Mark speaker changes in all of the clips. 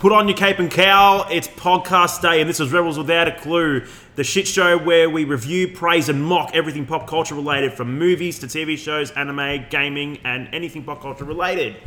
Speaker 1: Put on your cape and cowl. It's podcast day, and this is Rebels Without a Clue, the shit show where we review, praise, and mock everything pop culture related, from movies to TV shows, anime, gaming, and anything pop culture related.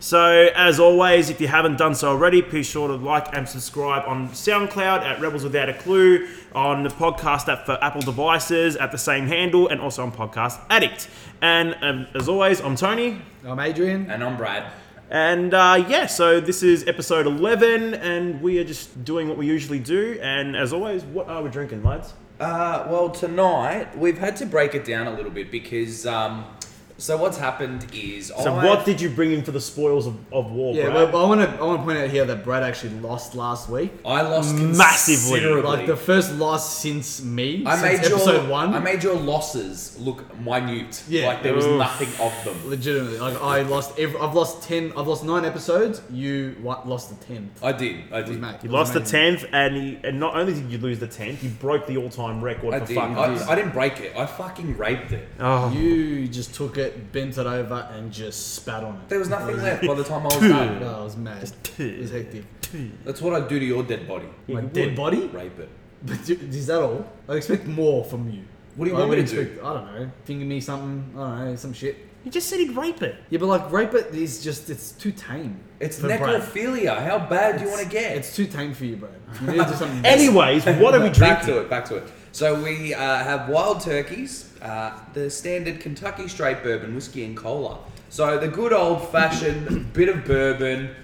Speaker 1: So, as always, if you haven't done so already, be sure to like and subscribe on SoundCloud at Rebels Without a Clue, on the podcast app for Apple devices at the same handle, and also on Podcast Addict. And um, as always, I'm Tony.
Speaker 2: I'm Um, Adrian.
Speaker 3: And I'm Brad.
Speaker 1: And uh, yeah, so this is episode 11, and we are just doing what we usually do. And as always, what are we drinking, lads?
Speaker 3: Uh, well, tonight we've had to break it down a little bit because. Um, so what's happened is.
Speaker 1: So,
Speaker 3: I-
Speaker 1: what did you bring in for the spoils of, of war,
Speaker 2: Yeah,
Speaker 1: bro?
Speaker 2: well, I want to I want to point out here that Brad actually lost last week.
Speaker 3: I lost
Speaker 1: Massively.
Speaker 3: considerably.
Speaker 2: Like the first loss since me.
Speaker 3: I
Speaker 2: since
Speaker 3: made your
Speaker 2: episode one.
Speaker 3: I made your losses look minute.
Speaker 2: Yeah.
Speaker 3: Like there was
Speaker 1: Oof.
Speaker 3: nothing of them.
Speaker 2: legitimately, like I lost. Every, I've lost ten. I've lost nine episodes. You wa- lost the tenth.
Speaker 3: I did. I
Speaker 2: It was
Speaker 3: did.
Speaker 2: Mac. It
Speaker 1: you lost
Speaker 2: was
Speaker 1: the
Speaker 2: amazing.
Speaker 1: 10th, and, he, and not only did you lose the 10th, you broke the all time record
Speaker 3: I
Speaker 1: for
Speaker 3: did.
Speaker 1: fucking
Speaker 3: I, I didn't break it. I fucking raped it.
Speaker 1: Oh,
Speaker 2: You just took it, bent it over, and just spat on it.
Speaker 3: There was nothing left by the time I was
Speaker 2: No,
Speaker 3: done.
Speaker 2: I was mad. It was hectic.
Speaker 3: That's what I'd do to your dead body.
Speaker 2: My
Speaker 1: you would.
Speaker 2: dead body.
Speaker 3: Rape it.
Speaker 2: But do- is that all? I expect more from you.
Speaker 3: What do you
Speaker 2: I
Speaker 3: want me
Speaker 2: would
Speaker 3: to do?
Speaker 2: expect, I don't know. Finger me something. I don't know. Some shit.
Speaker 1: you just said he'd rape it.
Speaker 2: Yeah, but like rape it is just it's too tame.
Speaker 3: It's
Speaker 2: for Brad.
Speaker 3: necrophilia. How bad do you want to get?
Speaker 2: It's too tame for you, bro. You need to do something.
Speaker 1: Anyways, what are we
Speaker 3: Back
Speaker 1: drinking?
Speaker 3: to it. Back to it. So we uh, have wild turkeys, uh, the standard Kentucky straight bourbon whiskey and cola. So the good old fashioned bit of bourbon,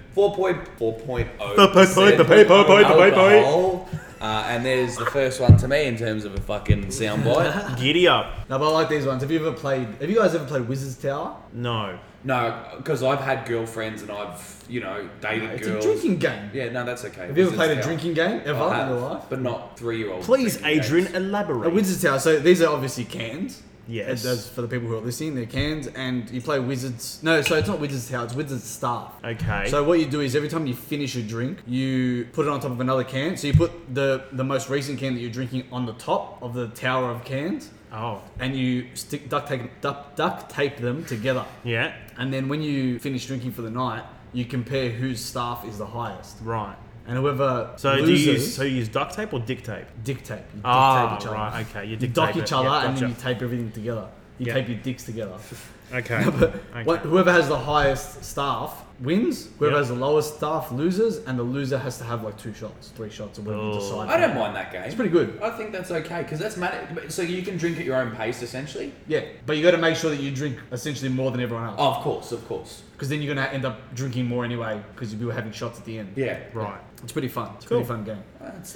Speaker 3: 4.4.0
Speaker 1: The pay- pay- the pay- pay- pay- the pay- pay.
Speaker 3: alcohol. Uh, and there's the first one to me in terms of a fucking soundbite.
Speaker 1: Giddy up.
Speaker 2: No, but I like these ones. Have you ever played? Have you guys ever played Wizard's Tower?
Speaker 1: No.
Speaker 3: no, because I've had girlfriends and I've you know dated
Speaker 2: It's
Speaker 3: girls.
Speaker 2: a drinking game.
Speaker 3: Yeah, no, that's okay.
Speaker 2: Have you ever
Speaker 3: Wizard's
Speaker 2: played
Speaker 3: Tower.
Speaker 2: a drinking game ever
Speaker 3: I have,
Speaker 2: in your life?
Speaker 3: but not three year old.
Speaker 1: Please, Adrian, elaborate.
Speaker 2: A Wizard's Tower. So these are obviously cans.
Speaker 1: Yes.
Speaker 2: It does for the people who are listening. They're cans, and you play Wizards. No, so it's not Wizard's Tower. It's Wizard's Staff.
Speaker 1: Okay.
Speaker 2: So what you do is every time you finish a drink, you put it on top of another can. So you put the the most recent can that you're drinking on the top of the tower of cans,
Speaker 1: oh,
Speaker 2: and you stick duct tape duct, duct tape them together.
Speaker 1: yeah,
Speaker 2: And then when you finish drinking for the night, you compare whose staff is the highest.
Speaker 1: right.
Speaker 2: And whoever
Speaker 1: So, do
Speaker 2: loses,
Speaker 1: you use, so you use duct tape or dick tape?
Speaker 2: dictate. You dictate
Speaker 1: Ah,
Speaker 2: each other.
Speaker 1: right, okay, you
Speaker 2: You,
Speaker 1: dictate
Speaker 2: dock
Speaker 1: it,
Speaker 2: each other
Speaker 1: yeah,
Speaker 2: and then you
Speaker 1: gotcha.
Speaker 2: tape everything together. You
Speaker 1: Yeah.
Speaker 2: tape your dicks together.
Speaker 1: Okay. okay.
Speaker 2: What, whoever has the highest staff wins. Whoever
Speaker 1: Yep.
Speaker 2: has the lowest staff loses, and the loser has to have like two shots, three shots, or whatever
Speaker 1: Oh.
Speaker 2: you decide.
Speaker 3: I don't mind that game.
Speaker 2: It's pretty good.
Speaker 3: I think that's okay because that's man- so you can drink at your own pace essentially.
Speaker 2: Yeah, but you got to make sure that you drink essentially more than everyone else,
Speaker 3: Oh, of course, of course.
Speaker 2: because then you're gonna end up drinking more anyway, because you'll be having shots at the end.
Speaker 3: Yeah,
Speaker 1: Right.
Speaker 2: It's pretty fun. It's a
Speaker 1: Cool.
Speaker 2: pretty fun game.
Speaker 3: That's,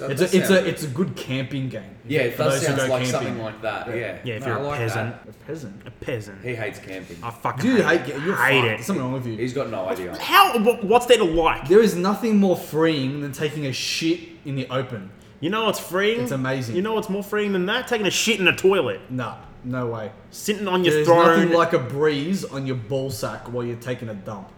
Speaker 2: It's a, it's a it's a good camping game.
Speaker 3: yeah. It
Speaker 2: for
Speaker 3: does
Speaker 2: those who
Speaker 3: sound like
Speaker 2: go
Speaker 3: something
Speaker 2: camping.
Speaker 3: like that. Yeah, yeah.
Speaker 1: Yeah, if
Speaker 3: No,
Speaker 1: you're
Speaker 3: I
Speaker 1: a
Speaker 3: like
Speaker 1: peasant,
Speaker 2: A peasant.
Speaker 1: a peasant.
Speaker 3: that. he hates camping.
Speaker 1: I fucking
Speaker 2: Dude,
Speaker 1: hate,
Speaker 2: hate,
Speaker 1: hate
Speaker 2: you're fucked.
Speaker 1: it.
Speaker 2: There's something wrong with you.
Speaker 3: He's got no idea.
Speaker 1: How? What, what's there to like?
Speaker 2: There is nothing more freeing than taking a shit in the open.
Speaker 1: You know what's freeing?
Speaker 2: It's amazing.
Speaker 1: You know what's more freeing than that? Taking a shit in a toilet,
Speaker 2: Nah, no way.
Speaker 1: sitting on your
Speaker 2: There's
Speaker 1: throne.
Speaker 2: nothing like a breeze on your ball sack while you're taking a dump.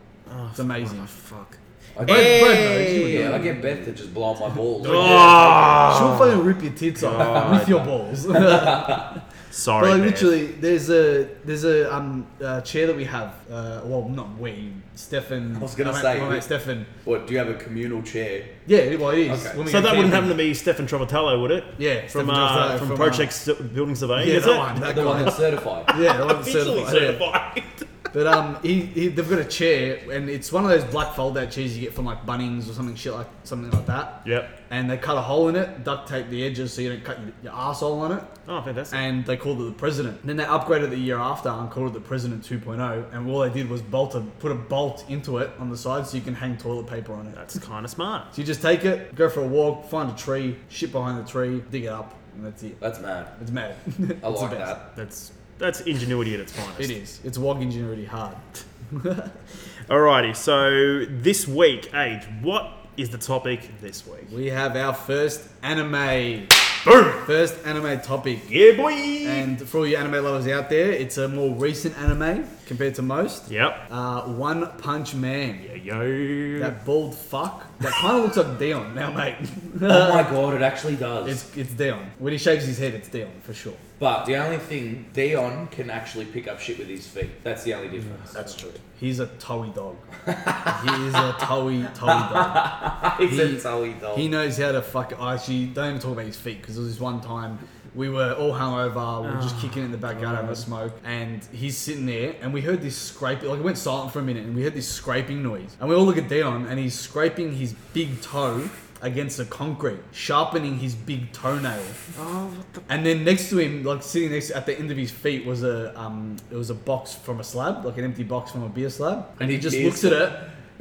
Speaker 2: it's amazing.
Speaker 1: fuck.
Speaker 3: I
Speaker 2: Brad-
Speaker 3: get,
Speaker 2: Brad knows, he would
Speaker 3: yeah,
Speaker 2: know.
Speaker 3: I get Beth to just blow up my balls.
Speaker 1: Ah,
Speaker 2: She'll fucking rip your tits off with your balls. but
Speaker 1: Sorry.
Speaker 2: like,
Speaker 1: Bev.
Speaker 2: literally, there's a there's a um uh, chair that we have. Uh, well, not we. Stefan.
Speaker 3: I was gonna
Speaker 2: my mate-
Speaker 3: say,
Speaker 2: my
Speaker 3: we-
Speaker 2: mate Stefan.
Speaker 3: What? Do you have a communal chair?
Speaker 2: Yeah, well, it is.
Speaker 3: Okay.
Speaker 2: When we
Speaker 1: So
Speaker 2: go
Speaker 1: that wouldn't happen
Speaker 2: camping.
Speaker 1: to me, Stefan Travatello, would it?
Speaker 2: Yeah,
Speaker 1: From
Speaker 2: Stefan
Speaker 1: uh,
Speaker 2: Travatello,
Speaker 1: from,
Speaker 2: from,
Speaker 1: Project Stu- Building Surveying.
Speaker 2: Yeah,
Speaker 1: is
Speaker 2: that
Speaker 1: it?
Speaker 2: one. That
Speaker 3: The one
Speaker 2: guy.
Speaker 3: that's certified.
Speaker 2: Yeah, that one's
Speaker 1: Officially
Speaker 2: certified. yeah.
Speaker 1: certified.
Speaker 2: But um, he, he they've got a chair, and it's one of those black fold out chairs you get from like Bunnings or something shit like something like that.
Speaker 1: Yep.
Speaker 2: And they cut a hole in it, duct tape the edges so you don't cut your, your asshole on it,
Speaker 1: Oh, fantastic.
Speaker 2: and they called it the President. then they upgraded it the year after and called it the President 2.0, and all they did was bolt a, put a bolt into it on the side so you can hang toilet paper on it.
Speaker 1: That's kind of smart.
Speaker 2: So you just take it, go for a walk, find a tree, shit behind the tree, dig it up, and that's it.
Speaker 3: That's mad.
Speaker 2: It's mad.
Speaker 3: I
Speaker 2: It's the
Speaker 3: like
Speaker 2: best.
Speaker 3: that.
Speaker 1: That's that's ingenuity at its finest.
Speaker 2: It is. It's wog ingenuity hard.
Speaker 1: Alrighty. So this week, Age, what is the topic this week?
Speaker 2: We have our first anime.
Speaker 1: Boom.
Speaker 2: First anime topic.
Speaker 1: Yeah, boy.
Speaker 2: And for all you anime lovers out there, it's a more recent anime compared to most.
Speaker 1: yep.
Speaker 2: Uh, One Punch Man.
Speaker 1: Yeah, yo.
Speaker 2: That bald fuck That kind of looks like Dion now, mate.
Speaker 3: Oh my god, it actually does.
Speaker 2: it's it's Dion. When he shaves his head, it's Dion for sure.
Speaker 3: but the only thing, Dion can actually pick up shit with his feet. That's the only difference. That's true.
Speaker 2: He's a towy dog. he is a towy towy dog.
Speaker 3: It's
Speaker 2: He-
Speaker 3: a Tully doll.
Speaker 2: He knows how to fuck. I actually don't even talk about his feet because there was this one time we were all hungover, we were
Speaker 3: Ah.
Speaker 2: just kicking in the backyard having a smoke, and he's sitting there, and we heard this scrape. Like it went silent for a minute, and we heard this scraping noise, and we all look at Dion, and he's scraping his big toe against the concrete, sharpening his big toenail.
Speaker 1: Oh, what the
Speaker 2: And then next to him, like sitting next at the end of his feet, was a um, it was a box from a slab, like an empty box from a beer slab. And he just looks
Speaker 3: Beers.
Speaker 2: at it.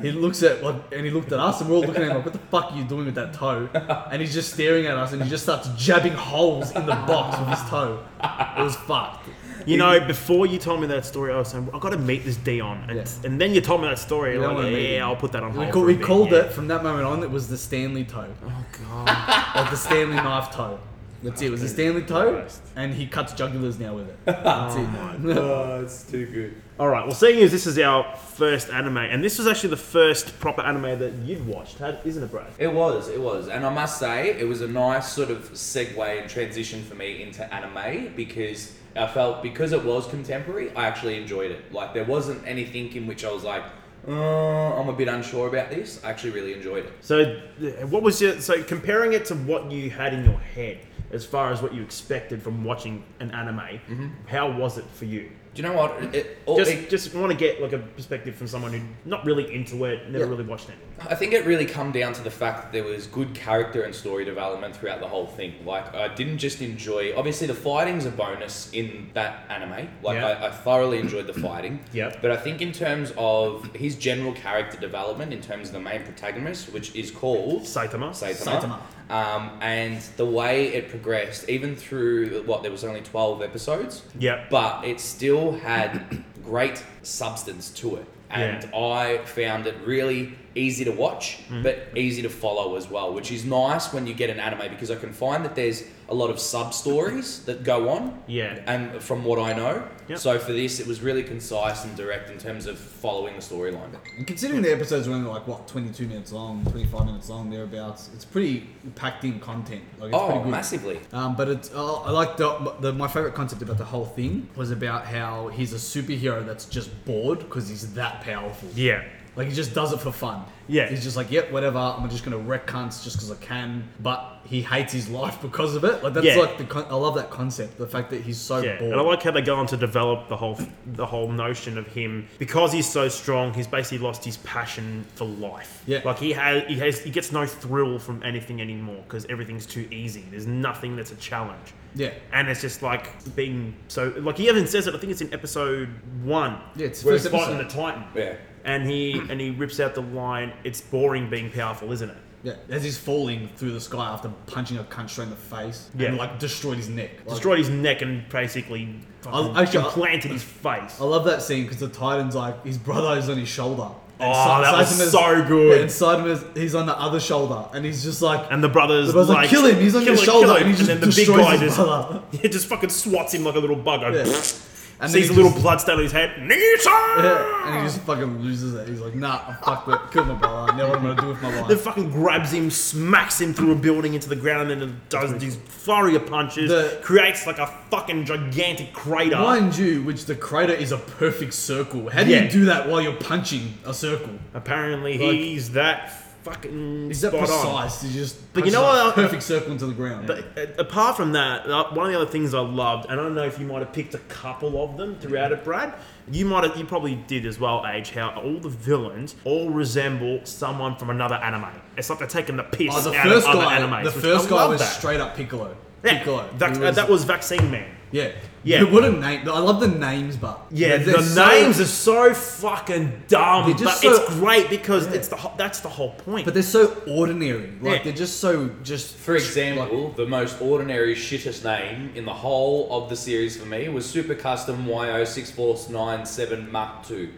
Speaker 2: He looks at like, and he looked at us, and we're all looking at him like, "What the fuck are you doing with that toe?" And he's just staring at us, and he just starts jabbing holes in the box with his toe. It was fucked.
Speaker 1: You know, before you told me that story, I was saying I got to meet this Dion, and,
Speaker 2: Yeah.
Speaker 1: and then you told me that story.
Speaker 2: You don't
Speaker 1: like,
Speaker 2: wanna
Speaker 1: yeah,
Speaker 2: meet him.
Speaker 1: I'll put that on hold.
Speaker 2: We, call,
Speaker 1: for a
Speaker 2: we
Speaker 1: bit,
Speaker 2: called
Speaker 1: yeah.
Speaker 2: it from that moment on. It was the Stanley toe,
Speaker 1: Oh god.
Speaker 2: like the Stanley knife toe. That's it. It was the Stanley toe,
Speaker 1: Christ.
Speaker 2: and he cuts jugulars now with it. That's it.
Speaker 3: Oh, it's too good.
Speaker 1: All right. Well, seeing as this is our first anime, and this was actually the first proper anime that you'd watched, had- isn't it, Brad?
Speaker 3: It was, it was. And I must say, it was a nice sort of segue and transition for me into anime because I felt because it was contemporary, I actually enjoyed it. Like, there wasn't anything in which I was like, uh, I'm a bit unsure about this. I actually really enjoyed it.
Speaker 1: So, th- what was your so comparing it to what you had in your head as far as what you expected from watching an anime?
Speaker 2: Mm-hmm.
Speaker 1: How was it for you?
Speaker 3: Do you know what? It, it, all-
Speaker 1: Just,
Speaker 3: it-
Speaker 1: just want to get like a perspective from someone who not really into it, never
Speaker 3: Yeah.
Speaker 1: really watched anything.
Speaker 3: I think it really come down to the fact that there was good character and story development throughout the whole thing. Like I didn't just enjoy. Obviously, the fighting's a bonus in that anime. Like
Speaker 1: Yeah.
Speaker 3: I, I thoroughly enjoyed the fighting.
Speaker 1: Yep.
Speaker 3: But I think in terms of his general character development, in terms of the main protagonist, which is called
Speaker 1: Saitama.
Speaker 2: Saitama.
Speaker 3: Saitama. Um, and the way it progressed, even through what there was only twelve episodes.
Speaker 1: Yep.
Speaker 3: But it still had great substance to it, and I found it really easy to watch,
Speaker 1: Mm-hmm.
Speaker 3: but easy to follow as well, which is nice when you get an anime because I can find that there's a lot of sub stories that go on.
Speaker 1: Yeah.
Speaker 3: And from what I know,
Speaker 1: Yep.
Speaker 3: so for this, it was really concise and direct in terms of following the storyline.
Speaker 2: And considering the episodes are only like what 22 minutes long, 25 minutes long thereabouts, it's pretty packed in content. Like it's pretty
Speaker 3: Oh,
Speaker 2: good.
Speaker 3: massively.
Speaker 2: Um, but it's oh, I like the, the my favorite concept about the whole thing was about how he's a superhero that's just bored because he's that powerful.
Speaker 1: Yeah.
Speaker 2: Like he just does it for fun.
Speaker 1: Yeah.
Speaker 2: He's just like, yep, whatever. I'm just gonna wreck cunts just because I can. But he hates his life because of it. Like that's
Speaker 1: Yeah.
Speaker 2: like the con- I love that concept. The fact that he's so
Speaker 1: Yeah,
Speaker 2: bored.
Speaker 1: and I like how they go on to develop the whole the whole notion of him because he's so strong. He's basically lost his passion for life.
Speaker 2: Yeah.
Speaker 1: like he has he has he gets no thrill from anything anymore because everything's too easy. There's nothing that's a challenge.
Speaker 2: Yeah.
Speaker 1: and it's just like being so like he even says it. I think it's in episode one.
Speaker 2: Yeah, it's the
Speaker 1: where he's
Speaker 2: first
Speaker 1: fighting the
Speaker 2: episode.
Speaker 1: Titan.
Speaker 3: Yeah.
Speaker 1: and he and he rips out the line. It's boring being powerful, isn't it?
Speaker 2: Yeah, as he's falling through the sky after punching a cunt straight in the face
Speaker 1: Yeah.
Speaker 2: and like destroyed his neck. Like,
Speaker 1: Destroyed his neck and basically
Speaker 2: I'll-
Speaker 1: fucking
Speaker 2: actually, I'll-
Speaker 1: implanted his face.
Speaker 2: I love that scene because the Titan's like his brother is on his shoulder.
Speaker 1: Oh, that was
Speaker 2: Saitama's-
Speaker 1: so good.
Speaker 2: Yeah, and Saitama's he's on the other shoulder, and he's just like,
Speaker 1: And the brothers
Speaker 2: the brother's like,
Speaker 1: like
Speaker 2: kill him. He's on
Speaker 1: "Kill
Speaker 2: your
Speaker 1: him,
Speaker 2: shoulder,
Speaker 1: kill him."
Speaker 2: and he just
Speaker 1: then the big
Speaker 2: destroys
Speaker 1: guy
Speaker 2: his
Speaker 1: just,
Speaker 2: brother.
Speaker 1: It just fucking swats him like a little bug. Goes,
Speaker 2: Yeah.
Speaker 1: and
Speaker 2: And
Speaker 1: sees a
Speaker 2: then he
Speaker 1: little
Speaker 2: just-
Speaker 1: blood stain on his head. Nisa!
Speaker 2: Yeah, and he just fucking loses it. He's like, nah, I fucked it. Kill my brother. Now what am I gonna do with my life?
Speaker 1: Then fucking grabs him, smacks him through a building into the ground, and then does these flurry of punches.
Speaker 2: The-
Speaker 1: creates like a fucking gigantic crater.
Speaker 2: Mind you, which the crater is a perfect circle. How do
Speaker 1: Yeah.
Speaker 2: you do that while you're punching a circle?
Speaker 1: Apparently,
Speaker 2: Like-
Speaker 1: he's that fucking
Speaker 2: Is that
Speaker 1: spot on.
Speaker 2: precise? He just
Speaker 1: But you
Speaker 2: punches
Speaker 1: know
Speaker 2: a
Speaker 1: what-
Speaker 2: Perfect circle into the ground.
Speaker 1: But uh, apart from that, uh, one of the other things I loved, and I don't know if you might have picked a couple of them throughout it, Brad. You might have, you probably did as well, Age. How all the villains all resemble someone from another anime. It's like they're taking the piss
Speaker 2: Oh, the
Speaker 1: out
Speaker 2: first
Speaker 1: of other
Speaker 2: guy,
Speaker 1: animes.
Speaker 2: the
Speaker 1: which
Speaker 2: first
Speaker 1: I
Speaker 2: guy
Speaker 1: love
Speaker 2: was
Speaker 1: that.
Speaker 2: straight up Piccolo.
Speaker 1: Yeah,
Speaker 2: Piccolo.
Speaker 1: that,
Speaker 2: He
Speaker 1: uh, that was Vaccine Man.
Speaker 2: yeah,
Speaker 1: Yeah.
Speaker 2: What a name! I love the names, but
Speaker 1: Yeah,
Speaker 2: they're-
Speaker 1: the
Speaker 2: they're so-
Speaker 1: names are so fucking dumb,
Speaker 2: They're
Speaker 1: but
Speaker 2: just so-
Speaker 1: it's great because it's the ho- that's the whole point.
Speaker 2: but they're so ordinary. Like
Speaker 1: Yeah.
Speaker 2: they're just so just.
Speaker 3: For example, the most ordinary shittest name in the whole of the series for me was Super Custom YO six four nine seven Mark Two.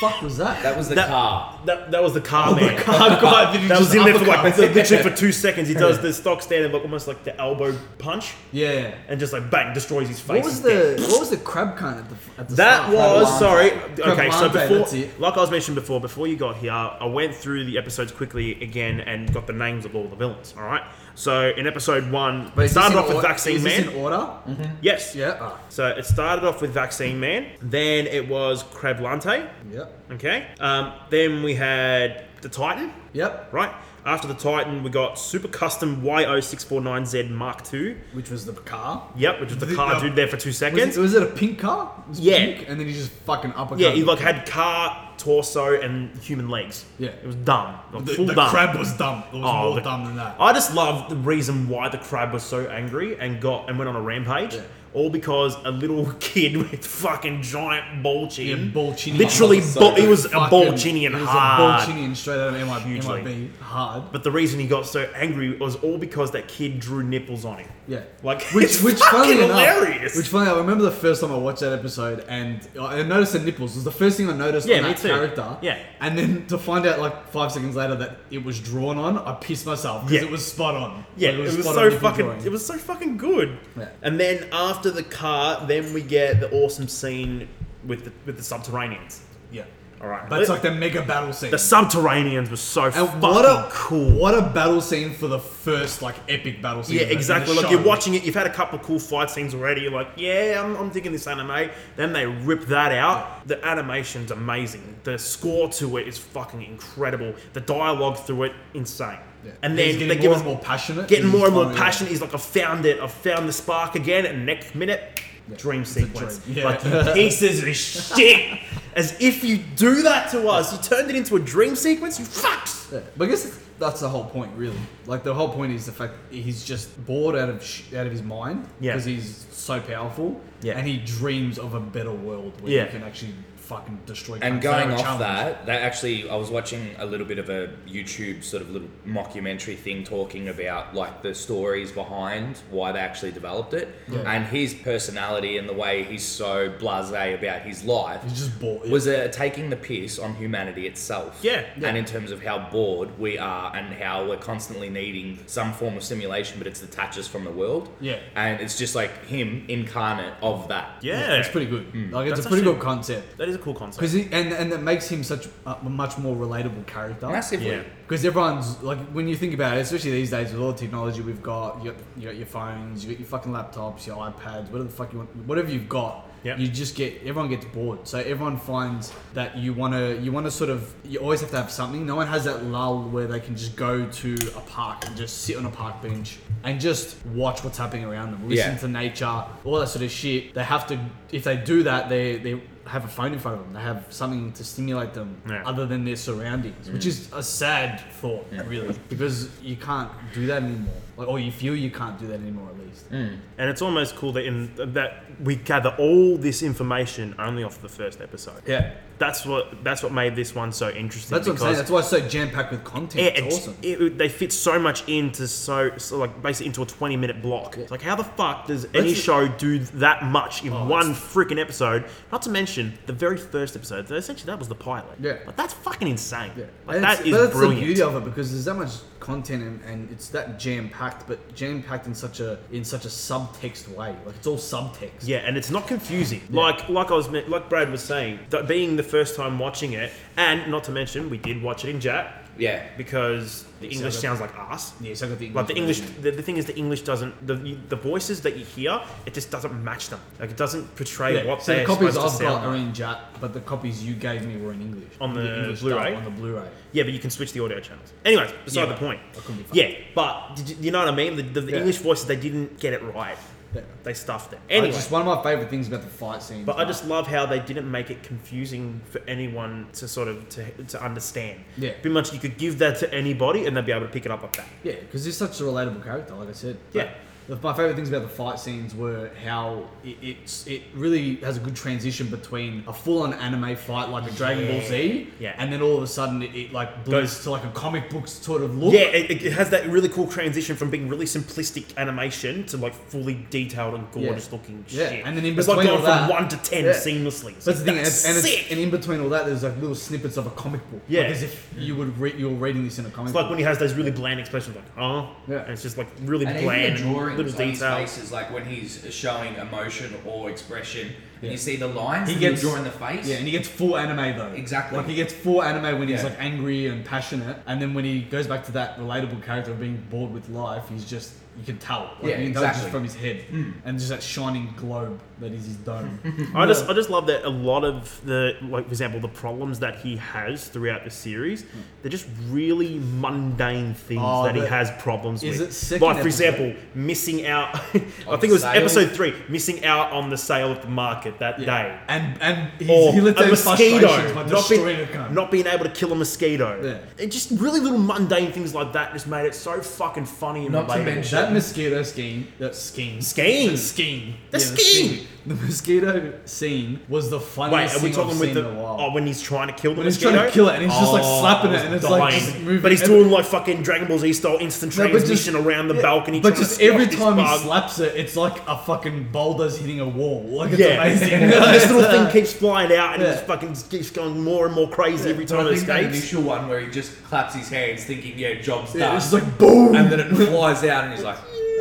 Speaker 2: fuck was that?
Speaker 3: That was the
Speaker 1: That-
Speaker 3: car.
Speaker 1: that, that was the car man.
Speaker 2: Car guy that he
Speaker 1: that was
Speaker 2: just
Speaker 1: in there for like
Speaker 2: uppercuts.
Speaker 1: literally for two seconds. He does the stock standard, like almost like the elbow punch,
Speaker 2: Yeah.
Speaker 1: and just like bang, destroys his face.
Speaker 2: What was
Speaker 1: He's dead.
Speaker 2: the what was the crab cunt at the at the
Speaker 1: That
Speaker 2: start?
Speaker 1: was
Speaker 3: Crablanza.
Speaker 1: sorry. Okay, so
Speaker 2: Crablanza, that's
Speaker 1: before,
Speaker 2: it.
Speaker 1: like I was mentioned before, before you got here, I went through the episodes quickly again and got the names of all the villains. All right. So in episode one,
Speaker 2: But
Speaker 1: it
Speaker 2: is this
Speaker 1: started
Speaker 2: in
Speaker 1: off with
Speaker 2: or-
Speaker 1: Vaccine
Speaker 2: is
Speaker 1: Man. Mm-hmm.
Speaker 2: This in order?
Speaker 1: yes.
Speaker 2: Yeah. ah,
Speaker 1: So it started off with Vaccine Man. Then it was Creblante.
Speaker 2: Yep.
Speaker 1: Okay. Um, then we had the Titan.
Speaker 2: Yep.
Speaker 1: Right. After the Titan, we got Super Custom YO649Z Mark II.
Speaker 2: Which was the car.
Speaker 1: Yep, which was the
Speaker 2: The-
Speaker 1: car
Speaker 2: uh,
Speaker 1: dude there for two
Speaker 2: Was
Speaker 1: seconds.
Speaker 2: it, was it a pink car? It was
Speaker 1: Yeah.
Speaker 2: Pink, and then he just fucking uppercut.
Speaker 1: Yeah, he like had car, torso, and human legs.
Speaker 2: Yeah.
Speaker 1: it was dumb. Like,
Speaker 4: The,
Speaker 1: full
Speaker 4: the
Speaker 1: dumb.
Speaker 4: crab was dumb. It was
Speaker 1: Oh,
Speaker 4: more
Speaker 1: the-
Speaker 4: dumb than that.
Speaker 1: I just love the reason why the crab was so angry and got and went on a rampage.
Speaker 2: Yeah.
Speaker 1: All because a little kid with fucking giant ball chin,
Speaker 2: Yeah, ball chinny.
Speaker 1: literally,
Speaker 3: Oh, so
Speaker 1: ball, it was a
Speaker 2: Fucking-
Speaker 1: ball chinny and
Speaker 2: it was
Speaker 1: hard.
Speaker 2: A Bolchinian straight out of MIB,
Speaker 1: Hugely.
Speaker 2: MIB hard.
Speaker 1: But the reason he got so angry was all because that kid drew nipples on him.
Speaker 2: Yeah.
Speaker 1: Like,
Speaker 2: Which,
Speaker 1: it's
Speaker 2: which
Speaker 1: fucking
Speaker 2: funny
Speaker 1: hilarious.
Speaker 2: Enough, which funny, I remember the first time I watched that episode, and I noticed the nipples. It was the first thing I noticed
Speaker 1: Yeah,
Speaker 2: on
Speaker 1: me
Speaker 2: that
Speaker 1: too.
Speaker 2: character.
Speaker 1: Yeah.
Speaker 2: And then to find out like five seconds later that it was drawn on, I pissed myself because
Speaker 1: Yeah.
Speaker 2: it was spot on.
Speaker 1: Yeah,
Speaker 2: Like,
Speaker 1: it was,
Speaker 2: spot on
Speaker 1: so
Speaker 2: nipple
Speaker 1: fucking.
Speaker 2: drawing.
Speaker 1: It was so fucking good.
Speaker 2: Yeah.
Speaker 1: And then after the car, then we get the awesome scene with the with the subterraneans.
Speaker 2: yeah.
Speaker 1: All right,
Speaker 2: But it's like the mega battle scene.
Speaker 1: the subterraneans was so fucking
Speaker 2: and what a
Speaker 1: cool.
Speaker 2: What a battle scene for the first like epic battle scene.
Speaker 1: yeah,
Speaker 2: in the- in the
Speaker 1: exactly. Like
Speaker 2: show.
Speaker 1: you're watching it, you've had a couple of cool fight scenes already. You're like, yeah, I'm, I'm digging this anime. Then they rip that out. The animation's amazing. The score to it is fucking incredible. The dialogue through it, insane.
Speaker 2: Yeah.
Speaker 1: And
Speaker 2: He's
Speaker 1: then
Speaker 2: getting
Speaker 1: they
Speaker 2: more
Speaker 1: give us
Speaker 2: and more passionate.
Speaker 1: getting
Speaker 2: He's
Speaker 1: more and more
Speaker 2: finally-
Speaker 1: passionate. He's like, I found it. I found the spark again. And next minute, dream
Speaker 2: a
Speaker 1: sequence.
Speaker 2: dream. Yeah.
Speaker 1: Like he pieces of shit. As if you do that to us, you turned it into a dream sequence. You fucks.
Speaker 2: Yeah, but I guess that's- that's the whole point, really. Like the whole point is the fact that he's just bored out of sh- out of his mind
Speaker 1: Yeah.
Speaker 2: because he's so powerful,
Speaker 1: Yeah.
Speaker 2: and he dreams of a better world where
Speaker 1: Yeah.
Speaker 2: he can actually fucking destroy.
Speaker 3: And
Speaker 2: cunts. They're
Speaker 3: going
Speaker 2: a
Speaker 3: off
Speaker 2: challenge.
Speaker 3: that, that actually, I was watching a little bit of a YouTube sort of little mockumentary thing talking about like the stories behind why they actually developed it,
Speaker 2: Yeah.
Speaker 3: and his personality and the way he's so blasé about his life
Speaker 2: he's just bored.
Speaker 3: was uh, taking the piss on humanity itself.
Speaker 1: Yeah, yeah.
Speaker 3: And in terms of how bored we are and how we're constantly needing some form of stimulation, but it's detached us from the world.
Speaker 2: Yeah.
Speaker 3: And it's just like him incarnate of that.
Speaker 1: Yeah,
Speaker 2: it's pretty good. Like
Speaker 1: Hmm.
Speaker 2: it's
Speaker 1: That's
Speaker 2: a pretty
Speaker 1: actually-
Speaker 2: good concept
Speaker 1: That is a cool concept.
Speaker 2: because and and it makes him such a a much more relatable character.
Speaker 3: Massively.
Speaker 1: Yeah.
Speaker 2: Because everyone's like, when you think about it, especially these days with all the technology we've got, you got, you got your phones, you got your fucking laptops, your iPads, whatever the fuck you want, whatever you've got,
Speaker 1: Yep.
Speaker 2: you just get everyone gets bored. So everyone finds that you wanna you wanna sort of you always have to have something. No one has that lull where they can just go to a park and just sit on a park bench and just watch what's happening around them, listen
Speaker 3: Yeah.
Speaker 2: to nature, all that sort of shit. They have to if they do that, they they have a phone in front of them. They have something to stimulate them
Speaker 1: Yeah.
Speaker 2: other than their surroundings, which is a sad thought, really, because you can't do that anymore. Like, or you feel you can't do that anymore, at least.
Speaker 1: and it's almost cool that in that we gather all this information only off the first episode.
Speaker 2: Yeah,
Speaker 1: That's what that's what made this one so interesting.
Speaker 2: that's what I'm saying. That's why it's so jam packed with content.
Speaker 1: it,
Speaker 2: it's awesome.
Speaker 1: it- it- they fit so much into so, so like basically into a 20 minute block it's like how the fuck does any
Speaker 2: Let's-
Speaker 1: show do that much in
Speaker 2: Oh,
Speaker 1: one freaking episode not to mention the very first episode so essentially that was the pilot
Speaker 2: Yeah.
Speaker 1: like that's fucking insane
Speaker 2: Yeah.
Speaker 1: like
Speaker 2: And
Speaker 1: that
Speaker 2: it's-
Speaker 1: is
Speaker 2: but that's
Speaker 1: brilliant
Speaker 2: the beauty of it because there's that much content and, and it's that jam packed, but jam packed in such a in such a subtext way. Like it's all subtext.
Speaker 1: Yeah, and it's not confusing. Like like I was me- like Brad was saying, that being the first time watching it, and not to mention we did watch it in Jap
Speaker 3: Yeah.
Speaker 1: because the
Speaker 2: It
Speaker 1: English
Speaker 2: sounded-
Speaker 1: sounds like us.
Speaker 2: Yeah, so I got the English.
Speaker 1: Like the English,
Speaker 2: version.
Speaker 1: the, the thing is, the English doesn't the you- the voices that you hear, it just doesn't match them. Like it doesn't portray
Speaker 2: Yeah,
Speaker 1: what
Speaker 2: so the
Speaker 1: they're
Speaker 2: copies
Speaker 1: supposed to
Speaker 2: I've got
Speaker 1: sound.
Speaker 2: are
Speaker 1: Like.
Speaker 2: in Jap, but the copies you gave me were in English.
Speaker 1: On the
Speaker 2: English
Speaker 1: Blu-ray?
Speaker 2: dub, On the Blu-ray.
Speaker 1: Yeah, but you can switch the audio channels. Anyways, beside
Speaker 2: Yeah,
Speaker 1: the point.
Speaker 2: I couldn't be fucked.
Speaker 1: Yeah, but did you, you know what I mean? The, the, the
Speaker 2: Yeah.
Speaker 1: English voices they didn't get it right.
Speaker 2: Yeah.
Speaker 1: They stuffed it.
Speaker 2: Anyway.
Speaker 1: Anyway,
Speaker 2: just one of my favorite things about the fight scene.
Speaker 1: But I just love how they didn't make it confusing for anyone to sort of to, to understand.
Speaker 2: Yeah.
Speaker 1: Pretty much you could give that to anybody and they'd be able to pick it up like that.
Speaker 2: yeah, because he's such a relatable character. Like I said,
Speaker 1: Yeah.
Speaker 2: But the, my favorite things about the fight scenes were how it, it's it really has a good transition between a full-on anime fight like a Dragon Ball Z,
Speaker 1: Yeah.
Speaker 2: and then all of a sudden it, it
Speaker 1: Goes-
Speaker 2: like blows to like a comic book sort of look.
Speaker 1: Yeah, it, it- it has that really cool transition from being really simplistic animation to like fully detailed and gorgeous looking
Speaker 2: Yeah,
Speaker 1: shit.
Speaker 2: and then in
Speaker 1: it's like
Speaker 2: between
Speaker 1: going
Speaker 2: all
Speaker 1: from
Speaker 2: that-
Speaker 1: one to ten
Speaker 2: Yeah.
Speaker 1: seamlessly. So
Speaker 2: That's the thing, and,
Speaker 1: that's
Speaker 2: it's, and,
Speaker 1: sick.
Speaker 2: it's, and in between all that, there's like little snippets of a comic book.
Speaker 1: Yeah.
Speaker 2: like as if you would re- you're reading this in a comic.
Speaker 1: It's
Speaker 2: book.
Speaker 1: like when he has those really bland expressions, like "oh,"
Speaker 2: Yeah.
Speaker 1: and it's just like really
Speaker 3: And
Speaker 1: bland,
Speaker 3: even the drawings
Speaker 1: little
Speaker 3: on his
Speaker 1: details.
Speaker 3: face is like when he's showing emotion or expression, and you see the lines
Speaker 2: He
Speaker 3: he gets
Speaker 2: gets-
Speaker 3: drawing the face.
Speaker 2: Yeah, and he gets full anime though.
Speaker 3: Exactly.
Speaker 2: Like he gets full anime when he's
Speaker 3: Yeah.
Speaker 2: like angry and passionate, and then when he goes back to that relatable character of being bored with life, he's just you can tell. Like,
Speaker 3: Yeah,
Speaker 2: you can tell it's
Speaker 3: exactly. Hmm.
Speaker 2: just from his head, and just that shining globe that is his dome.
Speaker 1: I just I just love that a lot of the like for example the problems that he has throughout the series they're just really mundane things
Speaker 2: Hmm. Oh,
Speaker 1: that he
Speaker 2: the-
Speaker 1: has problems
Speaker 2: is
Speaker 1: with.
Speaker 2: it second
Speaker 1: like for
Speaker 2: episode?
Speaker 1: example missing out I think
Speaker 3: the
Speaker 1: it was
Speaker 3: sale?
Speaker 1: episode 3 missing out on the sale at the market that day.
Speaker 2: and and he's,
Speaker 1: Or
Speaker 2: he lets
Speaker 1: Oh, a
Speaker 2: out his
Speaker 1: mosquito
Speaker 2: frustrations by
Speaker 1: not
Speaker 2: destroying a
Speaker 1: being,
Speaker 2: gun.
Speaker 1: not being able to kill a mosquito.
Speaker 2: Yeah.
Speaker 1: And just really little mundane things like that just made it so fucking funny and
Speaker 3: Not to
Speaker 1: relatable.
Speaker 3: mention-
Speaker 2: that mosquito scheme, that scheme,
Speaker 1: Scheme.
Speaker 2: the scheme,
Speaker 1: The
Speaker 2: Yeah,
Speaker 1: scheme.
Speaker 2: The mosquito scene was the
Speaker 1: Wait,
Speaker 2: funniest.
Speaker 1: are we
Speaker 2: thing I've
Speaker 1: talking with
Speaker 2: seen
Speaker 1: the
Speaker 2: in a while.
Speaker 1: oh when he's trying to kill the
Speaker 2: When he's
Speaker 1: mosquito?
Speaker 2: trying to kill it and he's just, like,
Speaker 1: Oh,
Speaker 2: slapping
Speaker 1: I
Speaker 2: it and
Speaker 1: was
Speaker 2: it's, like,
Speaker 1: dying.
Speaker 2: just moving
Speaker 1: But he's
Speaker 2: every-
Speaker 1: doing like fucking Dragon Ball Z style instant
Speaker 2: No, but just-
Speaker 1: transmission around the
Speaker 2: yeah,
Speaker 1: balcony.
Speaker 2: But
Speaker 1: trying to
Speaker 2: just
Speaker 1: squash
Speaker 2: every
Speaker 1: this
Speaker 2: time he
Speaker 1: bug.
Speaker 2: slaps it, it's like a fucking boulder's hitting a wall. Like it's
Speaker 1: yeah,
Speaker 2: amazing.
Speaker 1: this
Speaker 2: It's,
Speaker 1: little
Speaker 2: uh,
Speaker 1: thing keeps flying out, and it
Speaker 2: Yeah.
Speaker 1: just fucking keeps going more and more crazy every
Speaker 3: But
Speaker 1: time
Speaker 3: I
Speaker 1: it
Speaker 3: think that
Speaker 1: escapes.
Speaker 3: initial one where he just claps his hands, thinking, "Yeah, job's
Speaker 2: yeah,
Speaker 3: done,"
Speaker 2: it's just like boom.
Speaker 3: and then it flies out, and he's like,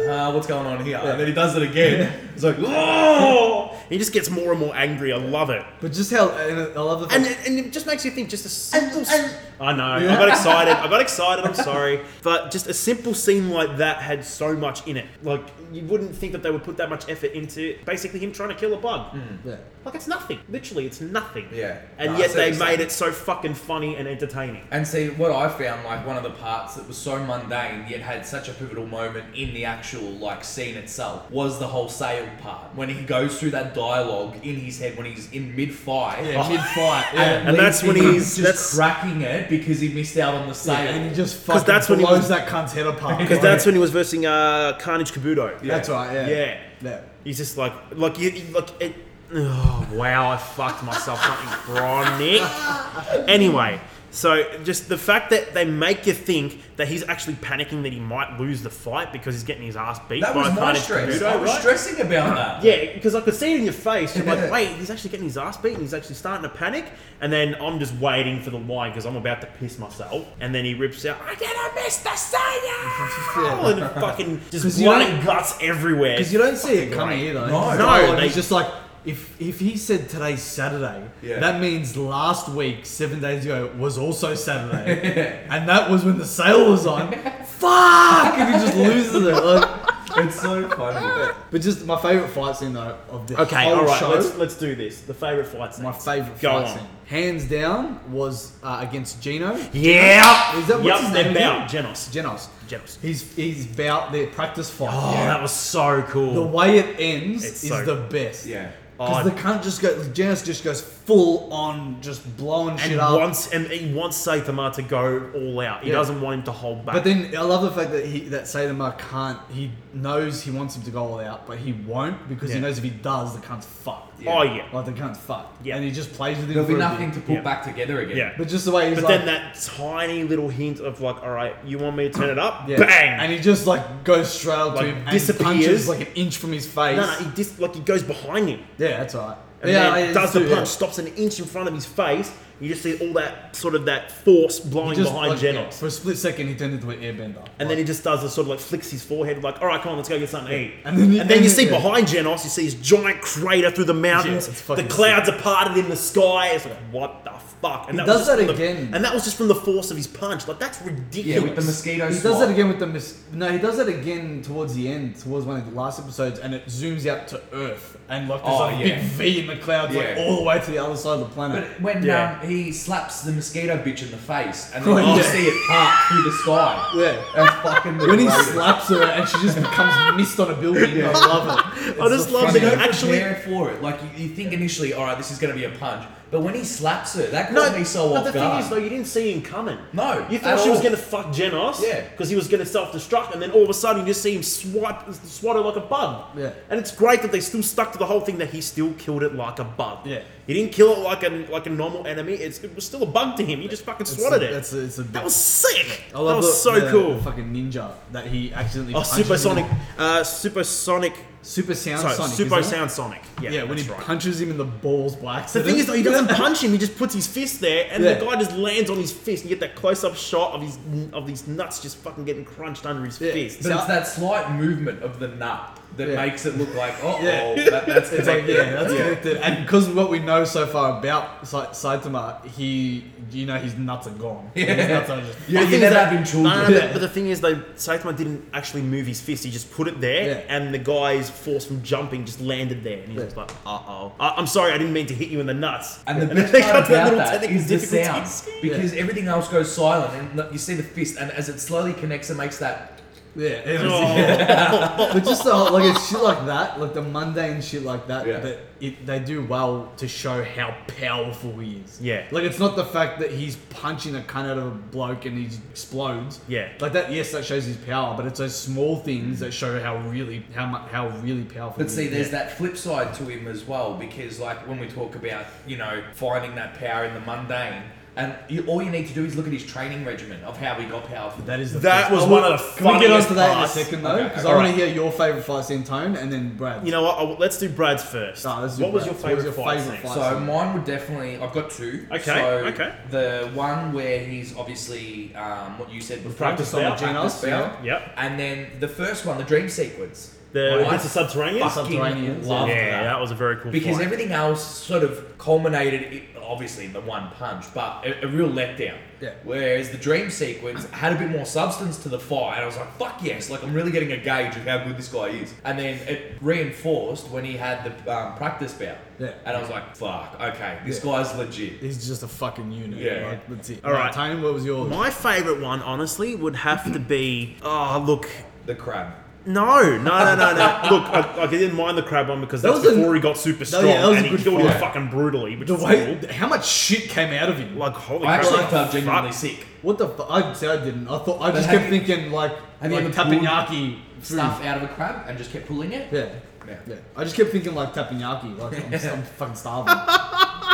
Speaker 3: uh, "What's going on here?" And then he does it again. It's like, "Oh!"
Speaker 1: He just gets more and more angry. I love it,
Speaker 2: but just how and I love the fact
Speaker 1: and it, and it just makes you think. Just a
Speaker 2: And-
Speaker 1: simple.
Speaker 2: and-
Speaker 1: I know. I got excited. I got excited. I'm sorry, but just a simple scene like that had so much in it. Like you wouldn't think that they would put that much effort into basically him trying to kill a bug.
Speaker 2: yeah.
Speaker 1: Like it's nothing. Literally, it's nothing.
Speaker 3: Yeah.
Speaker 1: And
Speaker 3: No, I
Speaker 1: yet
Speaker 3: see
Speaker 1: they
Speaker 3: what you're
Speaker 1: made it so fucking funny and entertaining.
Speaker 3: And see, what I found, like, one of the parts that was so mundane yet had such a pivotal moment in the actual, like, scene itself was the whole sale part. When he goes through that dialogue in his head when he's in mid fight.
Speaker 2: Yeah, mid fight. Oh. Yeah.
Speaker 1: And that's when he's-
Speaker 3: just
Speaker 1: that's-
Speaker 3: cracking it because he missed out on the sale.
Speaker 2: yeah, and he just fucking
Speaker 1: that's when he
Speaker 2: blows
Speaker 1: was-
Speaker 2: that cunt's head apart.
Speaker 1: Because that's when he was versing uh, Carnage Kabuto.
Speaker 2: That's right. Yeah.
Speaker 1: Yeah.
Speaker 2: Yeah.
Speaker 1: He's just like, like you, you- like it. Oh wow, I fucked myself something chronic. Anyway, so just the fact that they make you think that he's actually panicking that he might lose the fight because he's getting his ass beat
Speaker 3: that
Speaker 1: by
Speaker 3: was my
Speaker 1: Carnage
Speaker 3: stress.
Speaker 1: Kabuto,
Speaker 3: I was
Speaker 1: right?
Speaker 3: stressing about that.
Speaker 1: Yeah, because I could see it in your face. You're like,
Speaker 3: Yeah.
Speaker 1: wait, he's actually getting his ass beat and he's actually starting to panic. And then I'm just waiting for the line because I'm about to piss myself. And then he rips out, I didn't miss the sale! And fucking just
Speaker 2: 'Cause you
Speaker 1: blood
Speaker 2: don't-
Speaker 1: and guts everywhere.
Speaker 2: Because you don't see it coming
Speaker 1: great.
Speaker 2: either.
Speaker 3: No.
Speaker 2: It's just
Speaker 1: No,
Speaker 2: like-
Speaker 1: they-
Speaker 2: it's just like if if he said today's Saturday,
Speaker 3: Yeah.
Speaker 2: that means last week, seven days ago, was also Saturday, and that was when the sale was on. Fuck! And he just loses it. Like,
Speaker 3: It's so funny.
Speaker 2: but just my favorite fight scene though of the
Speaker 1: Okay,
Speaker 2: whole
Speaker 1: all right,
Speaker 2: show.
Speaker 1: let's let's do this. The favorite fight scene.
Speaker 2: my favorite
Speaker 1: Go
Speaker 2: fight
Speaker 1: on.
Speaker 2: scene, hands down, was uh, against Gino.
Speaker 1: Yeah.
Speaker 2: Is that what's
Speaker 1: yep,
Speaker 2: his
Speaker 1: they're
Speaker 2: name
Speaker 1: bout.
Speaker 2: again?
Speaker 1: Genos.
Speaker 2: Genos.
Speaker 1: Genos.
Speaker 2: He's he's bout their practice fight.
Speaker 1: Oh, that was so cool.
Speaker 2: The way it ends
Speaker 1: It's
Speaker 2: is
Speaker 1: so-
Speaker 2: the best.
Speaker 3: Yeah.
Speaker 2: Because
Speaker 1: Oh.
Speaker 2: the cunt just goes, Janice just goes full on, just blowing
Speaker 1: and
Speaker 2: shit up.
Speaker 1: wants and he wants Saitama to go all out. He
Speaker 2: Yeah.
Speaker 1: doesn't want him to hold back.
Speaker 2: But then I love the fact that he that Saitama can't. He knows he wants him to go all out, but he won't because
Speaker 1: Yeah.
Speaker 2: he knows if he does, the cunt's fucked.
Speaker 1: oh yeah.
Speaker 2: Like the cunt's fucked.
Speaker 1: Yeah.
Speaker 2: And he just plays with him.
Speaker 3: There'll be
Speaker 2: for a
Speaker 3: nothing
Speaker 2: bit.
Speaker 3: to put
Speaker 1: Yeah.
Speaker 3: back together again.
Speaker 1: Yeah.
Speaker 2: But just the way he's
Speaker 1: But
Speaker 2: like,
Speaker 1: then that tiny little hint of like, all right, you want me to turn it up?
Speaker 2: yeah.
Speaker 1: Bang!
Speaker 2: And he just like goes straight up
Speaker 1: Like,
Speaker 2: to him,
Speaker 1: disappears.
Speaker 2: and punches like an inch from his face.
Speaker 1: no, no, he dis- like he goes behind him.
Speaker 2: yeah, that's right.
Speaker 1: And
Speaker 2: yeah,
Speaker 1: then
Speaker 2: it's
Speaker 1: does the
Speaker 2: true,
Speaker 1: punch,
Speaker 2: yeah.
Speaker 1: stops an inch in front of his face. You just see all that sort of that force blowing
Speaker 2: Just,
Speaker 1: behind
Speaker 2: like,
Speaker 1: Genos.
Speaker 2: For a split second, he turned into an airbender.
Speaker 1: And then he just does a sort of like flicks his forehead, like, all right, come on, let's go get something to eat.
Speaker 2: And then- and
Speaker 1: you
Speaker 2: then-
Speaker 1: see
Speaker 2: yeah.
Speaker 1: behind Genos, you see his giant crater through the mountains.
Speaker 2: Yeah, it's
Speaker 1: the
Speaker 2: fucking
Speaker 1: clouds are parted in the sky. It's like, what the fuck? And
Speaker 2: He
Speaker 1: was
Speaker 2: does
Speaker 1: just
Speaker 2: that
Speaker 1: from the-
Speaker 2: again.
Speaker 1: and that was just from the force of his punch. Like, that's
Speaker 3: Yeah,
Speaker 1: ridiculous.
Speaker 3: with the mosquito
Speaker 2: He
Speaker 3: swat.
Speaker 2: does that again with the mis- no. He does that again towards the end, towards one of the last episodes, and it zooms out to Earth, and like there's
Speaker 3: Oh,
Speaker 2: like a
Speaker 3: yeah.
Speaker 2: big V in the clouds, like
Speaker 3: Yeah.
Speaker 2: all the way to the other side of the planet.
Speaker 3: But when
Speaker 1: Yeah.
Speaker 3: um, he slaps the mosquito bitch in the face, and then
Speaker 2: Oh,
Speaker 3: you
Speaker 2: yeah.
Speaker 3: see it part through the sky.
Speaker 2: yeah.
Speaker 3: That's fucking the
Speaker 2: When he
Speaker 3: greatest.
Speaker 2: slaps her and she just becomes mist on a building, I love it.
Speaker 1: I just love
Speaker 3: Like,
Speaker 1: that
Speaker 3: you
Speaker 1: he
Speaker 3: don't
Speaker 1: Oh, actually.
Speaker 3: prepare for it. Like you, you think initially, all right, this is going to be a punch, But when he slaps her, that
Speaker 1: No,
Speaker 3: caught me so
Speaker 1: but
Speaker 3: off
Speaker 1: the thing
Speaker 3: guard.
Speaker 1: is, though, you didn't see him coming.
Speaker 3: No,
Speaker 1: you
Speaker 3: at
Speaker 1: thought she was
Speaker 3: all.
Speaker 1: going to fuck Genos,
Speaker 3: Yeah.
Speaker 1: because he was going to self-destruct, and then all of a sudden you just see him swipe, swat her like a bug.
Speaker 2: Yeah.
Speaker 1: and it's great that they still stuck to the whole thing that he still killed it like a bug.
Speaker 2: Yeah.
Speaker 1: he didn't kill it like a like a normal enemy. It's, it was still a bug to him. He just fucking
Speaker 2: It's
Speaker 1: swatted
Speaker 2: a-
Speaker 1: it.
Speaker 2: That's a, it's a
Speaker 1: that was sick.
Speaker 2: I love
Speaker 1: that was
Speaker 2: the-
Speaker 1: so
Speaker 2: the
Speaker 1: cool.
Speaker 2: Fucking ninja that he accidentally.
Speaker 1: Oh,
Speaker 2: punches in the-
Speaker 1: supersonic, uh, supersonic,
Speaker 2: Super sound.
Speaker 1: sorry,
Speaker 2: Sonic,
Speaker 1: super
Speaker 2: isn't it?
Speaker 1: sound sonic. Yeah,
Speaker 2: Yeah, when
Speaker 1: that's
Speaker 2: he
Speaker 1: right.
Speaker 2: punches him in the balls by
Speaker 1: The
Speaker 2: accident.
Speaker 1: thing is, though, he doesn't punch him. He just puts his fist there, and
Speaker 2: Yeah.
Speaker 1: the guy just lands on his fist. And you get that close-up shot of his of these nuts just fucking getting crunched under his
Speaker 2: Yeah.
Speaker 1: fist.
Speaker 3: But it's that slight movement of the nut that
Speaker 2: Yeah.
Speaker 3: makes it look like, oh,
Speaker 2: Yeah.
Speaker 3: that, that's
Speaker 2: It's like,
Speaker 3: connected.
Speaker 2: yeah, that's connected. And because what we know so far about Sa- Saitama, he, you know, his nuts are gone. Yeah. His nuts are just.
Speaker 3: Yeah,
Speaker 1: The thing
Speaker 3: you're
Speaker 1: is
Speaker 3: never
Speaker 1: that-
Speaker 3: having
Speaker 1: No, no,
Speaker 3: children.
Speaker 1: no,
Speaker 2: Yeah.
Speaker 1: But the thing is, though, Saitama didn't actually move his fist. He just put it there,
Speaker 2: Yeah.
Speaker 1: and the guy's force from jumping just landed there. And he's
Speaker 2: Yeah.
Speaker 1: just like, "Uh oh, I'm sorry, I didn't mean to hit you in the nuts."
Speaker 3: And the best
Speaker 1: they
Speaker 3: part
Speaker 1: got that
Speaker 3: about
Speaker 1: little
Speaker 3: that
Speaker 1: technical
Speaker 3: is the sound
Speaker 1: difficulties.
Speaker 3: because everything else goes silent, and look, you see the fist, and as it slowly connects, it makes that.
Speaker 2: Yeah. it was-
Speaker 1: Oh,
Speaker 2: But just the whole, like it's shit like that, like the mundane shit like that,
Speaker 3: Yeah.
Speaker 2: that it, they do well to show how powerful he is.
Speaker 1: Yeah.
Speaker 2: Like it's not the fact that he's punching a cunt out of a bloke and he explodes.
Speaker 1: Yeah.
Speaker 2: Like that, yes, that shows his power, but it's those small things that show how really, how much, how really powerful.
Speaker 3: But
Speaker 2: he
Speaker 3: see,
Speaker 2: is.
Speaker 3: there's that flip side to him as well, because like when we talk about you know finding that power in the mundane, and you, all you need to do is look at his training regimen of how he got powerful.
Speaker 2: That is the
Speaker 1: That
Speaker 2: best.
Speaker 1: was
Speaker 2: I
Speaker 1: one
Speaker 2: want-
Speaker 1: of the
Speaker 2: Can we get
Speaker 1: funniest
Speaker 2: onto that
Speaker 1: parts.
Speaker 2: in a second though?
Speaker 3: Okay,
Speaker 2: Because I
Speaker 1: all
Speaker 2: want
Speaker 1: right.
Speaker 2: to hear your favorite fight scene tone and then Brad.
Speaker 1: you know what? I'll- let's do Brad's first.
Speaker 2: No, let's do
Speaker 1: what was your
Speaker 2: Brad's.
Speaker 1: favorite
Speaker 2: What was your
Speaker 1: fight?
Speaker 2: favourite
Speaker 1: scene?
Speaker 2: fight?
Speaker 3: So mine would definitely. I've got two.
Speaker 1: Okay,
Speaker 3: So
Speaker 1: okay.
Speaker 3: The one where he's obviously um, what you said before.
Speaker 1: practice
Speaker 2: practice on
Speaker 1: bout,
Speaker 2: the Genos.
Speaker 3: practice
Speaker 2: Yeah.
Speaker 3: bout.
Speaker 1: Yep.
Speaker 3: And then the first one, the dream sequence.
Speaker 1: The
Speaker 3: I
Speaker 1: Prince of Subterranean.
Speaker 3: fucking
Speaker 2: Subterranean, yeah.
Speaker 3: loved
Speaker 1: yeah,
Speaker 3: that.
Speaker 1: that was a very cool
Speaker 3: because
Speaker 1: fight.
Speaker 3: everything else sort of culminated, in, obviously, in the one punch, but a, a real letdown.
Speaker 2: Yeah.
Speaker 3: Whereas the dream sequence had a bit more substance to the fight, and I was like, "Fuck yes!" Like I'm really getting a gauge of how good this guy is. And then it reinforced when he had the um, practice bout.
Speaker 2: Yeah.
Speaker 3: And I was like, "Fuck, okay, this
Speaker 2: Yeah.
Speaker 3: guy's legit."
Speaker 2: He's just a fucking unit.
Speaker 3: Yeah.
Speaker 2: Like, that's it.
Speaker 1: All right.
Speaker 2: Tony, what was yours?
Speaker 1: My favourite one, honestly, would have to be. Oh, look.
Speaker 3: The crab.
Speaker 1: No, no, no, no, no. Look, I, I didn't mind the crab one because
Speaker 2: That
Speaker 1: that's
Speaker 2: was a-
Speaker 1: before he got super
Speaker 2: No,
Speaker 1: strong
Speaker 2: yeah, that was
Speaker 1: and
Speaker 2: a
Speaker 1: he
Speaker 2: good
Speaker 1: killed him
Speaker 2: fight.
Speaker 1: fucking brutally, which
Speaker 2: The
Speaker 1: is
Speaker 2: way,
Speaker 1: cool.
Speaker 2: how much shit came out of him?
Speaker 1: Like, holy
Speaker 3: I actually
Speaker 1: crap.
Speaker 3: felt genuinely
Speaker 1: fuck.
Speaker 3: sick.
Speaker 2: what the? Fu- I say I didn't. I thought I just
Speaker 3: have
Speaker 2: kept
Speaker 3: you-
Speaker 2: thinking like
Speaker 3: have you
Speaker 2: like
Speaker 3: ever
Speaker 2: tapenaki food.
Speaker 3: Stuff out of a crab and just kept pulling it.
Speaker 2: Yeah.
Speaker 3: Yeah.
Speaker 2: yeah, I just kept thinking like tapenaki. Like I'm, I'm fucking starving. I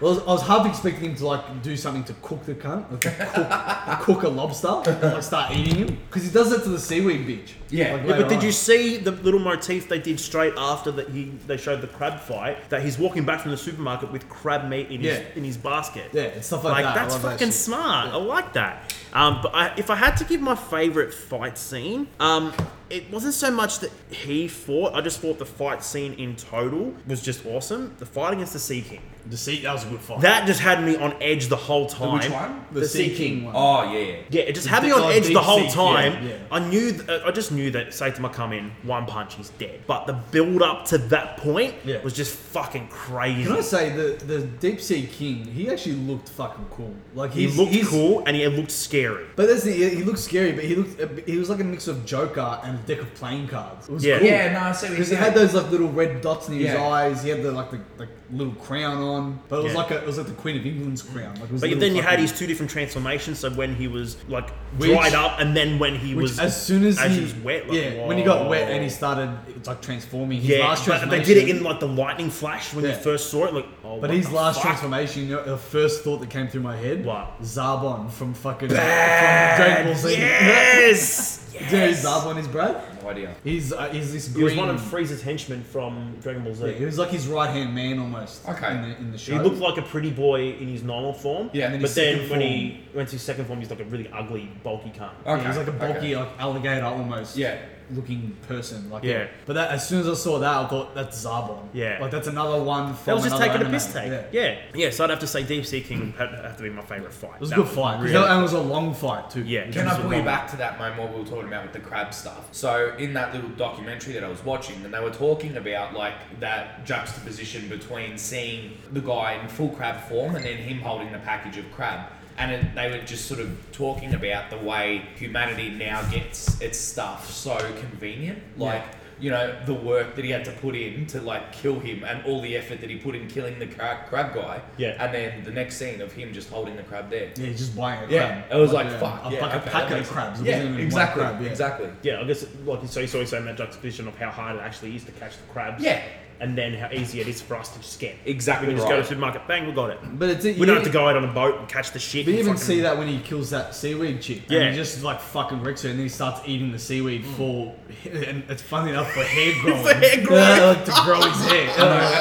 Speaker 2: was, I was half expecting him to like do something to cook the cunt, like to cook, cook a lobster, and, like start eating him, because he does that to the seaweed bitch.
Speaker 3: Yeah.
Speaker 2: like,
Speaker 1: Yeah,
Speaker 2: later
Speaker 1: but did
Speaker 2: on.
Speaker 1: you see the little motif they did straight after that he they showed the crab fight that he's walking back from the supermarket with crab meat in
Speaker 2: Yeah.
Speaker 1: his in his basket.
Speaker 2: Yeah, it's stuff like,
Speaker 1: Like,
Speaker 2: that. I
Speaker 1: that's
Speaker 2: love that
Speaker 1: fucking
Speaker 2: shit.
Speaker 1: smart. I like that. Um, but I, if I had to give my favorite fight scene, um, it wasn't so much that he fought. I just thought the fight scene in total was just awesome. The fight against the Sea King
Speaker 2: The sea, that was a good fight.
Speaker 1: that just had me on edge the whole time.
Speaker 3: Which one?
Speaker 2: the,
Speaker 1: The
Speaker 2: sea,
Speaker 1: Sea
Speaker 2: king,
Speaker 1: King.
Speaker 2: one.
Speaker 3: Oh yeah.
Speaker 1: Yeah, it just had
Speaker 2: The-
Speaker 1: me on
Speaker 2: oh,
Speaker 1: edge the
Speaker 2: deep
Speaker 1: whole
Speaker 2: sea,
Speaker 1: time.
Speaker 2: yeah, yeah.
Speaker 1: I knew, th- uh, I just knew that Saitama come in, one punch, he's dead. But the build up to that point
Speaker 2: Yeah.
Speaker 1: was just fucking crazy.
Speaker 2: Can I say the the deep sea king? He actually looked fucking cool. Like
Speaker 1: he
Speaker 2: he's,
Speaker 1: looked
Speaker 2: he's-
Speaker 1: cool and he looked scary.
Speaker 2: But that's the, he looked scary, but he looked he was like a mix of Joker and a deck of playing cards. It was
Speaker 1: Yeah.
Speaker 2: cool.
Speaker 3: Yeah, no, I see what you're
Speaker 2: Because he
Speaker 3: saying.
Speaker 2: had those like little red dots in his
Speaker 3: Yeah.
Speaker 2: eyes. He had the like the like, little crown on, but it was
Speaker 1: Yeah.
Speaker 2: like a, it was like the Queen of England's crown. Like, it was a
Speaker 1: But
Speaker 2: little
Speaker 1: then you had
Speaker 2: fucking-
Speaker 1: his two different transformations. So when he was like
Speaker 2: Which-
Speaker 1: dried up, and then when he
Speaker 2: which
Speaker 1: was
Speaker 2: as soon as,
Speaker 1: he,
Speaker 2: he
Speaker 1: was wet. Like,
Speaker 2: yeah, when he got wet
Speaker 1: whoa.
Speaker 2: and he started it's like transforming. His
Speaker 1: yeah,
Speaker 2: last
Speaker 1: but they
Speaker 2: transformation,
Speaker 1: did it in like the lightning flash when you
Speaker 2: Yeah.
Speaker 1: first saw it. Like, oh,
Speaker 2: But
Speaker 1: what
Speaker 2: his
Speaker 1: the
Speaker 2: last
Speaker 1: fuck?
Speaker 2: transformation, you know, the first thought that came through my head,
Speaker 1: What?
Speaker 2: Zarbon from fucking from Dragon Ball Z.
Speaker 1: Yes,
Speaker 2: Do you know who
Speaker 1: yes.
Speaker 2: Zarbon is, Brad?
Speaker 3: No idea.
Speaker 2: He's uh, he's this green.
Speaker 1: He was one of Frieza's henchmen from Dragon Ball Z.
Speaker 2: Yeah, he was like his right hand man almost.
Speaker 3: Okay.
Speaker 2: In the, in the show.
Speaker 1: He looked like a pretty boy in his normal form.
Speaker 3: Yeah, and then
Speaker 1: but
Speaker 2: his
Speaker 1: then when
Speaker 2: second
Speaker 1: he went to his second form, he's like a really ugly, bulky cunt.
Speaker 3: Okay.
Speaker 2: yeah, he was like a bulky like, alligator almost.
Speaker 3: Yeah.
Speaker 2: Looking person. Like
Speaker 1: Yeah.
Speaker 2: But that, as soon as I saw that, I thought that's Zarbon.
Speaker 1: Yeah.
Speaker 2: Like that's another one. From
Speaker 1: That was just
Speaker 2: another
Speaker 1: taking a
Speaker 2: anime.
Speaker 1: piss take. Yeah.
Speaker 2: Yeah.
Speaker 1: yeah, So I'd have to say Deep Sea King had have to be my favourite fight.
Speaker 2: It was
Speaker 1: That
Speaker 2: a good fight. 'cause
Speaker 1: really
Speaker 2: that- and it
Speaker 1: cool.
Speaker 2: was a long fight too.
Speaker 1: Yeah.
Speaker 2: Which
Speaker 3: Can
Speaker 2: was
Speaker 3: I pull you
Speaker 2: phenomenal.
Speaker 3: back to that moment we were talking about with the crab stuff? So in that little documentary that I was watching, and they were talking about like that juxtaposition between seeing the guy in full crab form and then him holding the package of crab. And it, they were just sort of talking about the way humanity now gets its stuff so convenient. Like you know, the work that he had to put in to like kill him and all the effort that he put in killing the crab, crab guy.
Speaker 1: Yeah.
Speaker 3: And then the next scene of him just holding the crab there.
Speaker 2: Yeah, he's just buying a
Speaker 3: Yeah,
Speaker 2: crab.
Speaker 3: it was like, fuck.
Speaker 2: A,
Speaker 3: yeah,
Speaker 2: pack-
Speaker 3: okay,
Speaker 2: a
Speaker 3: that
Speaker 2: packet of
Speaker 3: makes-
Speaker 2: crabs. It
Speaker 3: Yeah,
Speaker 2: wasn't even one
Speaker 3: exactly.
Speaker 2: crab, yeah.
Speaker 3: Exactly.
Speaker 1: Yeah, I guess like so you saw so much juxtaposition of how hard it actually is to catch the crabs.
Speaker 3: Yeah.
Speaker 1: And then how easy it is for us to just scan.
Speaker 3: Exactly.
Speaker 1: We can just go
Speaker 3: right.
Speaker 1: to the supermarket, bang, we got it.
Speaker 2: But it's,
Speaker 1: We don't have to go out on a boat and catch the shit.
Speaker 2: But you
Speaker 1: and
Speaker 2: even
Speaker 1: fucking-
Speaker 2: see that when he kills that seaweed chick.
Speaker 1: Yeah.
Speaker 2: And he just like fucking wrecks her and then he starts eating the seaweed for. And it's funny enough for hair growing.
Speaker 1: For hair growth.
Speaker 2: Yeah, like, to grow his hair.
Speaker 3: I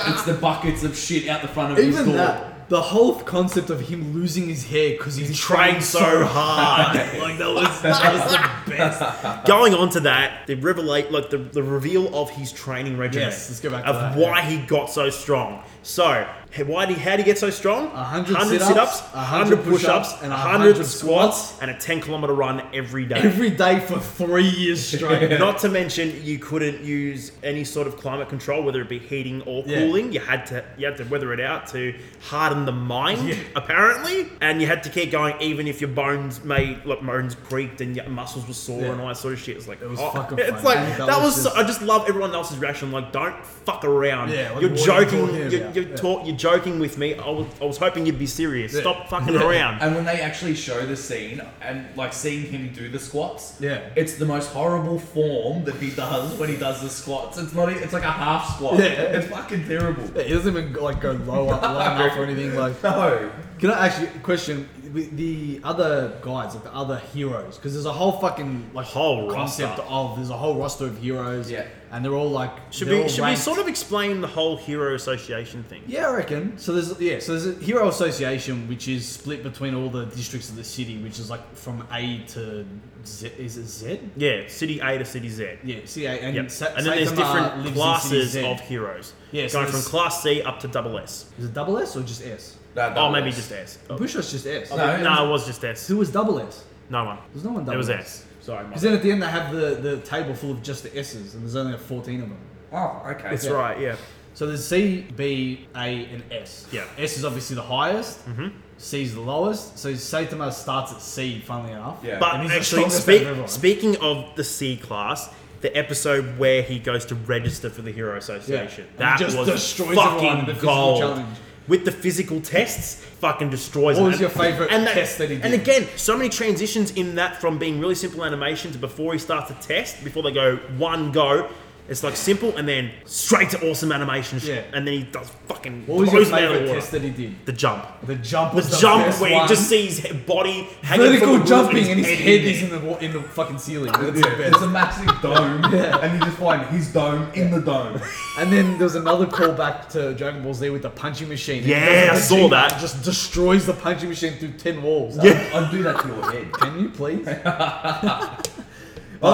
Speaker 3: know, it's the buckets of shit out the front of his
Speaker 2: even
Speaker 3: door.
Speaker 2: that, the whole concept of him losing his hair because he's,
Speaker 1: trying so
Speaker 2: hard. like that was, that was the best.
Speaker 1: Going on to that, the revelate like the, the reveal of his training regimen.
Speaker 2: Yes, let's go back to
Speaker 1: of
Speaker 2: that,
Speaker 1: why he got so strong. So h- why did he, how did he get so strong?
Speaker 2: 100
Speaker 1: 100
Speaker 2: sit-ups,
Speaker 1: sit-ups,
Speaker 2: 100
Speaker 1: 100 push-ups,
Speaker 2: push-ups,
Speaker 1: and
Speaker 2: and
Speaker 1: 100,
Speaker 2: 100
Speaker 1: squats,
Speaker 2: squats.
Speaker 1: and a 10 kilometer run every day.
Speaker 2: Every day for three years straight.
Speaker 1: Not to mention you couldn't use any sort of climate control, whether it be heating or
Speaker 2: Yeah.
Speaker 1: cooling. You had to you had to weather it out to harden the mind,
Speaker 2: Yeah.
Speaker 1: apparently. And you had to keep going even if your bones made like bones creaked and your muscles were sore
Speaker 2: Yeah.
Speaker 1: and all that sort of shit. It's like
Speaker 2: It was
Speaker 1: oh,
Speaker 2: fucking
Speaker 1: It's
Speaker 2: funny.
Speaker 1: like
Speaker 2: And
Speaker 1: that,
Speaker 2: that
Speaker 1: was,
Speaker 2: was
Speaker 1: so,
Speaker 2: just-
Speaker 1: I just love everyone else's reaction. Like don't fuck around.
Speaker 2: Yeah, like,
Speaker 1: you're
Speaker 2: what are you
Speaker 1: joking.
Speaker 2: talking
Speaker 1: You're,
Speaker 2: about?
Speaker 1: you're,
Speaker 2: Yeah.
Speaker 1: talk, you're joking with me. I was, I was hoping you'd be serious.
Speaker 2: Yeah.
Speaker 1: Stop fucking around.
Speaker 3: And when they actually show the scene and like seeing him do the squats,
Speaker 2: Yeah.
Speaker 3: it's the most horrible form that he does when he does the squats. It's not. e- It's like a half squat.
Speaker 2: Yeah.
Speaker 3: It's fucking terrible.
Speaker 2: He doesn't even like go low up, low enough or anything like.
Speaker 3: No.
Speaker 2: Can I actually question the- the other guys, like the other heroes? Because there's a whole fucking like
Speaker 1: Whole
Speaker 2: concept
Speaker 1: roster.
Speaker 2: of there's a whole roster of heroes.
Speaker 3: Yeah.
Speaker 2: and they're all like
Speaker 1: Should
Speaker 2: they're
Speaker 1: we
Speaker 2: all
Speaker 1: should we
Speaker 2: ranked.
Speaker 1: sort of explain the whole hero association thing?
Speaker 2: Yeah, I reckon. So there's yeah, so there's a hero association which is split between all the districts of the city, which is like from A to Z. Is it Z?
Speaker 1: Yeah, city A to city Z.
Speaker 2: Yeah, C A and
Speaker 1: Yep.
Speaker 2: Sa-
Speaker 1: and then there's
Speaker 2: Saitama lives
Speaker 1: different
Speaker 2: in
Speaker 1: classes
Speaker 2: city Z.
Speaker 1: of heroes.
Speaker 2: Yeah, so
Speaker 1: going from
Speaker 2: there's-
Speaker 1: class C up to double S.
Speaker 2: Is it double S or just S?
Speaker 3: No, that
Speaker 1: Oh, maybe
Speaker 3: was-
Speaker 1: just S.
Speaker 2: I'm
Speaker 1: Oh.
Speaker 2: pretty sure it's just S.
Speaker 3: No, it
Speaker 1: No,
Speaker 3: was-
Speaker 1: it was just S.
Speaker 2: Who was double S?
Speaker 1: No one.
Speaker 2: There's no one double
Speaker 1: It was
Speaker 2: S.
Speaker 1: S. Sorry, my
Speaker 2: Because then at the end they have the, the table full of just the S's, and there's only 14 of them.
Speaker 3: Oh, okay.
Speaker 1: That's
Speaker 2: Yeah.
Speaker 1: right. Yeah.
Speaker 2: So there's C, B, A, and S.
Speaker 1: Yeah.
Speaker 2: S is obviously the highest. Mm-hmm. C is the lowest. So Saitama starts at C, funnily enough.
Speaker 3: Yeah.
Speaker 1: But
Speaker 2: And he's the
Speaker 1: actually,
Speaker 2: strongest out
Speaker 1: speak,
Speaker 2: of everyone.
Speaker 1: speaking of the C class, the episode where he goes to register for the Hero Association,
Speaker 2: And he
Speaker 1: that
Speaker 2: just
Speaker 1: was
Speaker 2: destroys everyone
Speaker 1: fucking
Speaker 2: in the physical
Speaker 1: gold.
Speaker 2: challenge.
Speaker 1: With the physical tests, fucking destroys.
Speaker 2: What
Speaker 1: them.
Speaker 2: was your favourite
Speaker 1: and that-
Speaker 2: test that he
Speaker 1: And
Speaker 2: did?
Speaker 1: again, so many transitions in that from being really simple animations before he starts a test, before they go one go. It's like simple, and then straight to awesome animation. shit.
Speaker 2: Yeah.
Speaker 1: And then he does fucking.
Speaker 2: What was your
Speaker 1: blows them out of the
Speaker 2: favorite
Speaker 1: water.
Speaker 2: test that he did?
Speaker 1: The jump.
Speaker 2: The jump
Speaker 1: The,
Speaker 2: was
Speaker 1: jump
Speaker 2: best
Speaker 1: where you
Speaker 2: one.
Speaker 1: just see his body hanging from the
Speaker 2: vertical
Speaker 1: roof
Speaker 2: jumping and his head
Speaker 1: in
Speaker 2: is
Speaker 1: there.
Speaker 2: in the wa- in the fucking ceiling. That's
Speaker 3: Yeah,
Speaker 2: the
Speaker 3: there's
Speaker 2: best.
Speaker 3: a massive dome, and you just find his dome in the dome.
Speaker 2: And then there's another callback to Dragon Ball Z with the punching machine.
Speaker 1: Yeah,
Speaker 2: He does a
Speaker 1: I saw
Speaker 2: machine
Speaker 1: that.
Speaker 2: gun, Just destroys the punching machine through ten walls.
Speaker 3: I'd do that to your head.
Speaker 2: Can you please? Well,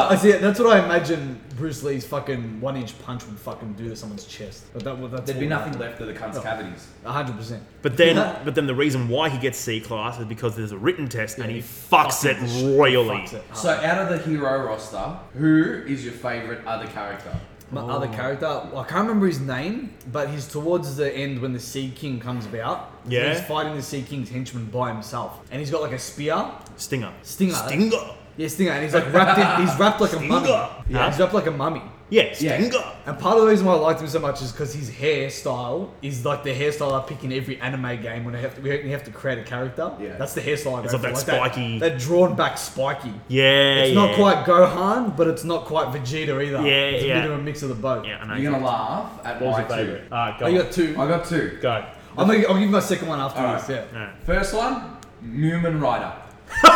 Speaker 2: I see. That's what I imagine Bruce Lee's fucking one-inch punch would fucking do to someone's chest. But that, would- that's
Speaker 3: There'd be nothing left of the cunt's cavities.
Speaker 2: hundred percent.
Speaker 1: But then, but then the reason why he gets C class is because there's a written test and he
Speaker 2: he
Speaker 1: fucks it royally.
Speaker 3: So, out of the hero roster, who is your favourite other character?
Speaker 2: My
Speaker 1: Oh.
Speaker 2: other character, well, I can't remember his name, but he's towards the end when the Sea King comes about.
Speaker 1: Yeah.
Speaker 2: He's fighting the Sea King's henchman by himself, and he's got like a spear,
Speaker 1: Stinger.
Speaker 2: Stinger.
Speaker 1: Stinger.
Speaker 2: yeah, stinger, and he's like wrapped in, he's wrapped like a mummy.
Speaker 1: Stinger.
Speaker 2: Yeah, he's wrapped like a mummy.
Speaker 1: Yeah,
Speaker 3: Yeah.
Speaker 1: Stinger.
Speaker 2: And part of the reason why I liked him so much is because his hairstyle is like the hairstyle I pick in every anime game when I have to, we have to create a character.
Speaker 3: Yeah.
Speaker 2: That's the hairstyle I
Speaker 1: It's like
Speaker 2: go for,
Speaker 1: that spiky-
Speaker 2: That, drawn back spiky.
Speaker 1: Yeah,
Speaker 2: It's
Speaker 1: yeah.
Speaker 2: not quite Gohan, but it's not quite Vegeta either.
Speaker 1: Yeah,
Speaker 2: It's a
Speaker 1: yeah.
Speaker 2: bit of a mix of the both.
Speaker 1: Yeah, I know.
Speaker 3: You're gonna laugh at
Speaker 1: What was
Speaker 3: my
Speaker 1: your
Speaker 3: two.
Speaker 1: favourite? Alright, go.
Speaker 2: I got two.
Speaker 3: I got two.
Speaker 1: go.
Speaker 2: I'm gonna, I'll give you my second one after
Speaker 3: Alright.
Speaker 2: this. Yeah.
Speaker 1: Alright.
Speaker 3: First one, Newman Ryder.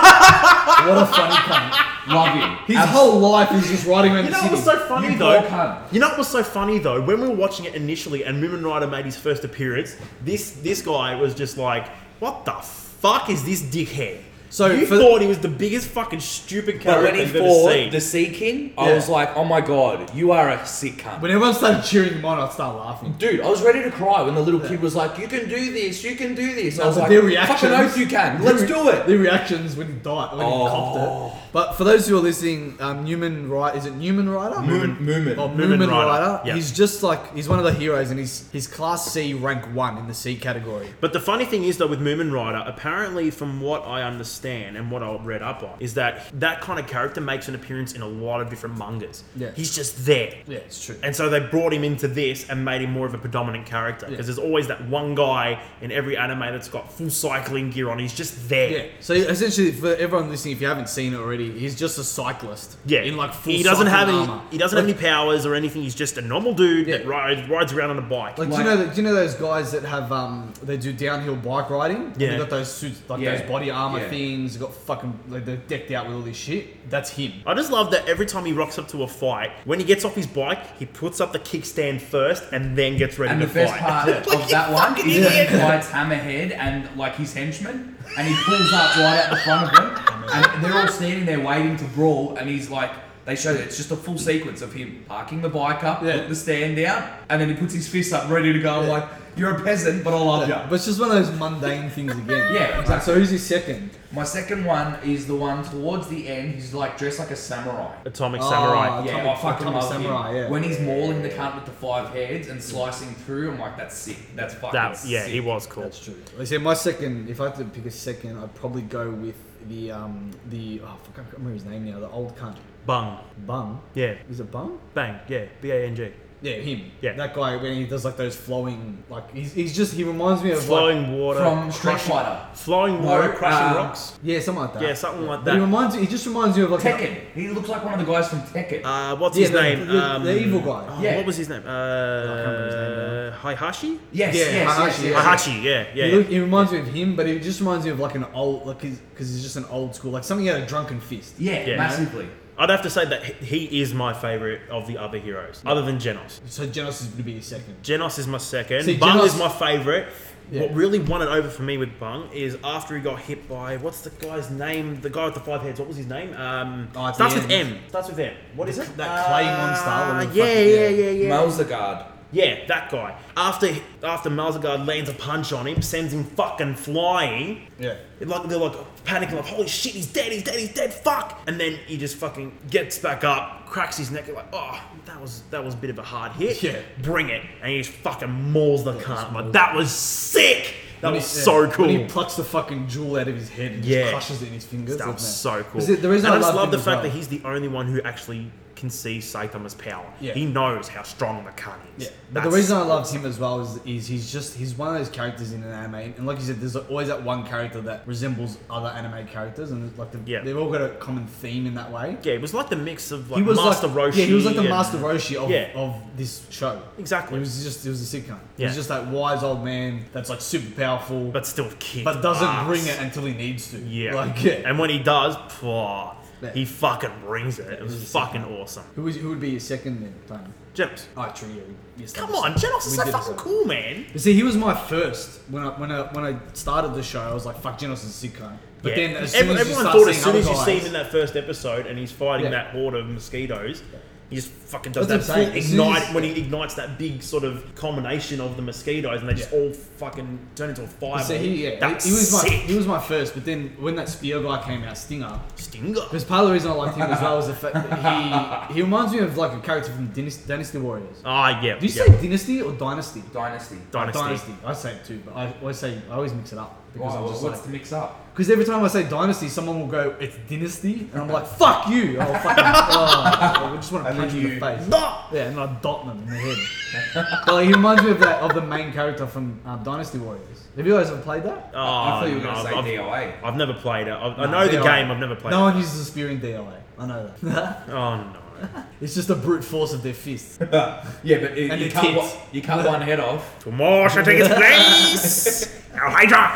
Speaker 2: What a funny cunt.
Speaker 3: Love him.
Speaker 2: His
Speaker 3: Abs-
Speaker 2: whole life is just riding around
Speaker 1: You
Speaker 2: the
Speaker 1: know what
Speaker 2: city.
Speaker 1: was so funny
Speaker 3: You
Speaker 1: though?
Speaker 3: poor cunt.
Speaker 1: You know what was so funny though? When we were watching it initially, and Moomin Rider made his first appearance, this this guy was just like, "What the fuck is this dickhead?"
Speaker 2: So,
Speaker 1: you
Speaker 2: for-
Speaker 1: thought he was the biggest fucking stupid
Speaker 3: But
Speaker 1: character
Speaker 3: when he
Speaker 1: I've ever seen.
Speaker 3: fought the Sea King, I
Speaker 2: Yeah.
Speaker 3: was like, oh my god, you are a sick cunt.
Speaker 2: when everyone started cheering him on, I'd start laughing.
Speaker 3: Dude, I was ready to cry when the little kid was like, you can do this, you can do this. I
Speaker 2: No,
Speaker 3: was
Speaker 2: but
Speaker 3: like,
Speaker 2: their reactions-
Speaker 3: fucking oath you can,
Speaker 2: their
Speaker 3: let's
Speaker 2: re-
Speaker 3: do it.
Speaker 2: Their reactions when he died, when he
Speaker 3: Oh.
Speaker 2: copped it. But for those who are listening, um, Newman Ryder is it Newman Ryder?
Speaker 3: Moomin. Moomin.
Speaker 2: Oh,
Speaker 1: Newman
Speaker 2: Newman,
Speaker 1: Ryder,
Speaker 2: Ryder.
Speaker 1: yeah.
Speaker 2: He's just like he's one of the heroes, and he's he's Class C rank one in the C category.
Speaker 1: But the funny thing is, though, with Moomin Rider, apparently, from what I understand and what I read up on, is that that kind of character makes an appearance in a lot of different mangas.
Speaker 2: Yeah.
Speaker 1: He's just there.
Speaker 2: Yeah, it's true.
Speaker 1: And so they brought him into this and made him more of a predominant character because
Speaker 2: Yeah.
Speaker 1: there's always that one guy in every anime that's got full cycling gear on. He's just there.
Speaker 2: Yeah. So essentially, for everyone listening, if you haven't seen it already, he's just a cyclist.
Speaker 1: Yeah,
Speaker 2: In like full.
Speaker 1: he doesn't have any.
Speaker 2: cycling armor.
Speaker 1: He doesn't
Speaker 2: like,
Speaker 1: have any powers or anything. He's just a normal dude that
Speaker 2: Yeah.
Speaker 1: rides, rides around on a bike.
Speaker 2: Like, do you know that? Do you know those guys that have um they do downhill bike riding?
Speaker 1: Yeah.
Speaker 2: They got those suits, like
Speaker 3: Yeah.
Speaker 2: those body armor
Speaker 3: Yeah.
Speaker 2: things. Got fucking like they're decked out with all this shit. That's him.
Speaker 1: I just love that every time he rocks up to a fight, when he gets off his bike, he puts up the kickstand first and then gets ready
Speaker 3: And
Speaker 1: to
Speaker 3: the best
Speaker 1: fight.
Speaker 3: part of that one is he fights Hammerhead and like his henchmen, and he pulls up right out the front of them, and they're all standing there waiting to brawl, and he's like. They show that it's just a full sequence of him parking the bike up,
Speaker 2: Yeah.
Speaker 3: put the stand down, and then he puts his fist up ready to go. I'm like, you're a peasant, but I love you.
Speaker 2: But it's just one of those mundane things again.
Speaker 3: Yeah,
Speaker 2: Like,
Speaker 3: exactly.
Speaker 2: so who's his second?
Speaker 3: My second one is the one towards the end. He's like dressed like a samurai.
Speaker 1: Atomic
Speaker 2: Oh,
Speaker 1: Samurai.
Speaker 2: yeah.
Speaker 3: Yeah,
Speaker 2: Atomic-
Speaker 3: I fucking
Speaker 2: Atomic
Speaker 3: love
Speaker 2: Samurai,
Speaker 3: him.
Speaker 2: yeah.
Speaker 3: When he's mauling the cunt with the five heads and slicing through, I'm like, that's sick. That's fucking
Speaker 1: That yeah,
Speaker 3: sick.
Speaker 1: he was cool.
Speaker 2: That's true. I say my second. If I had to pick a second, I'd probably go with the um the oh fuck I can't remember his name now. The old cunt
Speaker 1: Bung.
Speaker 2: bum.
Speaker 1: Yeah.
Speaker 2: Is it bum?
Speaker 1: Bang. Yeah. B A N G.
Speaker 2: Yeah, him.
Speaker 1: Yeah.
Speaker 2: That guy when he does like those flowing like he's, he's just he reminds me of like
Speaker 1: Flowing water.
Speaker 3: From Street
Speaker 1: crushing,
Speaker 3: Fighter.
Speaker 1: Flowing
Speaker 3: No,
Speaker 1: water, crushing
Speaker 2: uh,
Speaker 3: um,
Speaker 1: rocks.
Speaker 2: yeah something like that.
Speaker 1: Yeah, something like
Speaker 2: But he
Speaker 1: that.
Speaker 2: reminds me. He just reminds me of like
Speaker 3: Tekken. He looks like one of the guys from Tekken.
Speaker 1: Uh, what's
Speaker 2: Yeah,
Speaker 1: his
Speaker 2: the-
Speaker 1: name?
Speaker 2: the-
Speaker 1: um,
Speaker 2: the evil guy.
Speaker 1: oh,
Speaker 3: Yeah.
Speaker 1: What was his name? Uh,
Speaker 2: remember his name
Speaker 1: Hihashi.
Speaker 3: yes,
Speaker 2: yeah,
Speaker 3: yes, yes,
Speaker 2: Hayashi,
Speaker 3: yes,
Speaker 2: yeah.
Speaker 3: yes.
Speaker 1: Hihachi. Yeah. Yeah.
Speaker 2: he,
Speaker 1: yeah.
Speaker 2: look, he reminds me of him, but he just reminds me of like an old like because he's just an old school like something out of Drunken Fist.
Speaker 3: Yeah,
Speaker 1: Yeah.
Speaker 3: massively.
Speaker 1: I'd have to say that he he is my favorite of the other heroes, other than Genos.
Speaker 2: So Genesis would be his second.
Speaker 1: Genos is my second.
Speaker 2: See,
Speaker 1: Bung
Speaker 2: Genos-
Speaker 1: is my favourite.
Speaker 2: Yeah.
Speaker 1: What really won it over for me with Bung is after he got hit by what's the guy's name? The guy with the five heads. What was his name? Um,
Speaker 2: Oh, at
Speaker 1: starts
Speaker 2: the
Speaker 1: with
Speaker 2: end.
Speaker 1: M. Starts with M. What is it?
Speaker 2: That clay monster
Speaker 1: Uh,
Speaker 2: that was
Speaker 1: yeah,
Speaker 2: fucking-
Speaker 1: yeah,
Speaker 2: yeah.
Speaker 1: yeah, yeah, yeah.
Speaker 3: Malzagard.
Speaker 1: that guy. After after Malzagard lands a punch on him, sends him fucking flying.
Speaker 2: Yeah.
Speaker 1: It Like they're like panicking, like holy shit, he's dead, he's dead, he's dead, fuck! And then he just fucking gets back up, cracks his neck, you're like oh, that was that was a bit of a hard hit.
Speaker 2: Yeah.
Speaker 1: bring it, and he just fucking mauls the cunt. I'm Like that was sick. That
Speaker 2: When
Speaker 1: was
Speaker 2: he- yeah,
Speaker 1: so cool.
Speaker 2: When he plucks the fucking jewel out of his head and
Speaker 1: Yeah.
Speaker 2: just crushes it in his fingers.
Speaker 1: That
Speaker 2: doesn't
Speaker 1: was
Speaker 2: it?
Speaker 1: so cool.
Speaker 2: Is it- the reason
Speaker 1: and
Speaker 2: I,
Speaker 1: I just
Speaker 2: loved
Speaker 1: love
Speaker 2: him
Speaker 1: the
Speaker 2: as
Speaker 1: fact
Speaker 2: well-
Speaker 1: that he's the only one who actually can see Saitama's power.
Speaker 2: Yeah.
Speaker 1: He knows how strong the cunt is.
Speaker 2: Yeah. But the
Speaker 1: That's-
Speaker 2: reason I loved him as well is, is he's just he's one of those characters in an anime, and like you said, there's always that one character that resembles other anime characters, and like the,
Speaker 1: Yeah.
Speaker 2: they've all got a common theme in that way.
Speaker 1: yeah, it was like the mix of like
Speaker 2: he was
Speaker 1: Master
Speaker 2: like,
Speaker 1: Roshi.
Speaker 2: Yeah, he was like the
Speaker 1: and-
Speaker 2: Master Roshi of,
Speaker 1: Yeah.
Speaker 2: of this show.
Speaker 1: Exactly.
Speaker 2: It was just it was a sick cunt. He
Speaker 1: Yeah.
Speaker 2: was just that wise old man that's like super powerful, but,
Speaker 1: but still kicked.
Speaker 2: doesn't
Speaker 1: ass.
Speaker 2: bring it until he needs to.
Speaker 1: Yeah.
Speaker 2: Like yeah.
Speaker 1: And when he does, pwah,
Speaker 2: Yeah.
Speaker 1: he fucking brings it. It
Speaker 2: was
Speaker 1: was
Speaker 2: the
Speaker 1: fucking awesome.
Speaker 2: Who is who would be his second then? Time.
Speaker 1: Genos.
Speaker 2: Oh, true. Yeah, we
Speaker 1: Come
Speaker 2: established
Speaker 1: on,
Speaker 2: that.
Speaker 1: Genos is
Speaker 2: We
Speaker 1: so
Speaker 2: did
Speaker 1: fucking
Speaker 2: establish
Speaker 1: cool, man.
Speaker 2: You see, he was my first when I when I when I started the show. I was like, "Fuck, Genos is a sick cunt." But
Speaker 1: Yeah.
Speaker 2: then, as
Speaker 1: Ev-
Speaker 2: soon as you
Speaker 1: everyone
Speaker 2: start
Speaker 1: thought as
Speaker 2: seeing
Speaker 1: soon
Speaker 2: other
Speaker 1: as you
Speaker 2: guys,
Speaker 1: see him in that first episode and he's fighting
Speaker 2: Yeah.
Speaker 1: that horde of mosquitoes, he just fucking does
Speaker 2: That's
Speaker 1: that
Speaker 2: what I'm
Speaker 1: full
Speaker 2: saying. As soon
Speaker 1: ignite
Speaker 2: as-
Speaker 1: when he ignites that big sort of culmination of the mosquitoes and they just
Speaker 2: Yeah.
Speaker 1: all fucking turn into a fireball.
Speaker 2: so he, yeah,
Speaker 1: That's
Speaker 2: he, he was my
Speaker 1: sick.
Speaker 2: he was my first. But then when that spear guy came out, Stinger,
Speaker 1: Stinger.
Speaker 2: because part of the reason I liked him as well was the fact that he he reminds me of like a character from Dynasty, Dynasty Warriors.
Speaker 1: Ah, yeah.
Speaker 2: Do you
Speaker 1: yeah.
Speaker 2: say Dynasty or Dynasty?
Speaker 3: Dynasty.
Speaker 1: Dynasty?
Speaker 2: Dynasty. I say it too, but I always say I always mix it up because
Speaker 3: Wow,
Speaker 2: I'm just
Speaker 3: what's
Speaker 2: like
Speaker 3: the mix up?
Speaker 2: because every time I say Dynasty, someone will go, "It's Dynasty," and I'm like, "Fuck you!" I'll fucking, oh, I just want to
Speaker 3: And
Speaker 2: punch
Speaker 3: then
Speaker 2: you in
Speaker 3: you-
Speaker 2: the face.
Speaker 1: Ah!
Speaker 2: Yeah, and I dot them in the head. but like, he reminds me of that of the main character from um, Dynasty Warriors. Have you guys ever played that?
Speaker 1: Oh,
Speaker 3: I thought you were going to
Speaker 1: no,
Speaker 3: say
Speaker 1: I've-
Speaker 3: DOA.
Speaker 1: I've never played it. I've, I
Speaker 2: No,
Speaker 1: know the
Speaker 2: DOA.
Speaker 1: game. I've never played
Speaker 2: No
Speaker 1: it.
Speaker 2: one uses a spear in DLA. I know that.
Speaker 1: Oh no.
Speaker 2: it's just the brute force of their fists.
Speaker 3: yeah, but it,
Speaker 2: And
Speaker 3: you,
Speaker 2: the
Speaker 3: cut
Speaker 2: tits.
Speaker 3: one, you cut one head off.
Speaker 1: Tomorrow shall take its place. Now, Hydra.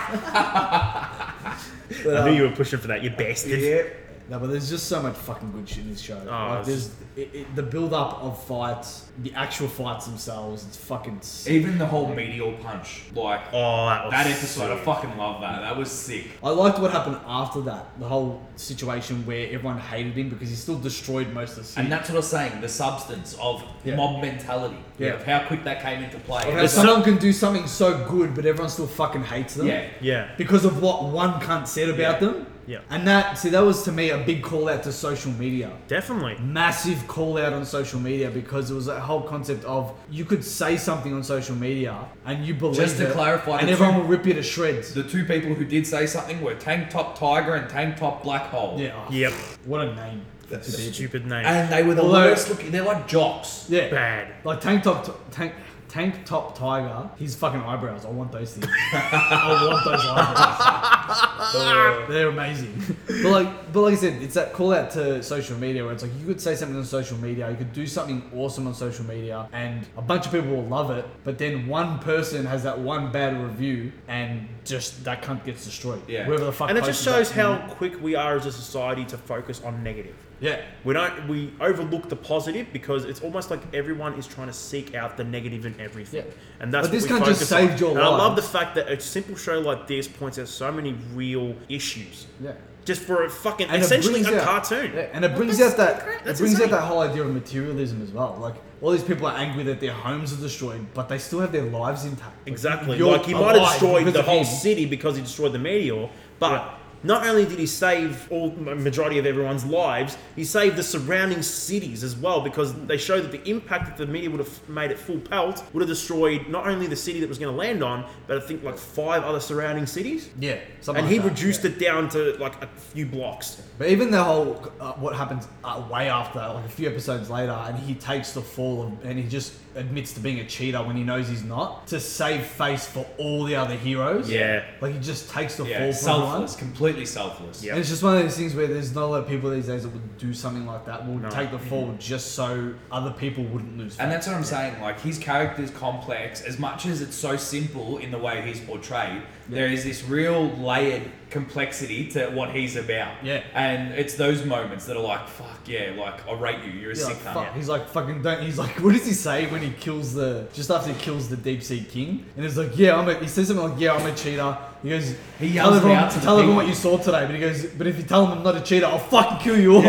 Speaker 1: I knew you were pushing for that. You bastard.
Speaker 2: No, but there's just so much fucking good shit in this show. like,
Speaker 1: Oh, it's
Speaker 2: there's it, it, the build up of fights, the actual fights themselves. It's fucking. Sick.
Speaker 3: Even the whole meteor punch. Like,
Speaker 1: Oh, that was
Speaker 3: that episode, I
Speaker 1: sick.
Speaker 3: fucking love that. That was sick.
Speaker 2: I liked what happened after that. The whole situation where everyone hated him because he still destroyed most of the city.
Speaker 3: And that's what I was saying, the substance of
Speaker 2: Yeah.
Speaker 3: mob mentality,
Speaker 2: Yeah.
Speaker 3: of how quick that came into play.
Speaker 2: Like,
Speaker 3: Yeah.
Speaker 2: how someone can do something so good, but everyone still fucking hates them.
Speaker 3: yeah.
Speaker 1: Yeah.
Speaker 2: Because of what one cunt said about
Speaker 3: Yeah.
Speaker 2: them.
Speaker 1: Yeah.
Speaker 2: And that see that was to me a big call out to social media.
Speaker 1: Definitely.
Speaker 2: Massive call out on social media because it was that whole concept of you could say something on social media and you believe
Speaker 3: Just to
Speaker 2: it,
Speaker 3: clarify,
Speaker 2: and
Speaker 3: the
Speaker 2: everyone
Speaker 3: two-
Speaker 2: will rip you to shreds.
Speaker 3: The two people who did say something were Tank Top Tiger and Tank Top Black Hole.
Speaker 2: Yeah.
Speaker 1: Yep.
Speaker 2: What a name.
Speaker 1: Stupid name.
Speaker 3: And they were the
Speaker 2: Although-
Speaker 3: worst looking. They're like jocks.
Speaker 2: Yeah.
Speaker 1: Bad.
Speaker 2: Like tank top, t- tank tank top tiger. His fucking eyebrows. I want those things. I want those eyebrows. They're- They're amazing. But like, but like I said, it's that call out to social media where it's like you could say something on social media, you could do something awesome on social media, and a bunch of people will love it. But then one person has that one bad review, and just that cunt gets destroyed.
Speaker 3: Yeah.
Speaker 2: Whoever the fuck.
Speaker 1: And it just
Speaker 2: posted
Speaker 1: shows
Speaker 2: that-
Speaker 1: how quick we are as a society to focus on negative.
Speaker 2: Yeah.
Speaker 1: We don't we overlook the positive because it's almost like everyone is trying to seek out the negative in everything,
Speaker 2: Yeah.
Speaker 1: and that's
Speaker 2: But
Speaker 1: what
Speaker 2: this
Speaker 1: we
Speaker 2: cunt just
Speaker 1: focus
Speaker 2: saved
Speaker 1: on.
Speaker 2: your
Speaker 1: and I love
Speaker 2: lives.
Speaker 1: the fact that a simple show like this points out so many real issues,
Speaker 2: Yeah.
Speaker 1: just for a fucking
Speaker 2: And it
Speaker 1: essentially
Speaker 2: brings
Speaker 1: a
Speaker 2: out-
Speaker 1: cartoon.
Speaker 2: yeah, and it brings
Speaker 1: that's
Speaker 2: out that
Speaker 1: great.
Speaker 2: it
Speaker 1: That's
Speaker 2: brings
Speaker 1: insane.
Speaker 2: out that whole idea of materialism as well. Like all these people are angry that their homes are destroyed, but they still have their lives intact. Like,
Speaker 1: Exactly.
Speaker 2: you're
Speaker 1: Like he might have
Speaker 2: alive
Speaker 1: destroyed
Speaker 2: because
Speaker 1: the
Speaker 2: of
Speaker 1: whole
Speaker 2: him.
Speaker 1: city because he destroyed the meteor, but
Speaker 2: Yeah.
Speaker 1: not only did he save all majority of everyone's lives, he saved the surrounding cities as well because they show that the impact that the meteor would have made at full pelt would have destroyed not only the city that it was going to land on, but I think like five other surrounding cities.
Speaker 2: Yeah, something
Speaker 1: And
Speaker 2: like
Speaker 1: he
Speaker 2: that,
Speaker 1: reduced
Speaker 2: yeah.
Speaker 1: it down to like a few blocks.
Speaker 2: But even the whole uh, what happens uh, way after, like a few episodes later, and he takes the fall of, and he just admits to being a cheater when he knows he's not to save face for all the other heroes.
Speaker 1: Yeah.
Speaker 2: like he just takes the
Speaker 3: Yeah,
Speaker 2: fall for everyone.
Speaker 3: selfless, completely selfless.
Speaker 1: Yeah.
Speaker 2: And it's just one of those things where there's not a lot of people these days that would do something like that, will
Speaker 1: No. Mm-hmm.
Speaker 2: take the fall just so other people wouldn't lose.
Speaker 3: And that's what I'm saying. Like his character's complex, as much as it's so simple in the way he's portrayed. There is this real layered complexity to what he's about.
Speaker 2: Yeah.
Speaker 3: and it's those moments that are like, fuck yeah, like I rate you. You're a
Speaker 2: He's
Speaker 3: sick
Speaker 2: like,
Speaker 3: cunt.
Speaker 2: fuck. He's like, fucking don't. He's like, what does he say when he kills the, just after he kills the deep sea king? And he's like, yeah, I'm a, he says something like, yeah, I'm a cheater. He goes,
Speaker 3: He
Speaker 2: tell
Speaker 3: yells it
Speaker 2: everyone,
Speaker 3: out to the
Speaker 2: tell everyone
Speaker 3: people.
Speaker 2: what you saw today. But he goes, but if you tell them I'm not a cheater, I'll fucking kill you all.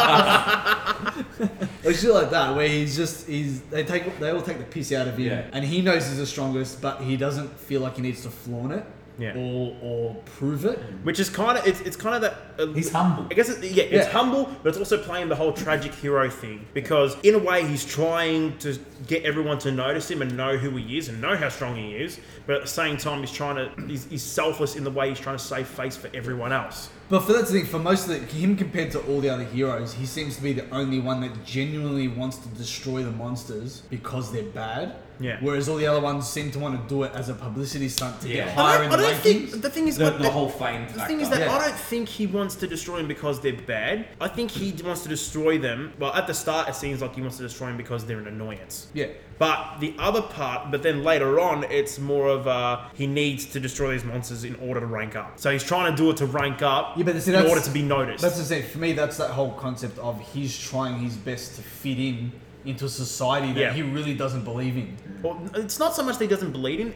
Speaker 2: like shit like that, where he's just, he's, they take, they all take the piss out of him.
Speaker 3: Yeah.
Speaker 2: And he knows he's the strongest, but he doesn't feel like he needs to flaunt it.
Speaker 1: Yeah.
Speaker 2: Or, or prove it.
Speaker 1: Which is kind of it's, it's kind of that uh,
Speaker 3: He's humble.
Speaker 1: I guess it, yeah, it's
Speaker 2: Yeah.
Speaker 1: humble, but it's also playing the whole tragic hero thing because in a way he's trying to get everyone to notice him and know who he is and know how strong he is, but at the same time he's trying to he's, he's selfless in the way he's trying to save face for everyone else.
Speaker 2: But for that's the thing, for most of the, him compared to all the other heroes, he seems to be the only one that genuinely wants to destroy the monsters because they're bad.
Speaker 1: Yeah.
Speaker 2: Whereas all the other ones seem to want to do it as a publicity stunt to
Speaker 3: Yeah.
Speaker 2: get
Speaker 1: I
Speaker 2: higher
Speaker 1: don't,
Speaker 2: in
Speaker 1: I
Speaker 2: the
Speaker 1: don't
Speaker 2: rankings.
Speaker 1: think the thing is
Speaker 3: The,
Speaker 1: I-
Speaker 3: the whole fame.
Speaker 1: The thing is that
Speaker 3: factor.
Speaker 2: Yeah.
Speaker 1: I don't think he wants to destroy them because they're bad. I think he wants to destroy them. Well, at the start, it seems like he wants to destroy them because they're an annoyance.
Speaker 2: Yeah.
Speaker 1: But the other part, but then later on, it's more of uh, he needs to destroy these monsters in order to rank up. So he's trying to do it to rank up
Speaker 2: Yeah, but see,
Speaker 1: in
Speaker 2: that's-
Speaker 1: order to be noticed.
Speaker 2: That's the thing. For me, that's that whole concept of he's trying his best to fit in into a society that
Speaker 1: Yeah.
Speaker 2: he really doesn't believe in.
Speaker 1: Well, it's not so much that he doesn't bleed in,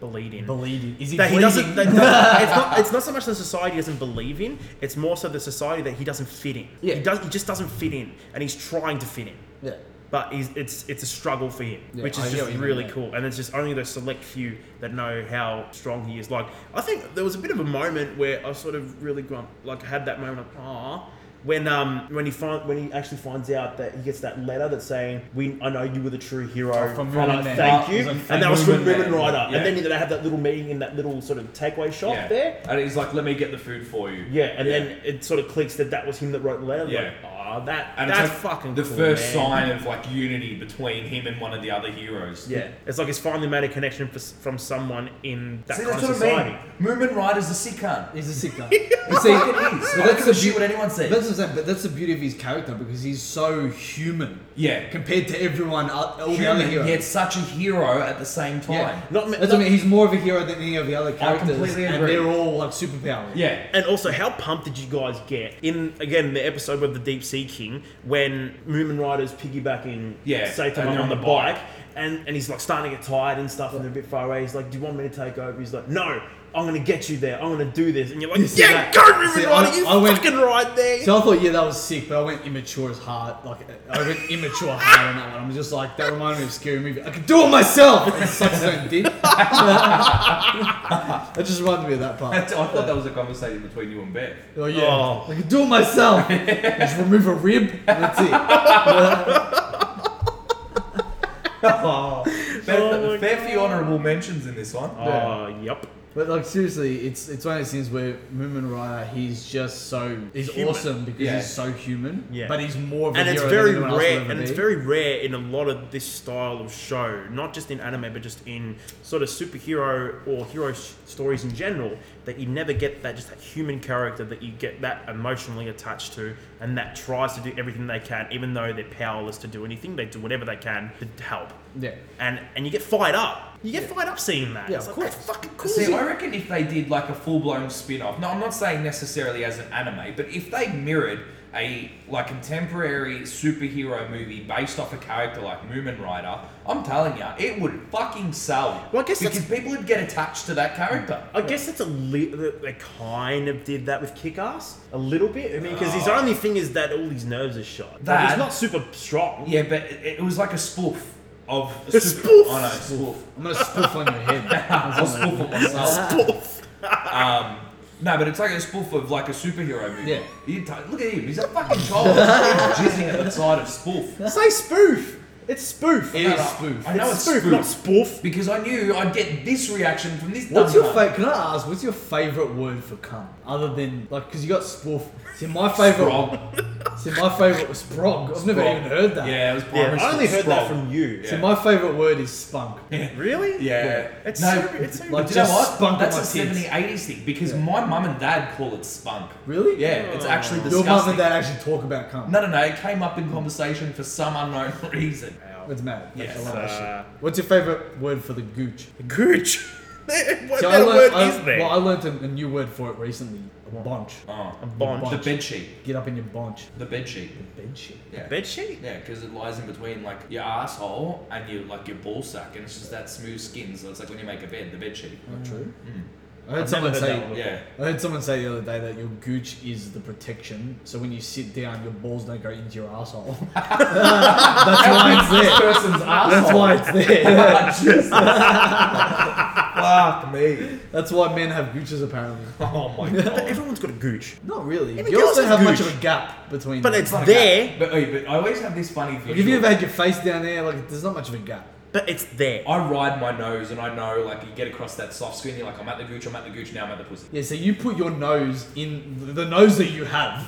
Speaker 1: bleed in.
Speaker 2: Believe in. Is he,
Speaker 1: that he doesn't.
Speaker 2: bleeding?
Speaker 1: that- that- it's, not, it's not so much the society doesn't believe in. It's more so the society that he doesn't fit in.
Speaker 2: Yeah.
Speaker 1: He does. He just doesn't fit in, and he's trying to fit in.
Speaker 2: Yeah.
Speaker 1: but he's, it's it's a struggle for him,
Speaker 2: Yeah,
Speaker 1: which
Speaker 2: I
Speaker 1: is
Speaker 2: get
Speaker 1: just
Speaker 2: what you mean,
Speaker 1: really
Speaker 2: yeah.
Speaker 1: cool. And it's just only the select few that know how strong he is. Like I think there was a bit of a moment where I sort of really grump, like had that moment of ah. When um when he find when he actually finds out that he gets that letter that's saying we I know you were the true hero
Speaker 2: Oh, from
Speaker 1: and I
Speaker 2: Ribbon Man.
Speaker 1: thank
Speaker 2: Oh,
Speaker 1: you
Speaker 2: it was on
Speaker 1: and that was from
Speaker 3: Ribbon
Speaker 1: Ribbon
Speaker 3: Man.
Speaker 1: Rider
Speaker 3: Yeah.
Speaker 1: and then they had that little meeting in that little sort of takeaway shop
Speaker 3: yeah.
Speaker 1: there
Speaker 3: and he's like, let me get the food for you.
Speaker 1: yeah and then it sort of clicks that that was him that wrote the letter like oh that
Speaker 3: And
Speaker 1: that's
Speaker 3: it's like
Speaker 1: fucking
Speaker 3: the
Speaker 1: cool,
Speaker 3: first
Speaker 1: man.
Speaker 3: sign of like unity between him and one of the other heroes.
Speaker 1: Yeah, it's like it's finally made a connection for, from someone in that
Speaker 3: See,
Speaker 1: kind
Speaker 3: that's
Speaker 1: of
Speaker 3: what
Speaker 1: society.
Speaker 3: I mean. Moomin Rider's a sick cunt.
Speaker 2: He's a sick guy. You see,
Speaker 3: Fuck
Speaker 2: But
Speaker 3: it is. I don't
Speaker 2: that's
Speaker 3: give a
Speaker 2: the
Speaker 3: shit
Speaker 2: beauty.
Speaker 3: what anyone says.
Speaker 2: That's the same, but that's the beauty of his character because he's so human.
Speaker 3: Yeah.
Speaker 2: Compared to everyone, el- all the other
Speaker 3: Human,
Speaker 2: heroes.
Speaker 3: yet such a hero at the same time.
Speaker 2: yeah.
Speaker 1: Not me-
Speaker 2: that's
Speaker 1: not-
Speaker 2: what I mean. He's more of a hero than any of the other characters,
Speaker 3: completely
Speaker 2: and
Speaker 3: agree.
Speaker 2: they're all like superpowered.
Speaker 3: Yeah.
Speaker 1: And also, how pumped did you guys get in again the episode of the Deep Sea King when Moomin Rider's piggybacking
Speaker 3: Yeah,
Speaker 1: Saitama
Speaker 3: and
Speaker 1: on,
Speaker 3: they're on
Speaker 1: the
Speaker 3: the
Speaker 1: bike, and, and he's like starting to get tired and stuff, and they're a bit far away. He's like, "Do you want me to take over?" He's like, "No, I'm gonna get you there. I'm gonna do this, and you're like,
Speaker 2: see
Speaker 1: yeah,
Speaker 2: that?
Speaker 1: go, Ruben
Speaker 2: See, I-
Speaker 1: Rider, you
Speaker 2: I went-
Speaker 1: fucking right there.
Speaker 2: So I thought, yeah, that was sick, but I went immature as hard. Like, I went immature hard on that one. I'm just like, that reminded me of Scary Movie. I could do it myself! And sucks his own dick. that just reminded me of that
Speaker 3: I
Speaker 2: part.
Speaker 3: thought that was a conversation between you and Beth.
Speaker 2: Oh, yeah.
Speaker 1: Oh.
Speaker 2: I could do it myself. just remove a rib, and that's it.
Speaker 3: Beth,
Speaker 1: Oh my
Speaker 3: fair few honourable mentions in this one.
Speaker 1: Oh, yep.
Speaker 2: But, like, seriously, it's it's one of those things where Moomin Raya, he's just so. He's
Speaker 1: Human.
Speaker 2: awesome because
Speaker 3: Yeah.
Speaker 2: he's so human.
Speaker 1: Yeah.
Speaker 2: But he's more of a
Speaker 1: and it's
Speaker 2: hero than
Speaker 1: very
Speaker 2: anyone else will
Speaker 1: rare
Speaker 2: ever
Speaker 1: and it's
Speaker 2: be.
Speaker 1: very rare in a lot of this style of show not just in anime but just in sort of superhero or hero sh- stories in general that you never get that just that human character that you get that emotionally attached to and that tries to do everything they can even though they're powerless to do anything they do whatever they can to help
Speaker 2: Yeah.
Speaker 1: and and you get fired up you get fired up seeing that
Speaker 2: Yeah,
Speaker 1: it's
Speaker 2: of
Speaker 1: like,
Speaker 2: course.
Speaker 1: that's fucking cool
Speaker 3: See, I reckon if they did like a full blown spin off, no, I'm not saying necessarily as an anime, but if they mirrored a like contemporary superhero movie based off a character like Moomin Rider, I'm telling you, it would fucking sell.
Speaker 1: Well, I guess
Speaker 3: because
Speaker 1: that's-
Speaker 3: people would get attached to that character.
Speaker 1: I guess that's a li- that they kind of did that with Kick-Ass a little bit. I mean, because his only thing is that all his nerves are shot. Like, he's
Speaker 3: Oh. That-
Speaker 1: not super strong.
Speaker 3: Yeah, but it, it was like a spoof of
Speaker 1: A spoof?
Speaker 3: I know spoof.
Speaker 2: I'm gonna spoof on your head.
Speaker 3: I'll spoof it myself.
Speaker 1: Spoof.
Speaker 3: Um, no, but it's like a spoof of like a superhero movie.
Speaker 2: Yeah.
Speaker 3: You t- look at him. He's a fucking troll. He's jizzing at the side of spoof.
Speaker 1: Say spoof. It's spoof.
Speaker 2: It is spoof.
Speaker 3: I know
Speaker 1: it's
Speaker 3: it's
Speaker 1: spoof,
Speaker 3: spoof.
Speaker 1: not spoof.
Speaker 3: Because I knew I'd get this reaction from this.
Speaker 2: What's your
Speaker 3: favorite?
Speaker 2: favorite? Can I ask? What's your favorite word for cum? Other than like, because you got spoof. See, my favorite. See, my favorite was sprog. I've never even heard that.
Speaker 3: Yeah, it was
Speaker 1: Yeah,
Speaker 3: primary
Speaker 1: I only
Speaker 3: school.
Speaker 1: heard that
Speaker 3: Sprog.
Speaker 1: from you.
Speaker 2: See,
Speaker 3: Yeah.
Speaker 2: my favorite word is spunk.
Speaker 1: Really?
Speaker 3: Yeah.
Speaker 1: It's
Speaker 3: no,
Speaker 1: so- it's so
Speaker 2: like,
Speaker 3: do you know
Speaker 2: just spunk
Speaker 3: what?
Speaker 2: on
Speaker 3: That's
Speaker 2: my
Speaker 3: a
Speaker 2: kids.
Speaker 3: 70s, 80s thing because my mum and dad call it spunk.
Speaker 2: Really?
Speaker 3: Yeah, it's actually
Speaker 2: Your mum
Speaker 3: disgusting.
Speaker 2: and dad actually talk about cum.
Speaker 3: No, no, no. It came up in conversation for some unknown reason.
Speaker 2: It's mad. That's
Speaker 3: Yes,
Speaker 2: a lot of
Speaker 1: uh,
Speaker 2: shit. What's your favorite word for the gooch?
Speaker 1: Gooch. what
Speaker 2: See, I
Speaker 1: better
Speaker 2: learnt-
Speaker 1: word
Speaker 2: I-
Speaker 1: is there?
Speaker 2: Well, I learned a, a new word for it recently. A bunch.
Speaker 3: Oh.
Speaker 1: Bonch.
Speaker 3: The
Speaker 2: Bonch.
Speaker 3: bed sheet.
Speaker 2: Get up in your bunch.
Speaker 3: The bed sheet.
Speaker 2: Bed shit.
Speaker 3: Yeah.
Speaker 1: Bed sheet?
Speaker 3: Yeah, because it lies in between like your asshole and your like your ball sack, and it's just that smooth skin. So it's like when you make a bed, the bed sheet.
Speaker 2: Not true. I heard
Speaker 1: Mm. I've
Speaker 2: someone
Speaker 1: never heard
Speaker 2: say.
Speaker 1: that one.
Speaker 3: Yeah.
Speaker 2: I heard someone say the other day that your gooch is the protection, so when you sit down, your balls don't go into your asshole. That's why it's there.
Speaker 3: person's
Speaker 2: That's why it's there.
Speaker 3: Fuck me.
Speaker 2: That's why men have gooches apparently.
Speaker 3: Oh my god.
Speaker 1: Everyone's got a gooch.
Speaker 2: Not really.
Speaker 1: Even
Speaker 2: Girls
Speaker 1: girls
Speaker 2: don't
Speaker 1: have
Speaker 2: have much
Speaker 1: gooch.
Speaker 2: of a gap between.
Speaker 1: But
Speaker 2: them.
Speaker 1: it's
Speaker 3: not a
Speaker 1: there,
Speaker 3: gap. But, wait, but I always have this funny visual.
Speaker 2: Like, if you've ever had your face down there, like there's not much of a gap.
Speaker 1: but it's there.
Speaker 3: I ride my nose, and I know like you get across that soft skin. You're like, I'm at the gooch. I'm at the gooch now. I'm at the pussy.
Speaker 2: Yeah, so you put your nose in the nose that you have.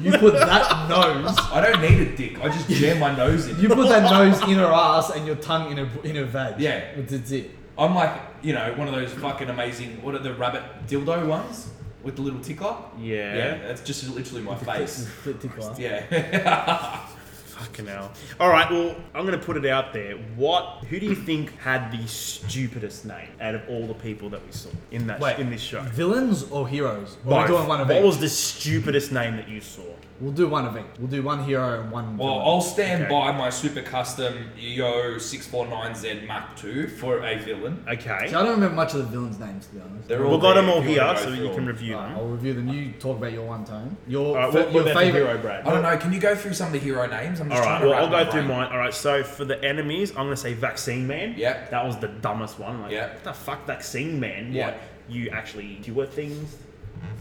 Speaker 2: You put that nose.
Speaker 3: I don't need a dick. I just jam my nose in.
Speaker 2: You put that nose in her ass and your tongue in her in her vag.
Speaker 3: Yeah.
Speaker 2: that's, that's it.
Speaker 3: I'm like, you know, one of those fucking amazing. What are the rabbit dildo ones with the little tickler?
Speaker 1: Yeah.
Speaker 3: Yeah, that's just literally my face.
Speaker 2: Clit tickler.
Speaker 3: Yeah.
Speaker 1: Fucking hell. All right, well, I'm going to put it out there. What? Who do you think had the stupidest name out of all the people that we saw in that
Speaker 2: Wait.
Speaker 1: in this show?
Speaker 2: Villains or heroes? Or We're
Speaker 1: Both.
Speaker 2: doing one of
Speaker 1: what
Speaker 2: each.
Speaker 1: was the stupidest name that you saw?
Speaker 2: We'll do one of each. We'll do one hero and one.
Speaker 3: Well,
Speaker 2: villain.
Speaker 3: I'll stand
Speaker 1: Okay.
Speaker 3: by my super custom Yo 649Z Mark II for a villain.
Speaker 1: Okay.
Speaker 2: See, I don't remember much of the villains' names to be honest.
Speaker 3: They're
Speaker 1: We've got
Speaker 3: there
Speaker 1: them all
Speaker 3: if you
Speaker 1: here
Speaker 3: wanna go
Speaker 1: so
Speaker 3: through
Speaker 1: you
Speaker 3: them.
Speaker 1: can review
Speaker 2: Alright,
Speaker 1: them.
Speaker 2: I'll review them. You talk about your one tone. Your
Speaker 1: Alright,
Speaker 2: fa-
Speaker 1: what- what
Speaker 2: your
Speaker 1: about the
Speaker 2: favorite
Speaker 1: hero, Brad?
Speaker 3: I don't know. Can you go through some of the hero names? I'm just
Speaker 1: All right,
Speaker 3: trying to
Speaker 1: well, I'll
Speaker 3: wrap my
Speaker 1: go through
Speaker 3: brain.
Speaker 1: mine. All right, so for the enemies, I'm going to say Vaccine Man.
Speaker 3: Yep.
Speaker 1: That was the dumbest one. Like,
Speaker 3: Yep.
Speaker 1: what the fuck, Vaccine Man?
Speaker 3: Yeah.
Speaker 1: What, you actually cure things?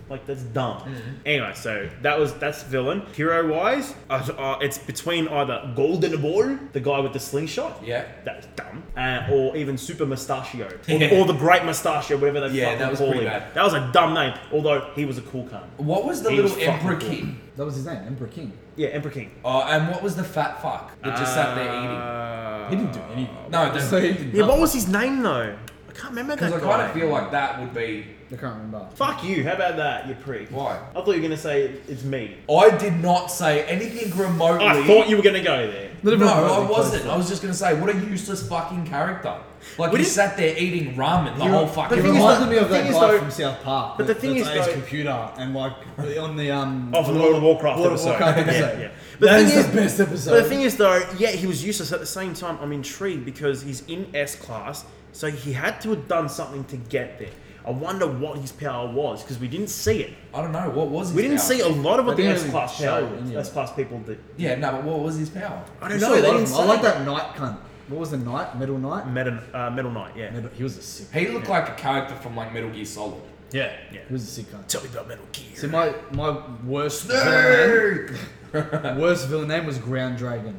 Speaker 1: Like, that's dumb.
Speaker 3: Mm-hmm.
Speaker 1: Anyway, so that was, that's villain. Hero-wise, uh, uh, it's between either Golden Ball, the guy with the slingshot.
Speaker 3: Yeah.
Speaker 1: That's dumb. Uh, or even Super Mustachio. Or,
Speaker 3: Yeah.
Speaker 1: or the Great Mustachio, whatever they
Speaker 3: Yeah,
Speaker 1: fucking
Speaker 3: that was
Speaker 1: call
Speaker 3: pretty
Speaker 1: him.
Speaker 3: bad.
Speaker 1: That was a dumb name, although he was a cool cunt.
Speaker 3: What was the
Speaker 1: He
Speaker 3: little
Speaker 1: was fucking
Speaker 3: Emperor
Speaker 1: cool.
Speaker 3: King?
Speaker 2: That was his name, Emperor King.
Speaker 1: Yeah, Emperor King.
Speaker 3: Oh, and what was the fat fuck that just sat there eating?
Speaker 1: Uh,
Speaker 2: He didn't do anything.
Speaker 3: No, the-
Speaker 2: so he did
Speaker 1: Yeah,
Speaker 2: nothing.
Speaker 1: what was his name though? I can't remember that
Speaker 3: Because I
Speaker 1: guy.
Speaker 3: kind of feel like that would be.
Speaker 2: I can't remember.
Speaker 1: Fuck you! How about that, you prick?
Speaker 3: Why?
Speaker 1: I thought you were gonna say it's me.
Speaker 3: I did not say anything remotely.
Speaker 1: I thought you were gonna go there.
Speaker 2: Not even
Speaker 3: No,
Speaker 2: remotely
Speaker 3: I
Speaker 2: close.
Speaker 3: wasn't. I was just gonna say, what a useless fucking character. Like
Speaker 1: We
Speaker 3: he
Speaker 1: didn't-
Speaker 3: sat there eating ramen the
Speaker 1: You-
Speaker 3: whole
Speaker 1: but
Speaker 3: fucking.
Speaker 2: It
Speaker 1: The thing is
Speaker 2: reminded
Speaker 1: though-
Speaker 2: me of
Speaker 1: the
Speaker 2: that
Speaker 1: thing is
Speaker 2: guy
Speaker 1: though-
Speaker 2: from South Park.
Speaker 1: but
Speaker 2: that-
Speaker 1: the thing is
Speaker 2: that's on his
Speaker 1: though-
Speaker 2: computer and like on the um.
Speaker 1: Oh, for the World of Warcraft
Speaker 2: World
Speaker 1: episode.
Speaker 2: of Warcraft
Speaker 1: Yeah,
Speaker 2: episode.
Speaker 1: yeah. But
Speaker 2: That
Speaker 1: the
Speaker 2: is
Speaker 1: thing
Speaker 2: the
Speaker 1: is-
Speaker 2: best
Speaker 1: But the
Speaker 2: episode.
Speaker 1: thing is though, yeah, he was useless. At the same time, I'm intrigued because he's in S class, so he had to have done something to get there. I wonder what his power was because we didn't see it.
Speaker 3: I don't know what was. His
Speaker 1: We didn't
Speaker 3: power?
Speaker 1: see a lot of what
Speaker 2: They
Speaker 1: the
Speaker 2: didn't
Speaker 1: S class
Speaker 2: really
Speaker 1: power
Speaker 2: show it,
Speaker 1: was.
Speaker 2: yeah.
Speaker 1: S class people that
Speaker 3: Yeah, no, but what was his power?
Speaker 1: I
Speaker 2: We
Speaker 1: don't
Speaker 2: saw
Speaker 1: know.
Speaker 2: a
Speaker 1: They
Speaker 2: lot of
Speaker 1: didn't
Speaker 2: them.
Speaker 1: say
Speaker 2: I like that knight cunt. What was the knight? Metal knight?
Speaker 1: Metal, uh, Metal Knight. Yeah.
Speaker 2: Metal, he was a sick.
Speaker 3: He looked like a character from like Metal Gear Solid.
Speaker 2: Yeah,
Speaker 1: Yeah.
Speaker 2: He was a sick cunt.
Speaker 1: Tell me about Metal Gear.
Speaker 2: See, my my worst villain
Speaker 3: Snake!
Speaker 2: name, worst villain name was Ground Dragon.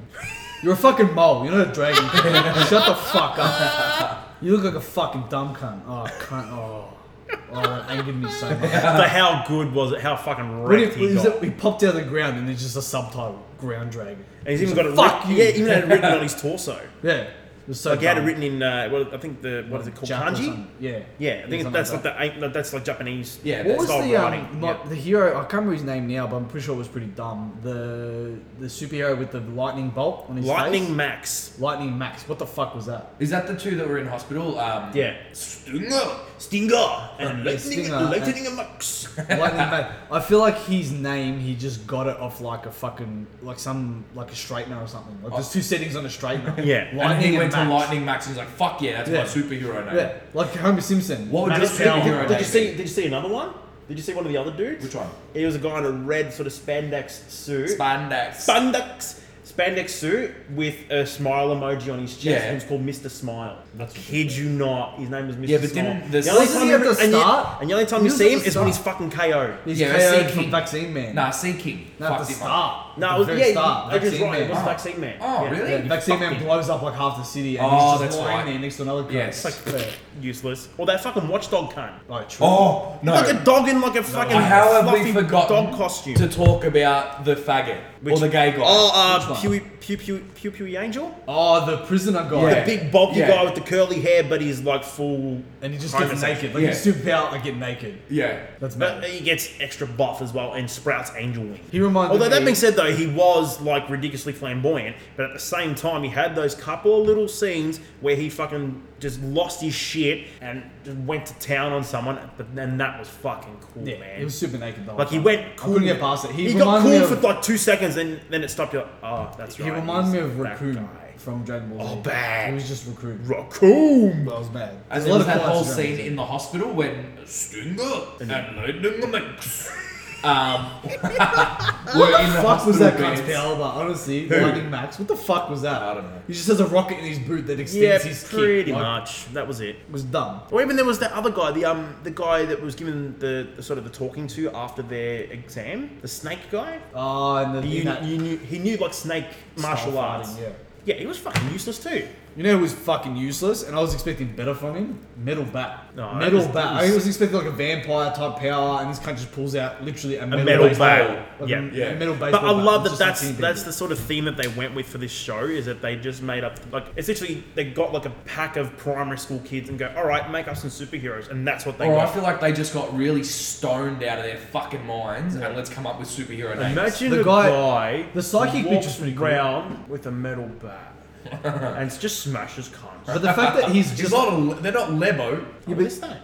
Speaker 2: You're a fucking mole. You're not a dragon. Shut the fuck up. You look like a fucking dumb cunt. Oh cunt. Oh, oh that angered me so much.
Speaker 1: but how good was it? How fucking
Speaker 2: When
Speaker 1: wrecked
Speaker 2: it,
Speaker 1: he got.
Speaker 2: it, we popped out of the ground and there's just a subtitle Ground Dragon.
Speaker 1: and he's even got it.
Speaker 2: Fuck
Speaker 1: written-
Speaker 2: you.
Speaker 1: Yeah, even had it written on his torso.
Speaker 2: Yeah, it was so.
Speaker 1: Like he had it
Speaker 2: dumb.
Speaker 1: written in. Uh, well, I think the what is it called?
Speaker 2: Jap or
Speaker 1: Kanji.
Speaker 2: something. Yeah.
Speaker 1: Yeah, I think
Speaker 2: something
Speaker 1: that's like
Speaker 2: like
Speaker 1: the ain't- no, that's like Japanese.
Speaker 3: Yeah,
Speaker 2: What was
Speaker 1: style
Speaker 2: the
Speaker 1: writing,
Speaker 2: um, my,
Speaker 1: yeah.
Speaker 2: the hero? I can't remember his name now, but I'm pretty sure it was pretty dumb. The the superhero with the lightning bolt on his
Speaker 1: Lightning
Speaker 2: face.
Speaker 1: Max.
Speaker 2: Lightning Max. What the fuck was that?
Speaker 3: Is that the two that were in hospital? Um,
Speaker 1: Yeah.
Speaker 3: Stinger.
Speaker 1: Stinger and Lightning,
Speaker 2: Stinger.
Speaker 1: Lightning Max.
Speaker 2: Lightning Max. I feel like his name, he just got it off like a fucking like some like a straightener or something. Like there's two settings on a straightener.
Speaker 1: Oh. Yeah.
Speaker 2: lightning
Speaker 3: and he went
Speaker 2: Max.
Speaker 3: to Lightning Max and he's like, "Fuck yeah, that's
Speaker 2: Yeah.
Speaker 3: my superhero name."
Speaker 2: Yeah, like Homer Simpson.
Speaker 3: What would
Speaker 1: Did
Speaker 3: your
Speaker 1: you, see,
Speaker 3: superhero
Speaker 1: did,
Speaker 3: name
Speaker 1: you
Speaker 3: be?
Speaker 1: see? Did you see another one? Did you see one of the other dudes?
Speaker 3: Which one?
Speaker 1: He was a guy in a red sort of spandex suit.
Speaker 3: Spandex.
Speaker 1: spandex. Spandex suit with a smile emoji on his chest.
Speaker 3: Yeah.
Speaker 1: And it's called Mr. Smile. Kid you not. His name was Mr.
Speaker 3: Yeah, but
Speaker 1: Smile.
Speaker 3: didn't the-
Speaker 1: the only
Speaker 2: Wasn't
Speaker 1: time
Speaker 2: he
Speaker 1: you-
Speaker 2: at the
Speaker 1: and you-
Speaker 2: start?
Speaker 1: and the only time
Speaker 2: He
Speaker 1: you
Speaker 2: was
Speaker 1: see
Speaker 2: at
Speaker 1: him
Speaker 2: the
Speaker 1: is when he's
Speaker 2: start.
Speaker 1: fucking KO'd.
Speaker 2: He's
Speaker 3: Yeah,
Speaker 2: KO'd
Speaker 3: Sea
Speaker 2: from
Speaker 3: King.
Speaker 2: Vaccine Man.
Speaker 3: Nah, Sea King.
Speaker 2: no, at the
Speaker 3: Fucked him up.
Speaker 2: start.
Speaker 1: No,
Speaker 2: At
Speaker 1: it was,
Speaker 2: the very
Speaker 1: yeah,
Speaker 2: start,
Speaker 1: Adrian's
Speaker 2: Vaccine
Speaker 1: right. It
Speaker 2: Man.
Speaker 1: was
Speaker 3: Oh.
Speaker 1: Vaccine Man.
Speaker 3: Oh,
Speaker 1: yeah.
Speaker 3: really?
Speaker 2: Yeah, Vaccine Man
Speaker 1: Fucking-
Speaker 2: blows up like half the city, and
Speaker 3: Oh,
Speaker 2: he's just
Speaker 3: that's
Speaker 2: lying
Speaker 3: right.
Speaker 2: there next to another guy.
Speaker 3: Yes.
Speaker 1: It's like useless. Or that fucking watchdog cunt.
Speaker 2: Like, true.
Speaker 3: Oh no!
Speaker 1: Like a dog in like a fucking
Speaker 3: How have
Speaker 1: fluffy
Speaker 3: we forgotten
Speaker 1: dog costume.
Speaker 3: to talk about the faggot
Speaker 1: Which-
Speaker 3: or the gay guy?
Speaker 1: Oh,
Speaker 2: Which
Speaker 1: uh,
Speaker 2: one?
Speaker 1: Pew Pew Pew Pew Pew Angel?
Speaker 2: Oh, the prisoner guy.
Speaker 3: Yeah.
Speaker 1: Big bulky
Speaker 3: Yeah.
Speaker 1: guy with the curly hair, but he's like full.
Speaker 2: And he just gets
Speaker 1: homosexual.
Speaker 2: naked. Like,
Speaker 3: Yeah.
Speaker 2: he's super out, I get naked.
Speaker 3: yeah.
Speaker 2: That's
Speaker 1: But
Speaker 2: mad.
Speaker 1: he gets extra buff as well and sprouts angel wings.
Speaker 2: He reminded
Speaker 1: Although that
Speaker 2: me-
Speaker 1: being said, though, he was like ridiculously flamboyant, but at the same time, he had those couple of little scenes where he fucking just lost his shit and just went to town on someone. But then that was fucking cool,
Speaker 2: Yeah,
Speaker 1: man.
Speaker 2: he was super naked though.
Speaker 1: like he went cool.
Speaker 2: I couldn't get past it. He,
Speaker 1: He, got
Speaker 2: reminded
Speaker 1: cool
Speaker 2: me
Speaker 1: for
Speaker 2: of-
Speaker 1: like two seconds, and then it stopped. you like, oh, that's right.
Speaker 2: He reminded me
Speaker 1: he's
Speaker 2: of
Speaker 1: that
Speaker 2: Raccoon
Speaker 1: guy.
Speaker 2: from Dragon Ball Z.
Speaker 1: Oh, bad.
Speaker 2: He was just Raccoon.
Speaker 1: Raccoon.
Speaker 2: I was mad.
Speaker 3: And
Speaker 2: There's
Speaker 3: there was that
Speaker 2: quality
Speaker 3: whole
Speaker 2: to
Speaker 3: scene
Speaker 2: Dragon
Speaker 3: in the hospital when Stinger and Lightning Max um, were in the
Speaker 2: Ball Z. Fuck was that
Speaker 3: hospital
Speaker 2: cunt's
Speaker 3: beds.
Speaker 2: power, but honestly, Lightning Max. What the fuck was that?
Speaker 3: I don't know.
Speaker 2: He just has a rocket in his boot that extends
Speaker 1: Yeah,
Speaker 2: his kick.
Speaker 1: pretty
Speaker 2: Like,
Speaker 1: much. That was it.
Speaker 2: It was dumb.
Speaker 1: Or even there was that other guy, the um, the guy that was given the, the sort of the talking to after their exam, the snake guy.
Speaker 2: Oh, and the,
Speaker 1: You,
Speaker 2: in that
Speaker 1: you knew he knew like snake martial
Speaker 2: style
Speaker 1: arts.
Speaker 2: fighting,
Speaker 1: yeah,
Speaker 2: Yeah.
Speaker 1: he was fucking useless too.
Speaker 2: You know who was fucking useless, and I was expecting better from him? Metal Bat.
Speaker 1: No,
Speaker 2: metal
Speaker 1: it was- it
Speaker 2: Bat.
Speaker 1: was-
Speaker 2: I was expecting like a vampire type power, and this cunt just pulls out literally a metal,
Speaker 1: metal
Speaker 2: baseball.
Speaker 1: bat.
Speaker 2: Like
Speaker 1: Yeah.
Speaker 2: a,
Speaker 3: Yeah.
Speaker 2: A metal
Speaker 1: But
Speaker 2: baseball
Speaker 1: I
Speaker 2: bat.
Speaker 1: love that
Speaker 2: It's just like
Speaker 1: that's
Speaker 2: seeing
Speaker 1: that's the
Speaker 2: people.
Speaker 1: sort of theme that they went with for this show is that they just made up like it's literally they got like a pack of primary school kids and go all right make us some superheroes and that's what they
Speaker 3: Or I
Speaker 1: got.
Speaker 3: feel like they just got really stoned out of their fucking minds and let's come up with superhero names.
Speaker 1: Imagine
Speaker 2: The
Speaker 1: a guy,
Speaker 2: guy- the psychic
Speaker 1: walks
Speaker 2: picture's pretty cool.
Speaker 1: around with a metal bat and just smashes cons.
Speaker 2: But the fact that he's
Speaker 3: Uh, He's
Speaker 2: just
Speaker 3: not a, they're not Lebo.
Speaker 2: yeah,
Speaker 1: "Oh,
Speaker 2: but,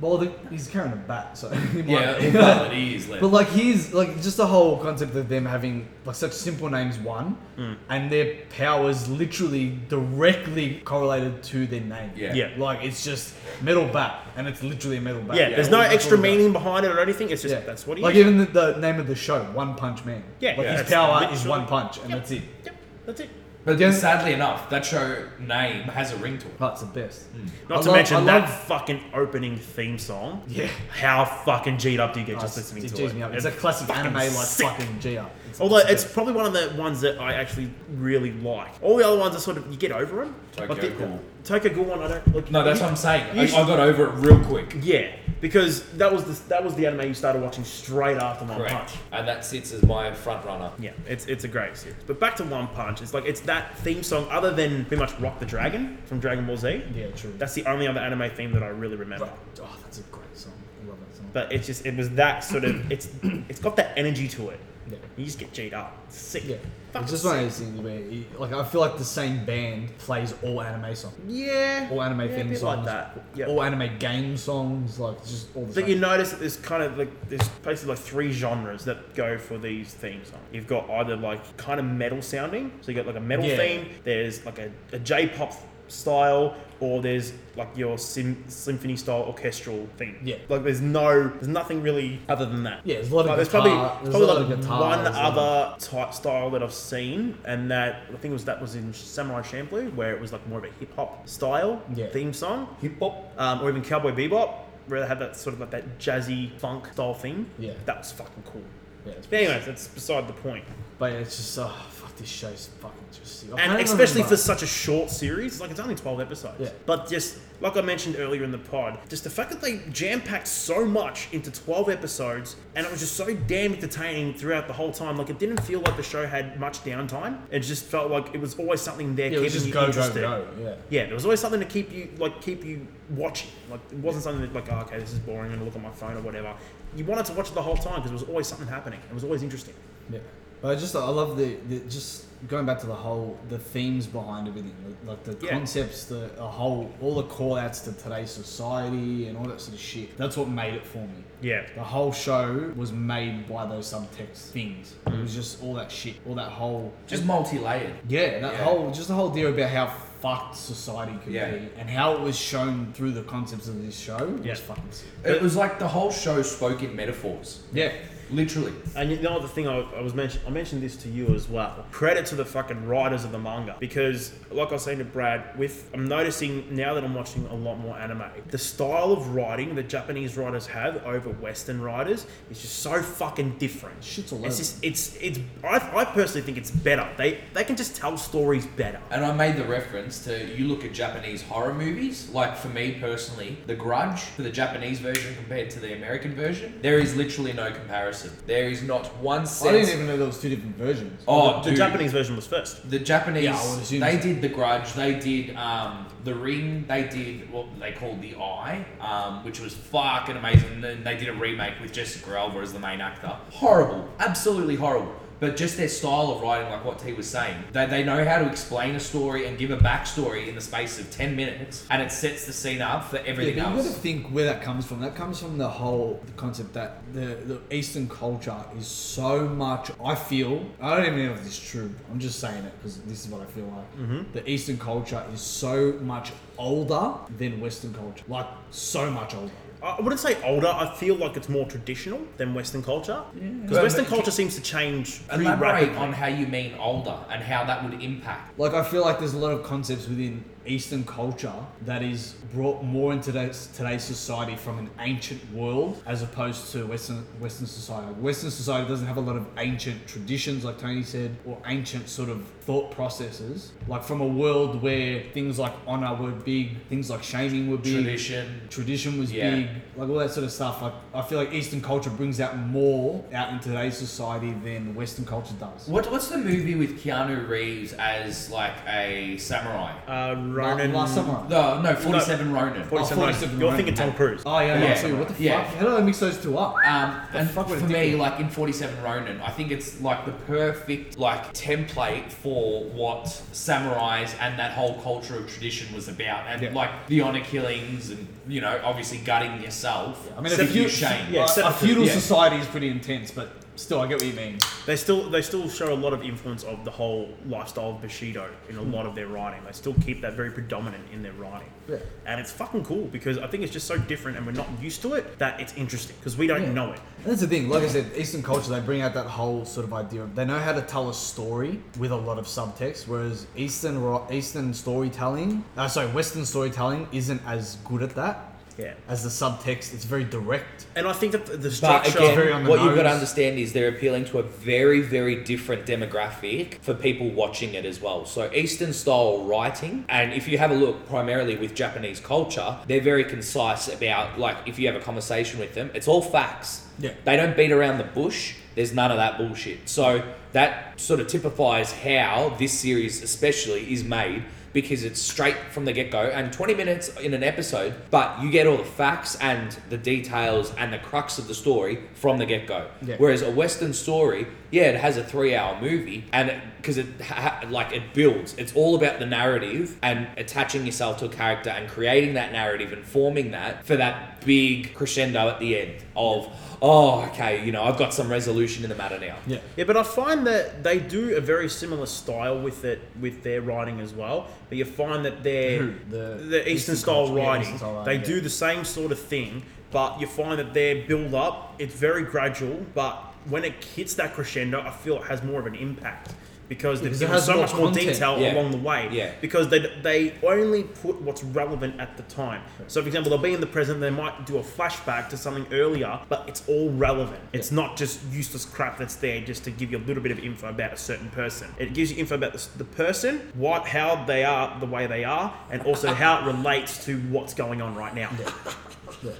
Speaker 2: well, the, he's carrying a bat, so he might-
Speaker 3: Yeah, well, it is
Speaker 2: But
Speaker 3: Lebo.
Speaker 2: like he's like just the whole concept of them having like such simple names one,
Speaker 1: Mm.
Speaker 2: and their powers literally directly correlated to their name.
Speaker 3: Yeah.
Speaker 1: Yeah.
Speaker 2: Like it's just metal bat, and it's literally a metal bat.
Speaker 1: Yeah, there's
Speaker 2: That's
Speaker 1: no
Speaker 2: all- that's
Speaker 1: extra
Speaker 2: all it is.
Speaker 1: meaning behind it or anything. It's just
Speaker 2: Yeah,
Speaker 1: that's what he
Speaker 2: like
Speaker 1: is.
Speaker 2: even the, the name of the show, One Punch Man.
Speaker 1: Yeah,
Speaker 2: like
Speaker 1: yeah,
Speaker 2: his
Speaker 1: that's
Speaker 2: power is
Speaker 1: literally-
Speaker 2: One Punch, and that's it.
Speaker 1: Yep, that's it.
Speaker 3: But
Speaker 2: Yeah.
Speaker 3: sadly enough, that show name has a ring to it.
Speaker 2: That's the best.
Speaker 1: Not
Speaker 2: I
Speaker 1: to
Speaker 2: love- I
Speaker 1: mention that
Speaker 2: love-
Speaker 1: fucking opening theme song.
Speaker 2: Yeah.
Speaker 1: How fucking G'd up do you get
Speaker 2: Oh,
Speaker 1: just
Speaker 2: it's-
Speaker 1: listening
Speaker 2: it
Speaker 1: to
Speaker 2: cheers
Speaker 1: it?
Speaker 2: me up. It's a classic anime like
Speaker 1: sick.
Speaker 2: fucking G up.
Speaker 1: Although it's probably one of the ones that I actually really like. All the other ones are sort of you get over them.
Speaker 3: Tokyo Ghoul.
Speaker 1: Tokyo Ghoul one I don't like.
Speaker 3: No, that's what I'm saying. I,
Speaker 1: You
Speaker 3: I
Speaker 1: should-
Speaker 3: got over it real quick.
Speaker 1: yeah, because that was the that was the anime you started watching straight after One
Speaker 3: Correct.
Speaker 1: Punch.
Speaker 3: And that sits as my front runner.
Speaker 1: Yeah, it's it's a great series. But back to One Punch, it's like it's that theme song other than pretty much Rock the Dragon from Dragon Ball Z.
Speaker 2: Yeah, true.
Speaker 1: That's the only other anime theme that I really remember.
Speaker 2: oh, that's a great song. I love that song.
Speaker 1: But it's just it was that sort of it's it's got that energy to it.
Speaker 2: Yeah.
Speaker 1: You just get G'd up. It's sick.
Speaker 2: Yeah.
Speaker 1: Fucking
Speaker 2: it's just
Speaker 1: sick.
Speaker 2: one of those things where, you, like, I feel like the same band plays all anime songs,
Speaker 1: Yeah.
Speaker 2: all anime
Speaker 1: yeah, a
Speaker 2: theme
Speaker 1: bit Like
Speaker 2: songs,
Speaker 1: that. Yeah.
Speaker 2: all anime game songs, like just all the
Speaker 1: But
Speaker 2: same.
Speaker 1: you notice that there's kind of like there's basically like three genres that go for these theme songs. You've got either like kind of metal sounding, so you got like a metal
Speaker 2: Yeah.
Speaker 1: theme. There's like a, a J-pop style or there's like your sym- symphony style orchestral thing.
Speaker 2: Yeah.
Speaker 1: Like there's no, there's nothing really other than that.
Speaker 2: Yeah, there's a lot of
Speaker 1: Like, there's
Speaker 2: guitar-
Speaker 1: probably,
Speaker 2: there's
Speaker 1: probably
Speaker 2: a lot of
Speaker 1: like
Speaker 2: guitars
Speaker 1: one
Speaker 2: and-
Speaker 1: other type style that I've seen, and that I think it was that was in Samurai Champloo, where it was like more of a hip hop style
Speaker 2: Yeah.
Speaker 1: theme song,
Speaker 3: Hip hop.
Speaker 1: um, or even Cowboy Bebop, where they had that sort of like that jazzy funk style thing.
Speaker 2: Yeah.
Speaker 1: that was fucking cool.
Speaker 2: Yeah, it's
Speaker 1: But anyways, that's beside the point.
Speaker 2: But yeah, it's just, oh, fuck, this show's fucking just sick. I
Speaker 1: and
Speaker 2: can't
Speaker 1: especially
Speaker 2: remember.
Speaker 1: for such a short series, like it's only twelve episodes.
Speaker 2: Yeah.
Speaker 1: But just like I mentioned earlier in the pod, just the fact that they jam packed so much into twelve episodes, and it was just so damn entertaining throughout the whole time. Like it didn't feel like the show had much downtime. It just felt like it was always something there
Speaker 2: Yeah,
Speaker 1: keeping
Speaker 2: it was just
Speaker 1: you
Speaker 2: go, go,
Speaker 1: interested.
Speaker 2: go. Yeah.
Speaker 1: Yeah, there was always something to keep you like keep you watching. Like it wasn't something that like oh, okay, this is boring. I'm gonna look at my phone or whatever. You wanted to watch it the whole time because there was always something happening. It was always interesting.
Speaker 2: Yeah, but I just I love the, the just going back to the whole the themes behind everything, like the
Speaker 1: Yeah.
Speaker 2: concepts, the, the whole all the call outs to today's society and all that sort of shit. That's what made it for me.
Speaker 1: Yeah.
Speaker 2: The whole show was made by those subtext things. It was just all that shit, all that whole
Speaker 3: Just multi layered.
Speaker 2: yeah, that
Speaker 3: Yeah.
Speaker 2: whole just the whole deal about how fucked society could
Speaker 3: Yeah.
Speaker 2: be and how it was shown through the concepts of this show
Speaker 1: Yeah.
Speaker 2: was fucking sick.
Speaker 3: It was like the whole show spoke in metaphors.
Speaker 2: Yeah,
Speaker 3: Literally.
Speaker 1: And you know the thing I, I was mentioned, I mentioned this to you as well. Credit to the fucking writers of the manga because, like I was saying to Brad, with I'm noticing now that I'm watching a lot more anime, the style of writing that Japanese writers have over Western writers is just so fucking different.
Speaker 2: Shit's all
Speaker 1: It's
Speaker 2: over.
Speaker 1: just it's it's I, I personally think it's better. They they can just tell stories better.
Speaker 3: And I made the reference to you look at Japanese horror movies, like for me personally, The Grudge for the Japanese version compared to the American version, there is literally no comparison. There is not one
Speaker 2: I
Speaker 3: sense.
Speaker 2: didn't even know there was two different versions.
Speaker 3: oh,
Speaker 1: the
Speaker 3: dude.
Speaker 1: Japanese version was first.
Speaker 3: The Japanese,
Speaker 2: Yeah, I would assume
Speaker 3: they
Speaker 2: so.
Speaker 3: did The Grudge, they did um, The Ring, they did what they called The Eye, um, which was fucking amazing. And then they did a remake with Jessica Alba as the main actor. Horrible, absolutely horrible. But just their style of writing, like what T was saying, they, they know how to explain a story and give a backstory in the space of 10 minutes, and it sets the scene up for everything
Speaker 2: yeah, but you got to
Speaker 3: else.
Speaker 2: think where that comes from. That comes from the whole the concept that the, the Eastern culture is so much. I feel I don't even know if this is true. I'm just saying it because this is what I feel like.
Speaker 3: Mm-hmm.
Speaker 2: The Eastern culture is so much older than Western culture, like so much older.
Speaker 1: I I wouldn't say older. I feel like it's more traditional than Western culture because
Speaker 3: But-
Speaker 1: Western
Speaker 3: but-
Speaker 1: culture seems to change pretty
Speaker 3: Elaborate
Speaker 1: rapidly.
Speaker 3: on how you mean older and how that would impact.
Speaker 2: Like I feel like there's a lot of concepts within Eastern culture that is brought more into today's, today's society from an ancient world as opposed to Western Western society. Western society doesn't have a lot of ancient traditions, like Tony said, or ancient sort of thought processes. Like from a world where things like honor were big, things like shaming were big,
Speaker 3: Tradition,
Speaker 2: tradition was
Speaker 3: Yeah.
Speaker 2: big, like all that sort of stuff. Like I feel like Eastern culture brings out more out in today's society than Western culture does.
Speaker 3: What, what's the movie with Keanu Reeves as like a samurai?
Speaker 1: Uh, Ronan.
Speaker 2: Last Samurai.
Speaker 3: No, no, 47 Ronin.
Speaker 1: Forty
Speaker 2: Oh,
Speaker 1: Seven
Speaker 2: 47
Speaker 1: You're
Speaker 2: Ronin.
Speaker 1: thinking Tom Cruise.
Speaker 2: Oh yeah,
Speaker 3: Yeah.
Speaker 2: yeah. Uh, Too. What the
Speaker 3: Yeah.
Speaker 2: fuck? How do I mix those two up?
Speaker 3: Um, and
Speaker 2: fuck
Speaker 3: for
Speaker 2: would it
Speaker 3: me,
Speaker 2: be?
Speaker 3: like in 47 Ronin, I think it's like the perfect like template for what samurais and that whole culture of tradition was about, and
Speaker 2: Yeah.
Speaker 3: like the honor killings, and you know, obviously gutting yourself.
Speaker 2: I mean,
Speaker 1: Except
Speaker 2: if
Speaker 1: for
Speaker 2: you,
Speaker 1: the
Speaker 3: shame.
Speaker 2: a-
Speaker 1: Yeah,
Speaker 2: a,
Speaker 1: except for-
Speaker 2: feudal
Speaker 3: yeah.
Speaker 2: society is pretty intense, but still, I get what you mean.
Speaker 1: They still they still show a lot of influence of the whole lifestyle of Bushido in a lot of their writing. They still keep that very predominant in their writing.
Speaker 2: Yeah.
Speaker 1: And it's fucking cool because I think it's just so different and we're not used to it that it's interesting because we don't
Speaker 2: Yeah.
Speaker 1: know it.
Speaker 2: And that's the thing. Like I said, Eastern culture they bring out that whole sort of idea of they know how to tell a story with a lot of subtext, whereas Eastern ro- Eastern storytelling, uh, sorry, Western storytelling isn't as good at that.
Speaker 1: Yeah.
Speaker 2: As the subtext, it's very direct.
Speaker 1: And I think that the- the
Speaker 3: But
Speaker 1: structure
Speaker 3: again,
Speaker 2: very on the
Speaker 3: what you've got to
Speaker 2: nose.
Speaker 3: understand is they're appealing to a very, very different demographic for people watching it as well. So Eastern style writing, and if you have a look primarily with Japanese culture, they're very concise about like if you have a conversation with them, it's all facts.
Speaker 2: Yeah.
Speaker 3: They don't beat around the bush. There's none of that bullshit. So that sort of typifies how this series especially is made because it's straight from the get-go and 20 minutes in an episode, but you get all the facts and the details and the crux of the story from the get-go.
Speaker 2: Yeah.
Speaker 3: Whereas a western story, yeah, it has a 3-hour movie and because it, ha- like it builds. It's all about the narrative and attaching yourself to a character and creating that narrative and forming that for that big crescendo at the end of oh, okay, you know, I've got some resolution in the matter now.
Speaker 2: Yeah.
Speaker 1: Yeah, but I find that they do a very similar style with it with their writing as well. but you find that they're
Speaker 2: The-
Speaker 1: the,
Speaker 2: Eastern
Speaker 1: Eastern style
Speaker 2: culture, yeah,
Speaker 1: writing.
Speaker 2: Eastern style
Speaker 1: they
Speaker 2: writing,
Speaker 1: do
Speaker 2: yeah.
Speaker 1: the same sort of thing, but you find that their build up it's very gradual, but when it hits that crescendo, I feel it has more of an impact. Because they've
Speaker 2: because it
Speaker 1: given
Speaker 2: has
Speaker 1: so
Speaker 2: more
Speaker 1: much more
Speaker 2: content.
Speaker 1: detail
Speaker 5: Yeah.
Speaker 1: along the way.
Speaker 5: Yeah.
Speaker 1: Because they, they only put what's relevant at the time. So, for example, they'll be in the present, they might do a flashback to something earlier, but it's all relevant. It's not just useless crap that's there just to give you a little bit of info about a certain person. It gives you info about the, s- the person, what, how they are the way they are, and also how it relates to what's going on right now.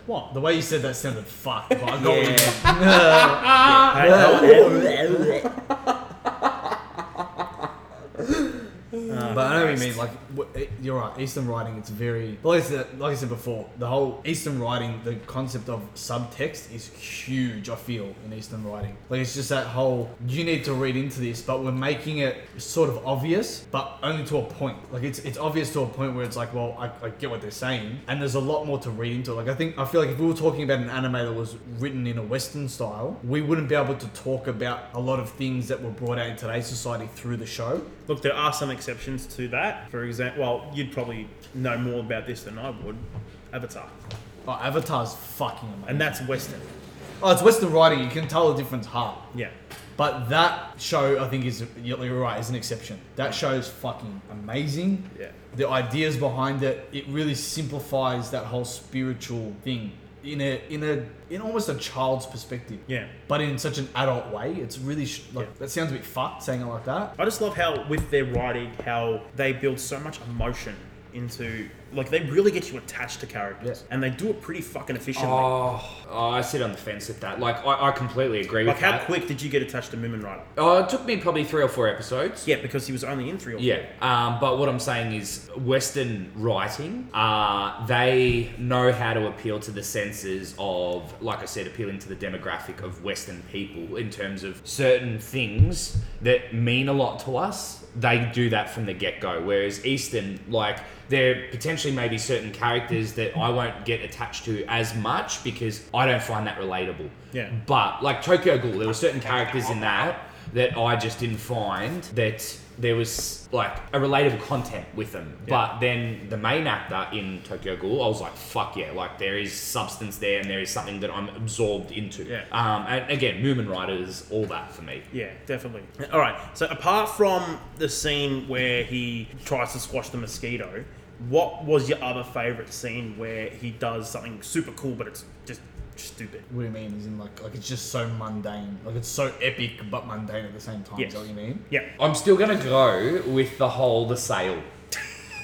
Speaker 2: What? The way you said that sounded fucked. But I got
Speaker 1: Yeah.
Speaker 2: what you meant.
Speaker 1: Hey, oh,
Speaker 2: But I know what you mean. Like w- it- you're right. Eastern writing, it's very like I said, like I said before. The whole Eastern writing, the concept of subtext is huge. I feel in Eastern writing, like it's just that whole you need to read into this, but we're making it sort of obvious, but only to a point. Like it's it's obvious to a point where it's like, well, I, I get what they're saying, and there's a lot more to read into. it. Like I think I feel like if we were talking about an anime that was written in a Western style, we wouldn't be able to talk about a lot of things that were brought out in today's society through the show.
Speaker 1: Look, there are some exceptions to that. For example, well, you'd probably know more about this than I would. Avatar.
Speaker 2: Oh, Avatar's fucking amazing.
Speaker 1: And that's Western.
Speaker 2: Oh, it's Western writing. You can tell the difference hard.
Speaker 1: Yeah.
Speaker 2: But that show, I think, is you're right, is an exception. That show is fucking amazing.
Speaker 1: Yeah.
Speaker 2: The ideas behind it, it really simplifies that whole spiritual thing in a in a in almost a child's perspective.
Speaker 1: Yeah.
Speaker 2: But in such an adult way, it's really sh- like
Speaker 1: Yeah.
Speaker 2: that sounds a bit fucked saying it like that.
Speaker 1: I just love how with their writing, how they build so much emotion into like they really get you attached to characters,
Speaker 2: Yeah.
Speaker 1: and they do it pretty fucking efficiently.
Speaker 3: Oh, oh, I sit on the fence with that. Like, I, I completely agree
Speaker 1: like
Speaker 3: with
Speaker 1: how
Speaker 3: that.
Speaker 1: quick did you get attached to Moomin Rider?
Speaker 3: Oh, it took me probably three or four episodes.
Speaker 1: Yeah, because he was only in three or
Speaker 3: Yeah, um, but what I'm saying is Western writing, uh, they know how to appeal to the senses of, like I said, appealing to the demographic of Western people in terms of certain things that mean a lot to us. They do that from the get go. Whereas Eastern, like, there potentially may be certain characters that I won't get attached to as much because I don't find that relatable.
Speaker 1: Yeah.
Speaker 3: But like Tokyo Ghoul, there were certain characters in that that I just didn't find that there was like a relatable content with them. But then the main actor in Tokyo Ghoul, I was like, fuck yeah, like there is substance there and there is something that I'm absorbed into.
Speaker 1: Yeah.
Speaker 3: Um, and again, Moomin Rider is all that for me.
Speaker 1: Yeah, definitely. All right. So apart from the scene where he tries to squash the mosquito, what was your other favorite scene where he does something super cool but it's just stupid?
Speaker 2: What do you mean? Is in like like it's just so mundane. Like it's so epic but mundane at the same time.
Speaker 1: Yes.
Speaker 2: Is that what you mean?
Speaker 1: Yeah.
Speaker 3: I'm still gonna go with the whole the sale.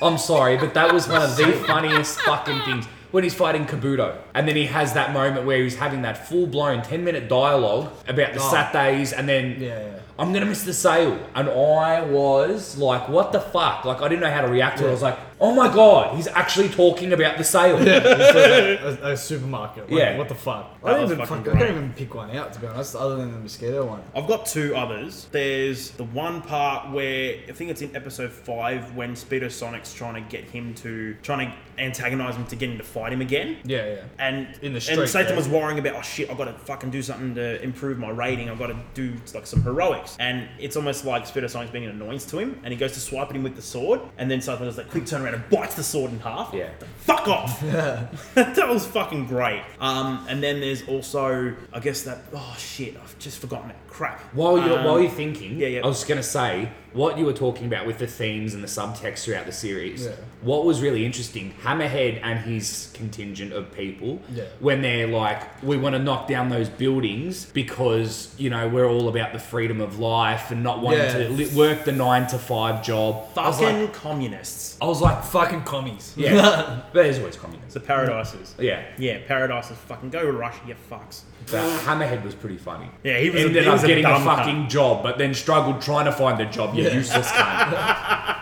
Speaker 3: I'm sorry, but that was one of the funniest fucking things when he's fighting Kabuto, and then he has that moment where he's having that full blown ten minute dialogue about the
Speaker 2: Oh.
Speaker 3: Saturdays, and then
Speaker 2: Yeah, yeah.
Speaker 3: I'm gonna miss the sale, and I was like, what the fuck? Like I didn't know how to react to it. I was like, oh my god, he's actually talking about the sale.
Speaker 2: a, a supermarket. Like,
Speaker 3: Yeah.
Speaker 2: What the fuck?
Speaker 1: That
Speaker 2: I
Speaker 1: was
Speaker 2: don't even
Speaker 1: fucking
Speaker 2: fuck, I
Speaker 1: great.
Speaker 2: can't even pick one out to be honest, other than the mosquito one.
Speaker 1: I've got two others. There's the one part where I think it's in episode five when Speedo Sonic's trying to get him to trying to antagonize him to get him to fight him again.
Speaker 2: Yeah, yeah.
Speaker 1: And
Speaker 2: In the
Speaker 1: and
Speaker 2: street,
Speaker 1: Satan
Speaker 2: yeah.
Speaker 1: was worrying about oh shit, I've got to fucking do something to improve my rating. I've got to do like some heroics. And it's almost like Speedo Sonic's being an annoyance to him, and he goes to swipe at him with the sword, and then Satan does that quick turn around and bites the sword in half.
Speaker 3: Yeah.
Speaker 1: Fuck off. that was fucking great. Um, and then there's also I guess that oh shit, I've just forgotten it. Crap.
Speaker 3: While you're
Speaker 1: Um,
Speaker 3: while you're thinking,
Speaker 1: yeah, yeah.
Speaker 3: I was just gonna say what you were talking about with the themes and the subtext throughout the series.
Speaker 2: Yeah.
Speaker 3: What was really interesting, Hammerhead and his contingent of people,
Speaker 2: Yeah.
Speaker 3: when they're like, we want to knock down those buildings because you know we're all about the freedom of life and not wanting
Speaker 2: Yeah.
Speaker 3: to li- work the nine to five job. I was
Speaker 1: Fucking
Speaker 3: like,
Speaker 1: communists.
Speaker 3: I was like,
Speaker 2: Fucking commies.
Speaker 3: yeah, there's always communism.
Speaker 1: The paradises.
Speaker 3: Yeah,
Speaker 1: Yeah, paradises. Fucking go to Russia, you fucks.
Speaker 3: but Hammerhead was pretty funny.
Speaker 1: Yeah, he was a-
Speaker 3: ended
Speaker 1: he was a
Speaker 3: up getting a,
Speaker 1: dumb cunt.
Speaker 3: fucking job, but then struggled trying to find a job. You
Speaker 2: Yeah.
Speaker 3: useless cunt.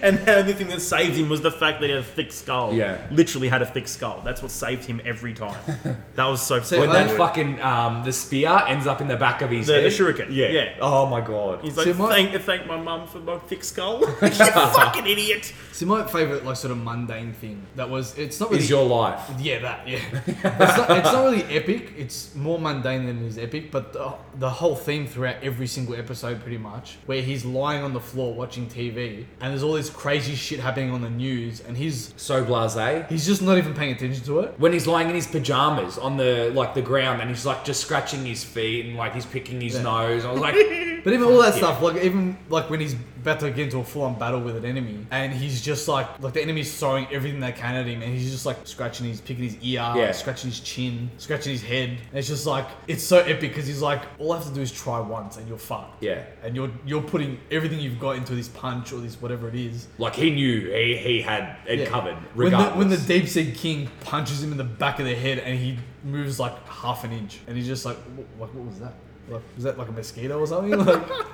Speaker 1: And the only thing that saved him was the fact that he had a thick skull.
Speaker 3: Yeah.
Speaker 1: Literally had a thick skull. That's what saved him every time. That was so
Speaker 2: See,
Speaker 1: funny.
Speaker 3: When that
Speaker 2: Like-
Speaker 3: fucking um, the spear ends up in the back of his
Speaker 1: The- the
Speaker 3: head.
Speaker 1: shuriken,
Speaker 3: Yeah.
Speaker 1: yeah.
Speaker 3: Oh my god.
Speaker 1: He's like,
Speaker 2: See, my-
Speaker 1: thank, thank my mum for my thick skull. you fucking idiot.
Speaker 2: See, my favorite like sort of mundane thing that was it's not really
Speaker 3: Is your life.
Speaker 2: yeah that yeah. it's, not, it's not really epic. It's more mundane than it is epic. But the, the whole theme throughout every single episode, pretty much, where he's lying on the floor watching TV, and there's all these this crazy shit happening on the news, and he's
Speaker 3: So blasé.
Speaker 2: he's just not even paying attention to it.
Speaker 3: When he's lying in his pajamas on the like the ground and he's like just scratching his feet and like he's picking his
Speaker 2: Yeah.
Speaker 3: nose. I was like,
Speaker 2: But even all that stuff, like even like when he's about to get into a full-on battle with an enemy, and he's just like like the enemy's throwing everything they can at him, and he's just like scratching his, picking his ear,
Speaker 3: Yeah.
Speaker 2: scratching his chin, scratching his head. And it's just like it's so epic because he's like, all I have to do is try once, and you're fucked.
Speaker 3: Yeah.
Speaker 2: And you're you're putting everything you've got into this punch or this whatever it is.
Speaker 3: like he knew he, he had it
Speaker 2: Yeah.
Speaker 3: covered.
Speaker 2: When the,
Speaker 3: Regardless.
Speaker 2: when the deep sea king punches him in the back of the head and he moves like half an inch, and he's just like, what, what was that? Like, was that like a mosquito or something? Like,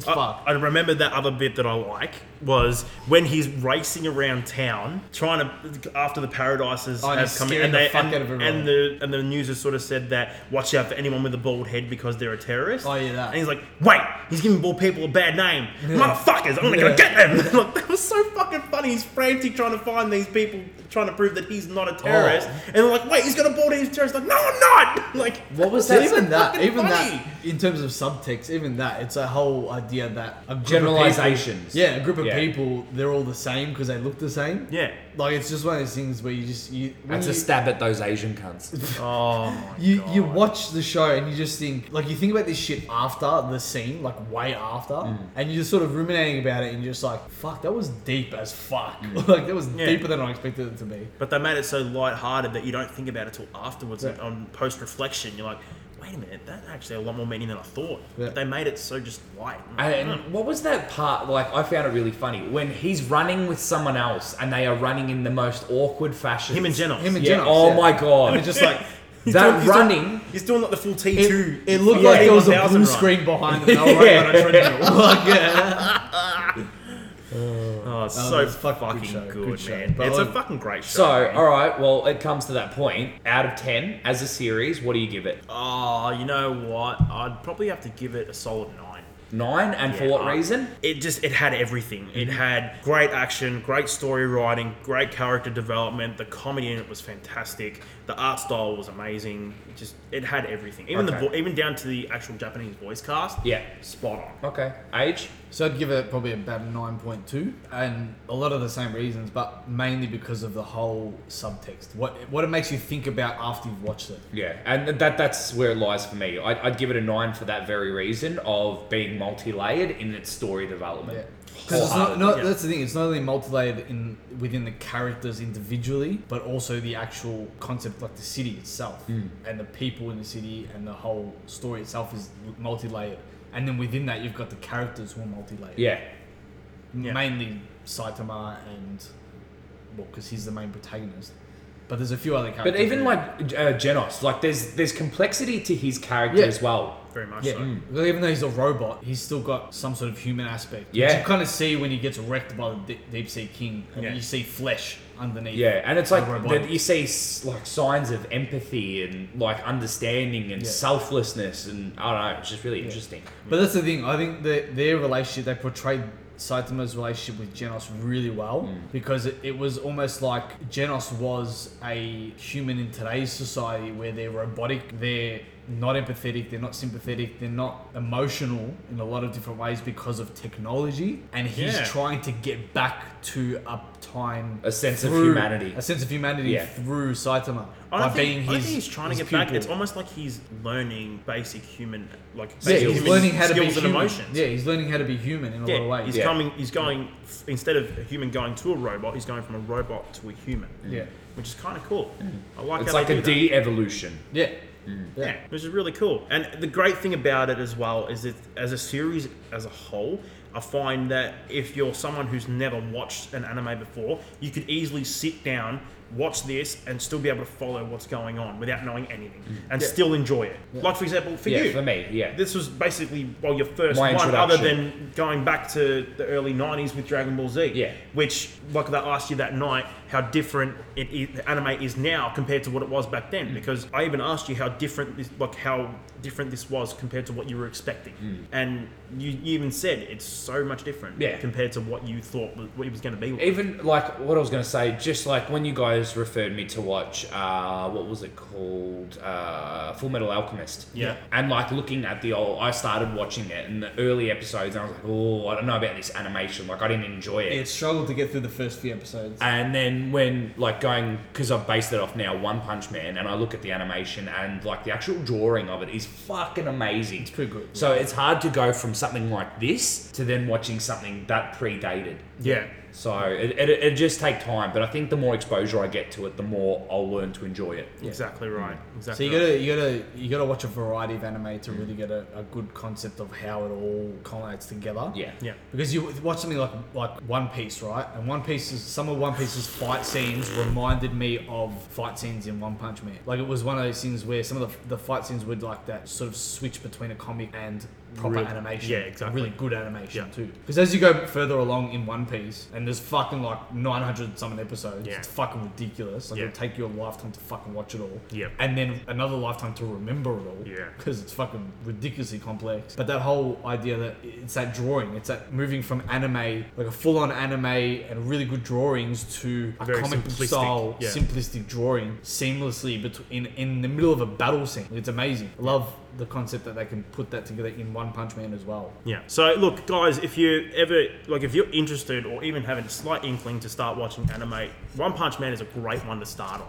Speaker 2: it's
Speaker 1: I,
Speaker 2: fucked.
Speaker 1: I remember that other bit that I like was when he's racing around town trying to after the paradises
Speaker 2: Oh, and
Speaker 1: have
Speaker 2: he's
Speaker 1: come in
Speaker 2: scaring
Speaker 1: and
Speaker 2: the
Speaker 1: they
Speaker 2: fuck
Speaker 1: and,
Speaker 2: out of everyone.
Speaker 1: and the and the news has sort of said that watch out for anyone with a bald head because they're a terrorist.
Speaker 2: Oh, yeah, that.
Speaker 1: And he's like, wait, he's giving bald people a bad name, motherfuckers! I'm gonna go
Speaker 2: Yeah.
Speaker 1: get them. like, that was so fucking funny. He's frantic trying to find these people, trying to prove that he's not a terrorist.
Speaker 2: Oh.
Speaker 1: And they're like, wait, he's got a bald head, he's a terrorist. Like, no, I'm not. Like,
Speaker 3: what was
Speaker 2: So
Speaker 3: that?
Speaker 2: even that,
Speaker 1: fucking
Speaker 2: even
Speaker 1: funny.
Speaker 2: that, in terms of subtext, even that, it's a whole idea that a group of people-
Speaker 3: Generalizations.
Speaker 2: yeah, a group of
Speaker 3: Yeah.
Speaker 2: people, they're all the same because they look the same.
Speaker 1: yeah.
Speaker 2: Like it's just one of those things where you just you. when
Speaker 3: That's
Speaker 2: you,
Speaker 3: a stab at those Asian cunts.
Speaker 1: Oh my
Speaker 2: You, you watch the show and you just think like you think about this shit after the scene like way after
Speaker 3: Mm.
Speaker 2: and you're just sort of ruminating about it and you're just like fuck that was deep as fuck
Speaker 3: Mm.
Speaker 2: like that was
Speaker 1: Yeah.
Speaker 2: deeper than I expected it to be
Speaker 1: But they made it so light-hearted that you don't think about it till afterwards
Speaker 2: Yeah.
Speaker 1: on post-reflection. You're like, wait a minute, that actually had a lot more meaning than I thought.
Speaker 2: Yeah.
Speaker 1: But they made it so just light.
Speaker 3: And what was that part? Like, I found it really funny when he's running with someone else, and they are running in the most awkward fashion.
Speaker 1: him and Genos.
Speaker 2: him and
Speaker 3: Yeah.
Speaker 2: Genos,
Speaker 3: oh
Speaker 2: yeah.
Speaker 3: my god.
Speaker 2: and it's just like
Speaker 1: He's
Speaker 3: that
Speaker 1: doing- he's doing-
Speaker 3: running-
Speaker 1: he's doing like the full T two.
Speaker 2: it, it looked like there was a blue
Speaker 1: 1000 run.
Speaker 2: screen behind them and they were running on a treadmill like yeah
Speaker 1: Oh, it's
Speaker 2: Oh,
Speaker 1: so
Speaker 2: it's a fucking
Speaker 1: fucking
Speaker 2: good show,
Speaker 1: good,
Speaker 2: good show.
Speaker 1: man.
Speaker 2: But
Speaker 1: it's a
Speaker 2: like-
Speaker 1: fucking great show.
Speaker 3: so,
Speaker 1: man.
Speaker 3: all right. Well, it comes to that point. Out of ten, as a series, what do you give it?
Speaker 1: oh, you know what? I'd probably have to give it a solid nine.
Speaker 3: Nine, and for
Speaker 1: Yeah,
Speaker 3: what
Speaker 1: I-
Speaker 3: reason?
Speaker 1: It just it had everything.
Speaker 2: Mm-hmm.
Speaker 1: It had great action, great story writing, great character development. The comedy in it was fantastic. The art style was amazing. It just it had everything. Even
Speaker 3: Okay.
Speaker 1: the vo- even down to the actual Japanese voice cast.
Speaker 3: Yeah.
Speaker 1: spot on.
Speaker 3: Okay. Age.
Speaker 2: so I'd give it probably about a nine point two and a lot of the same reasons but mainly because of the whole subtext what what it makes you think about after you've watched it
Speaker 3: Yeah, and that that's where it lies for me. I'd, I'd give it a nine for that very reason of being multi-layered in its story development.
Speaker 2: Because it's not,
Speaker 3: Wholeheartedly.
Speaker 2: not
Speaker 1: yeah.
Speaker 2: that's the thing. It's not only multi-layered in within the characters individually, but also the actual concept, like the city itself and the people in the city, and the whole story itself is multi-layered. And then within that, you've got the characters who are multi-layered.
Speaker 3: yeah,
Speaker 1: Yeah.
Speaker 2: Mainly Saitama and well, because he's the main protagonist. But there's a few other characters.
Speaker 3: but even
Speaker 2: in
Speaker 3: like
Speaker 2: there.
Speaker 3: uh, Genos, like there's there's complexity to his character
Speaker 2: Yeah.
Speaker 3: as well.
Speaker 1: Very much
Speaker 2: Yeah, mm.
Speaker 1: so.
Speaker 3: Mm.
Speaker 2: Well, even though he's a robot, he's still got some sort of human aspect. which
Speaker 3: Yeah.
Speaker 2: you kind of see when he gets wrecked by the de- deep sea king, and
Speaker 1: Yeah.
Speaker 2: you see flesh underneath.
Speaker 3: Yeah, and it's
Speaker 2: the
Speaker 3: like
Speaker 2: robot.
Speaker 3: that you see s- like signs of empathy and like understanding and
Speaker 2: Yeah.
Speaker 3: selflessness, and I don't know, it's just really interesting.
Speaker 2: But that's the thing. I think that their relationship, they portrayed Saitama's relationship with Genos really well
Speaker 1: Hmm.
Speaker 2: because it, it was almost like Genos was a human in today's society where they're robotic, they're not empathetic, they're not sympathetic, they're not emotional in a lot of different ways because of technology, and he's
Speaker 1: Yeah.
Speaker 2: trying to get back to a time
Speaker 3: A sense of
Speaker 2: through-
Speaker 3: humanity.
Speaker 2: a sense of humanity
Speaker 3: Yeah.
Speaker 2: through Saitama
Speaker 1: I
Speaker 2: by
Speaker 1: don't
Speaker 2: being
Speaker 1: think,
Speaker 2: his.
Speaker 1: I think he's trying to
Speaker 2: his
Speaker 1: get back.
Speaker 2: pupil.
Speaker 1: It's almost like he's learning basic human, like
Speaker 2: yeah,
Speaker 1: basic
Speaker 2: he's
Speaker 1: human
Speaker 2: learning how to be
Speaker 1: skills
Speaker 2: human.
Speaker 1: and emotions.
Speaker 2: Yeah, he's learning how to be human in a lot of
Speaker 1: yeah.
Speaker 2: ways.
Speaker 1: He's
Speaker 3: Yeah.
Speaker 1: coming. He's going f- instead of a human going to a robot. He's going from a robot to a human.
Speaker 2: Yeah. Mm.
Speaker 1: which is kind of cool. I like
Speaker 3: It's
Speaker 1: how
Speaker 3: like
Speaker 1: they
Speaker 3: a
Speaker 1: do that.
Speaker 3: de-evolution.
Speaker 2: Yeah.
Speaker 1: Yeah, which is really cool. And the great thing about it as well is that as a series as a whole, I find that if you're someone who's never watched an anime before, you could easily sit down, watch this, and still be able to follow what's going on without knowing anything and still enjoy it. Like, for example, for
Speaker 3: Yeah,
Speaker 1: you.
Speaker 3: for me, yeah.
Speaker 1: This was basically, well, your first
Speaker 3: My
Speaker 1: one other
Speaker 3: introduction.
Speaker 1: than going back to the early 90s with Dragon Ball Z.
Speaker 3: Yeah.
Speaker 1: Which, like I asked you that night, how different it is, the anime is now compared to what it was back then. Because I even asked you how different this, like how different this was compared to what you were expecting, and you, you even said it's so much different
Speaker 3: Yeah.
Speaker 1: compared to what you thought was, what it was going to be.
Speaker 3: even like what I was going to say, just like when you guys guys referred me to watch uh, what was it called uh, Full Metal Alchemist.
Speaker 1: Yeah.
Speaker 3: And like looking at the old, I started watching it in the early episodes, and I was like, oh, I don't know about this animation. Like I didn't enjoy it.
Speaker 2: It struggled to get through the first few episodes.
Speaker 3: And then when like going because I've based it off now One Punch Man, and I look at the animation and like the actual drawing of it is fucking amazing. It's
Speaker 2: pretty good,
Speaker 3: So it's hard to go from something like this to then watching something that predated.
Speaker 1: Yeah.
Speaker 3: So it, it, it just take time, but I think the more exposure I get to it, the more I'll learn to enjoy it.
Speaker 1: Exactly right.
Speaker 2: So
Speaker 1: Exactly.
Speaker 2: you gotta you gotta you gotta watch a variety of anime to really get a, a good concept of how it all culminates together.
Speaker 3: Yeah.
Speaker 1: Yeah.
Speaker 2: Because you watch something like like One Piece, right? And One Piece's some of One Piece's fight scenes reminded me of fight scenes in One Punch Man. Like it was one of those things where some of the, the fight scenes would like that sort of switch between a comic and proper
Speaker 1: Real-
Speaker 2: animation.
Speaker 1: yeah, exactly.
Speaker 2: Really good animation
Speaker 1: Yeah.
Speaker 2: too. Because as you go further along in One Piece, and there's fucking like 900 something episodes,
Speaker 1: Yeah.
Speaker 2: it's fucking ridiculous. Like
Speaker 1: Yeah.
Speaker 2: it'll take you a lifetime to fucking watch it all.
Speaker 1: Yeah.
Speaker 2: And then another lifetime to remember it all.
Speaker 1: Yeah.
Speaker 2: Because it's fucking ridiculously complex. But that whole idea that it's that drawing, it's that moving from anime, like a full on anime and really good drawings to a
Speaker 1: Very
Speaker 2: comic book
Speaker 1: simplistic,
Speaker 2: style,
Speaker 1: yeah.
Speaker 2: simplistic drawing seamlessly between, in, in the middle of a battle scene. It's amazing. I love the concept that they can put that together in One Punch Man as well.
Speaker 1: Yeah. So look, guys, if you ever like, if you're interested or even having a slight inkling to start watching anime, One Punch Man is a great one to start on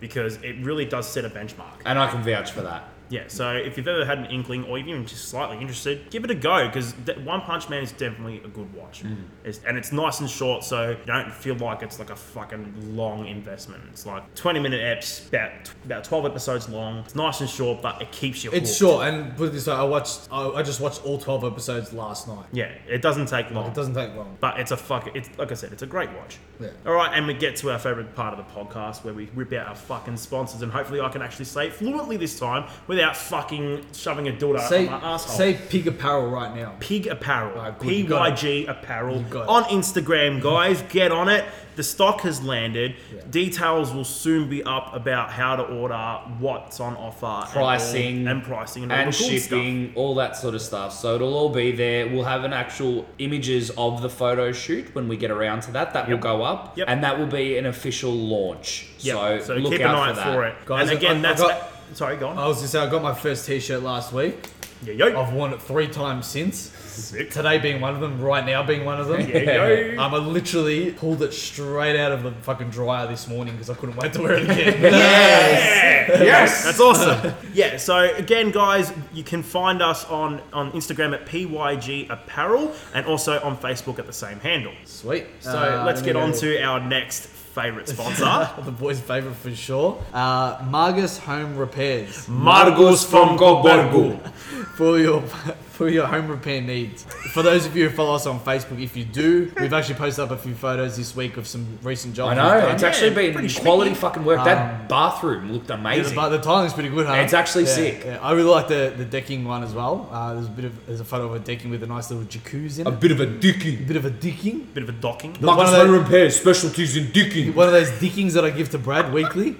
Speaker 1: because it really does set a benchmark.
Speaker 3: And I can vouch for that.
Speaker 1: Yeah. So if you've ever had an inkling or even just slightly interested, give it a go because One Punch Man is definitely a good watch.
Speaker 2: Mm.
Speaker 1: It's, and it's nice and short, so you don't feel like it's like a fucking long investment. It's like 20 minute eps, about about 12 episodes long. It's nice and short, but it keeps you.
Speaker 2: It's
Speaker 1: hooked.
Speaker 2: short, and put it this way, I watched, I, I just watched all 12 episodes last night.
Speaker 1: Yeah. It doesn't take long.
Speaker 2: It doesn't take long.
Speaker 1: But it's a fuck. It's like I said, it's a great watch.
Speaker 2: Yeah.
Speaker 1: All right, and we get to our favorite part of the podcast where we rip out our fucking sponsors, and hopefully I can actually say it fluently this time without fucking shoving a dildo
Speaker 2: Say,
Speaker 1: up my asshole.
Speaker 2: say pig apparel right now.
Speaker 1: Pig Apparel,
Speaker 2: Alright, good, you got
Speaker 1: PYG Apparel
Speaker 2: You got it.
Speaker 1: on Instagram, guys. Get on it. The stock has landed.
Speaker 2: Yeah.
Speaker 1: Details will soon be up about how to order, what's on offer, and all-
Speaker 3: Pricing
Speaker 1: and, pricing, and, all
Speaker 3: and
Speaker 1: the cool Stuff.
Speaker 3: shipping, all that sort of stuff. So it'll all be there. We'll have an actual images of the photo shoot when we get around to that.
Speaker 1: Yep.
Speaker 3: That will go up,
Speaker 1: Yep.
Speaker 3: and that will be an official launch.
Speaker 1: Yeah,
Speaker 3: So,
Speaker 1: so,
Speaker 3: look
Speaker 1: keep an
Speaker 3: out
Speaker 1: eye
Speaker 3: for
Speaker 1: out
Speaker 3: that.
Speaker 1: for it,
Speaker 2: Guys,
Speaker 1: and again,
Speaker 2: I- I
Speaker 1: that's
Speaker 2: got- Uh,
Speaker 1: sorry, go on.
Speaker 2: I was gonna say I got my first T-shirt last week.
Speaker 1: yeah, yo,
Speaker 2: I've worn it three times since.
Speaker 1: Sick.
Speaker 2: Today being one of them, right now being one of them.
Speaker 1: yeah, yo.
Speaker 2: Um, I literally pulled it straight out of the fucking dryer this morning because I couldn't wait to wear it again.
Speaker 1: Yeah. Yes. That's awesome. yeah. So again, guys, you can find us on on Instagram at PYG Apparel and also on Facebook at the same handle.
Speaker 2: Sweet.
Speaker 3: Uh,
Speaker 1: So let's get on to our next favorite sponsor.
Speaker 2: the boys' favorite for sure. Uh, Margus Home Repairs
Speaker 1: Margus from Gobergu.
Speaker 2: for your for your home repair needs. For those of you who follow us on Facebook, if you do, we've actually posted up a few photos this week of some recent jobs.
Speaker 3: I know
Speaker 2: we've
Speaker 3: it's
Speaker 2: done.
Speaker 3: actually
Speaker 1: Yeah,
Speaker 3: been
Speaker 1: pretty
Speaker 3: quality fucking work. that bathroom looked amazing.
Speaker 2: Um, Yeah, the, bu- the tiling's pretty good, huh?
Speaker 3: It's actually
Speaker 2: Yeah,
Speaker 3: sick.
Speaker 2: yeah. I really like the, the decking one as well. Uh, there's a bit of there's a photo of a decking with a nice little jacuzzi in it.
Speaker 3: bit of a dicking.
Speaker 2: A bit of a dicking.
Speaker 1: Bit of a docking.
Speaker 2: Marcus Van
Speaker 3: Repair specialties in dicking.
Speaker 2: One of those dickings that I give to Brad weekly.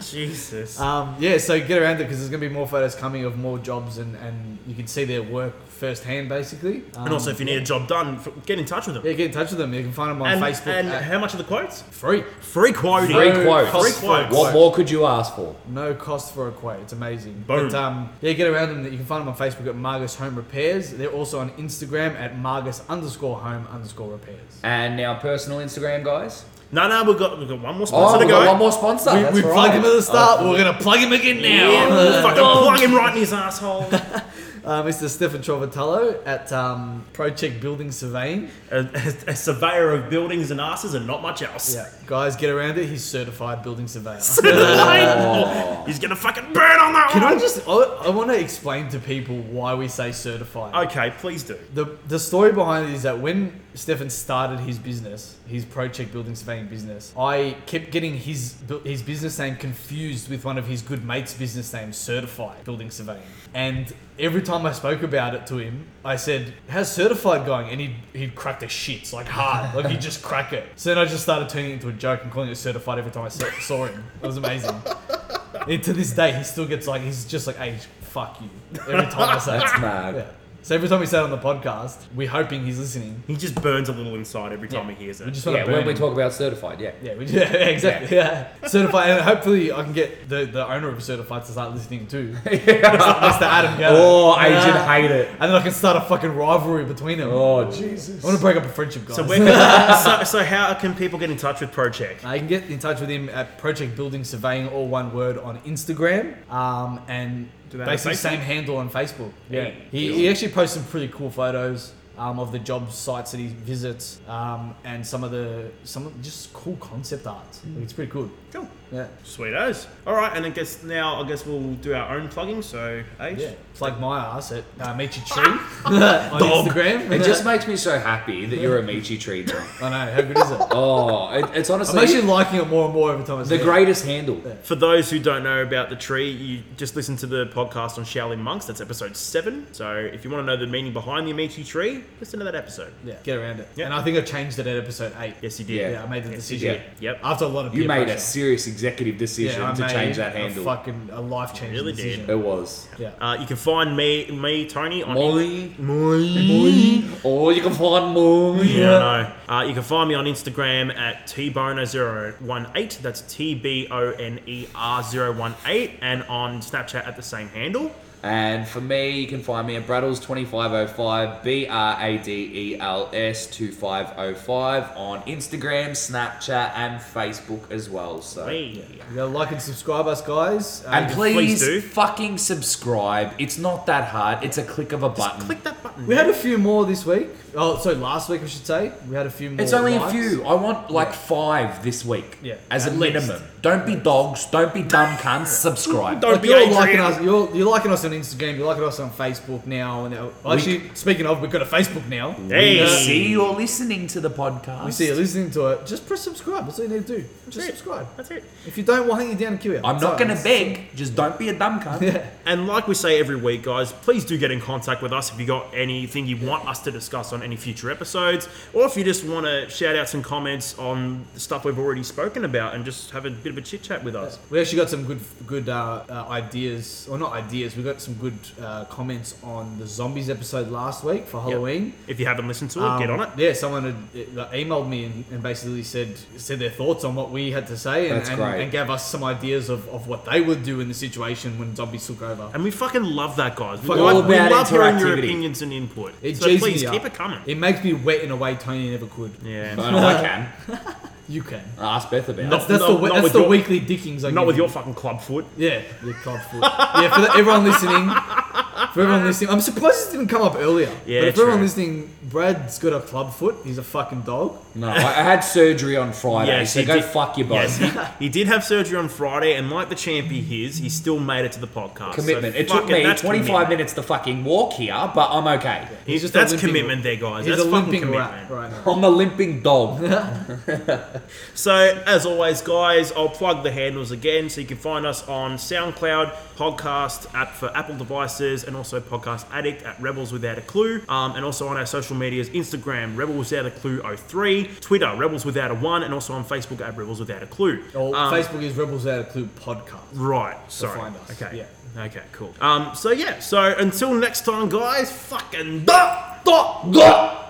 Speaker 1: Jesus.
Speaker 2: Um, yeah, so get around it because there's going to be more photos coming of more jobs and, and you can see their work firsthand, basically. Um,
Speaker 1: and also, if you need a job done, f- get in touch with them.
Speaker 2: yeah, get in touch with them. You can find them on
Speaker 1: and
Speaker 2: Facebook.
Speaker 1: and
Speaker 2: at-
Speaker 1: how much are the quotes?
Speaker 2: free.
Speaker 1: Free quote.
Speaker 3: Free
Speaker 2: No
Speaker 3: quotes.
Speaker 2: cost
Speaker 1: Free
Speaker 2: for a
Speaker 1: quotes.
Speaker 3: What more could you ask for?
Speaker 2: No cost for a quote. It's amazing.
Speaker 1: Boom.
Speaker 2: But um, yeah, get around them. You can find them on Facebook at Margus Home Repairs. They're also on Instagram at Margus underscore home underscore repairs.
Speaker 3: And now personal Instagram guys.
Speaker 1: No, no, we've got we've got one more
Speaker 3: Oh,
Speaker 1: sponsor to
Speaker 3: we
Speaker 1: go.
Speaker 3: got one more sponsor.
Speaker 2: We,
Speaker 3: That's
Speaker 2: we
Speaker 3: right.
Speaker 2: plugged him at the start.
Speaker 3: Oh,
Speaker 2: we're gonna plug him again now.
Speaker 1: Yeah, we'll fucking plug him right in his asshole.
Speaker 2: Uh, Mr. Stefan Trovatello at um, ProCheck Building Surveying.
Speaker 1: a, a- a surveyor of buildings and asses and not much else.
Speaker 2: Yeah, guys, get around it. He's certified building surveyor.
Speaker 1: Oh, He's gonna fucking burn on that
Speaker 2: Can I
Speaker 1: one.
Speaker 2: just? I, I want to explain to people why we say certified.
Speaker 1: okay, please do.
Speaker 2: The, the story behind it is that when Stefan started his business, his ProCheck building surveying business, I kept getting his bu- his business name confused with one of his good mates' business names, Certified Building Surveying. And every time I spoke about it to him, I said, "How's Certified going?" And he'd he'd crack the shits like hard, like he'd just crack it. So then I just started turning it into a joke and calling it Certified every time I saw, saw him. It was amazing. and to this day, he still gets like he's just like, "Hey, fuck you," every time I say it.
Speaker 3: That's mad.
Speaker 2: Yeah. So every time we say it on the podcast, we're hoping he's listening.
Speaker 1: He just burns a little inside every time
Speaker 2: Yeah.
Speaker 1: he hears
Speaker 2: We
Speaker 1: it.
Speaker 2: just want
Speaker 3: Yeah,
Speaker 2: to burn
Speaker 3: when we
Speaker 2: him.
Speaker 3: talk about certified, yeah.
Speaker 2: Yeah, we, yeah, exactly. Yeah. Certified, and hopefully I can get the, the owner of Certified to start listening too. Mr. Adam Gallagher.
Speaker 3: Oh, Agent
Speaker 1: Uh,
Speaker 2: Yeah.
Speaker 3: hate it.
Speaker 2: And then I can start a fucking rivalry between them.
Speaker 3: Oh, Jesus.
Speaker 2: I want to break up a friendship, guys.
Speaker 1: so, where can, so, so how can people get in touch with ProCheck?
Speaker 2: I Uh, can get in touch with him at Project Building Surveying, all one word, on Instagram, um, and
Speaker 1: Do they have Facebook?
Speaker 2: basically same handle on Facebook.
Speaker 1: Yeah.
Speaker 2: he, he actually posts some pretty cool photos um, of the job sites that he visits, um, and some of the some of- just cool concept art. Like, it's pretty cool.
Speaker 1: Cool.
Speaker 2: Yeah,
Speaker 1: Sweet as. All right, and I guess now I guess we'll do our own plugging. So, Age.
Speaker 2: yeah. It's like my ass at uh, Michi Tree on
Speaker 1: Dog.
Speaker 2: Instagram.
Speaker 3: It just makes me so happy that you're a Michi tree now.
Speaker 2: I know how good is it.
Speaker 3: Oh, it, it's
Speaker 2: I'm
Speaker 3: honestly
Speaker 2: actually liking it more and more every time. I see
Speaker 3: the
Speaker 2: it.
Speaker 3: greatest handle.
Speaker 1: For those who don't know about the tree, you just listen to the podcast on Shaolin Monks. That's episode seven. So, if you want to know the meaning behind the Amici tree, listen to that episode.
Speaker 2: Yeah, get around it.
Speaker 1: Yeah.
Speaker 2: And I think I changed it at episode eight.
Speaker 1: Yes, you did.
Speaker 3: Yeah.
Speaker 2: Yeah, I made the
Speaker 1: Yes, you
Speaker 2: decision.
Speaker 1: did. Yep.
Speaker 2: After a lot of
Speaker 3: You
Speaker 2: peer
Speaker 3: made a
Speaker 2: pressure.
Speaker 3: serious executive decision
Speaker 2: I
Speaker 3: to
Speaker 2: made
Speaker 3: change that
Speaker 2: a
Speaker 3: handle.
Speaker 2: Fucking a life changing
Speaker 1: Really did.
Speaker 2: decision.
Speaker 3: It was.
Speaker 2: Yeah.
Speaker 1: Uh, you can find me, me Tony, on
Speaker 3: Molly. Molly. Oh, you can find Molly.
Speaker 1: Yeah, I know. Uh, you can find me on Instagram at tboner018. That's T B O N E R 018. And on Snapchat at the same handle.
Speaker 3: And for me, you can find me at Braddles2505, B R A D E L S 2505 on Instagram, Snapchat, and Facebook as well.
Speaker 2: Oh,
Speaker 3: So.
Speaker 1: Hey.
Speaker 2: You gotta like and subscribe us, guys. Uh,
Speaker 3: And
Speaker 1: Yeah,
Speaker 3: please,
Speaker 1: please do.
Speaker 3: fucking subscribe. It's not that hard. It's a click of a button.
Speaker 1: Click that button.
Speaker 2: we had a few more this week. Oh, so last week, I should say. We had a few more.
Speaker 3: It's only
Speaker 2: likes.
Speaker 3: a few. I want like five this week.
Speaker 2: Yeah,
Speaker 3: As a
Speaker 2: at least.
Speaker 3: minimum. Don't be dogs. Don't be dumb cunts. Subscribe.
Speaker 1: Don't
Speaker 2: Like
Speaker 1: be
Speaker 2: you're
Speaker 1: Adrian.
Speaker 2: liking us. You're, you're liking us on Instagram. You're liking us on Facebook now. And uh, actually, speaking of, we've got a Facebook now.
Speaker 1: Hey.
Speaker 3: We see you're listening to the podcast.
Speaker 2: We see you listening to it. Just press subscribe. That's all you need to do. Just
Speaker 1: it.
Speaker 2: subscribe.
Speaker 1: That's it.
Speaker 2: If you don't, we'll hang you down and kill you.
Speaker 3: I'm not
Speaker 2: Sorry.
Speaker 3: going to beg. Just don't be a dumb cunt.
Speaker 2: Yeah.
Speaker 1: And like we say every week, guys, please do get in contact with us if you got anything you want us to discuss on any future episodes, or if you just want to shout out some comments on the stuff we've already spoken about and just have a bit of a chit chat with us.
Speaker 2: We actually got some good good uh, uh, ideas, or not ideas. We got some good uh, comments on the zombies episode last week for Halloween.
Speaker 1: If you haven't listened to it,
Speaker 2: Um,
Speaker 1: get on it.
Speaker 2: Yeah, someone had uh, emailed me and, and basically said said their thoughts on what we had to say, and,
Speaker 3: That's
Speaker 2: and,
Speaker 3: great.
Speaker 2: and gave us some ideas of, of what they would do in the situation when zombies took over.
Speaker 1: And we fucking love that, guys. We,
Speaker 2: Fucking
Speaker 1: like-
Speaker 2: all
Speaker 1: we
Speaker 3: about
Speaker 1: love hearing your
Speaker 3: interactivity.
Speaker 1: opinions and input.
Speaker 2: It
Speaker 1: so
Speaker 2: G's
Speaker 1: please
Speaker 2: me
Speaker 1: keep
Speaker 2: up.
Speaker 1: it coming.
Speaker 2: It makes me wet in a way Tony never could.
Speaker 1: yeah.
Speaker 3: No, no, I can.
Speaker 2: You can.
Speaker 3: Ask Beth about
Speaker 1: No.
Speaker 2: That's, that's the, we-
Speaker 1: not
Speaker 2: that's
Speaker 1: with
Speaker 2: the
Speaker 1: your-
Speaker 2: weekly dickings. I
Speaker 1: Not
Speaker 2: give
Speaker 1: with
Speaker 2: you.
Speaker 1: your fucking club foot.
Speaker 2: Yeah, your club foot. yeah, for the, everyone listening, for everyone listening, I'm surprised this didn't come up earlier.
Speaker 1: Yeah,
Speaker 2: but if
Speaker 1: true.
Speaker 2: everyone listening, Brad's got a club foot. He's a fucking dog.
Speaker 3: it. No, I, I had surgery on Friday,
Speaker 1: Yes,
Speaker 3: so
Speaker 1: he
Speaker 3: go
Speaker 1: did.
Speaker 3: fuck your boss.
Speaker 1: Yes, he, he did have surgery on Friday, and like the champ he is, he still made it to the podcast. So
Speaker 3: Commitment. it took
Speaker 1: fucking-
Speaker 3: me
Speaker 1: that's
Speaker 3: 25
Speaker 1: commitment.
Speaker 3: minutes to fucking walk here, but I'm okay.
Speaker 1: He's
Speaker 2: just
Speaker 1: that's
Speaker 2: a limping-
Speaker 1: commitment there, guys.
Speaker 2: He's
Speaker 1: that's
Speaker 2: a
Speaker 1: fucking
Speaker 2: limping
Speaker 1: commitment.
Speaker 2: rat right now.
Speaker 3: I'm a limping dog.
Speaker 1: So, as always, guys, I'll plug the handles again. So, you can find us on SoundCloud, Podcast app for Apple devices, and also Podcast Addict at Rebels Without a Clue. Um, and also on our social medias Instagram, Rebels Without a Clue 03, Twitter, Rebels Without a 1, and also on Facebook at Rebels Without a Clue.
Speaker 2: Or
Speaker 1: Um,
Speaker 2: Facebook is Rebels Out of Clue podcast.
Speaker 1: Right, sorry.
Speaker 2: find us,
Speaker 1: Okay. Okay, cool. Um, so, yeah, so until next time, guys, fucking. Duh, duh, duh.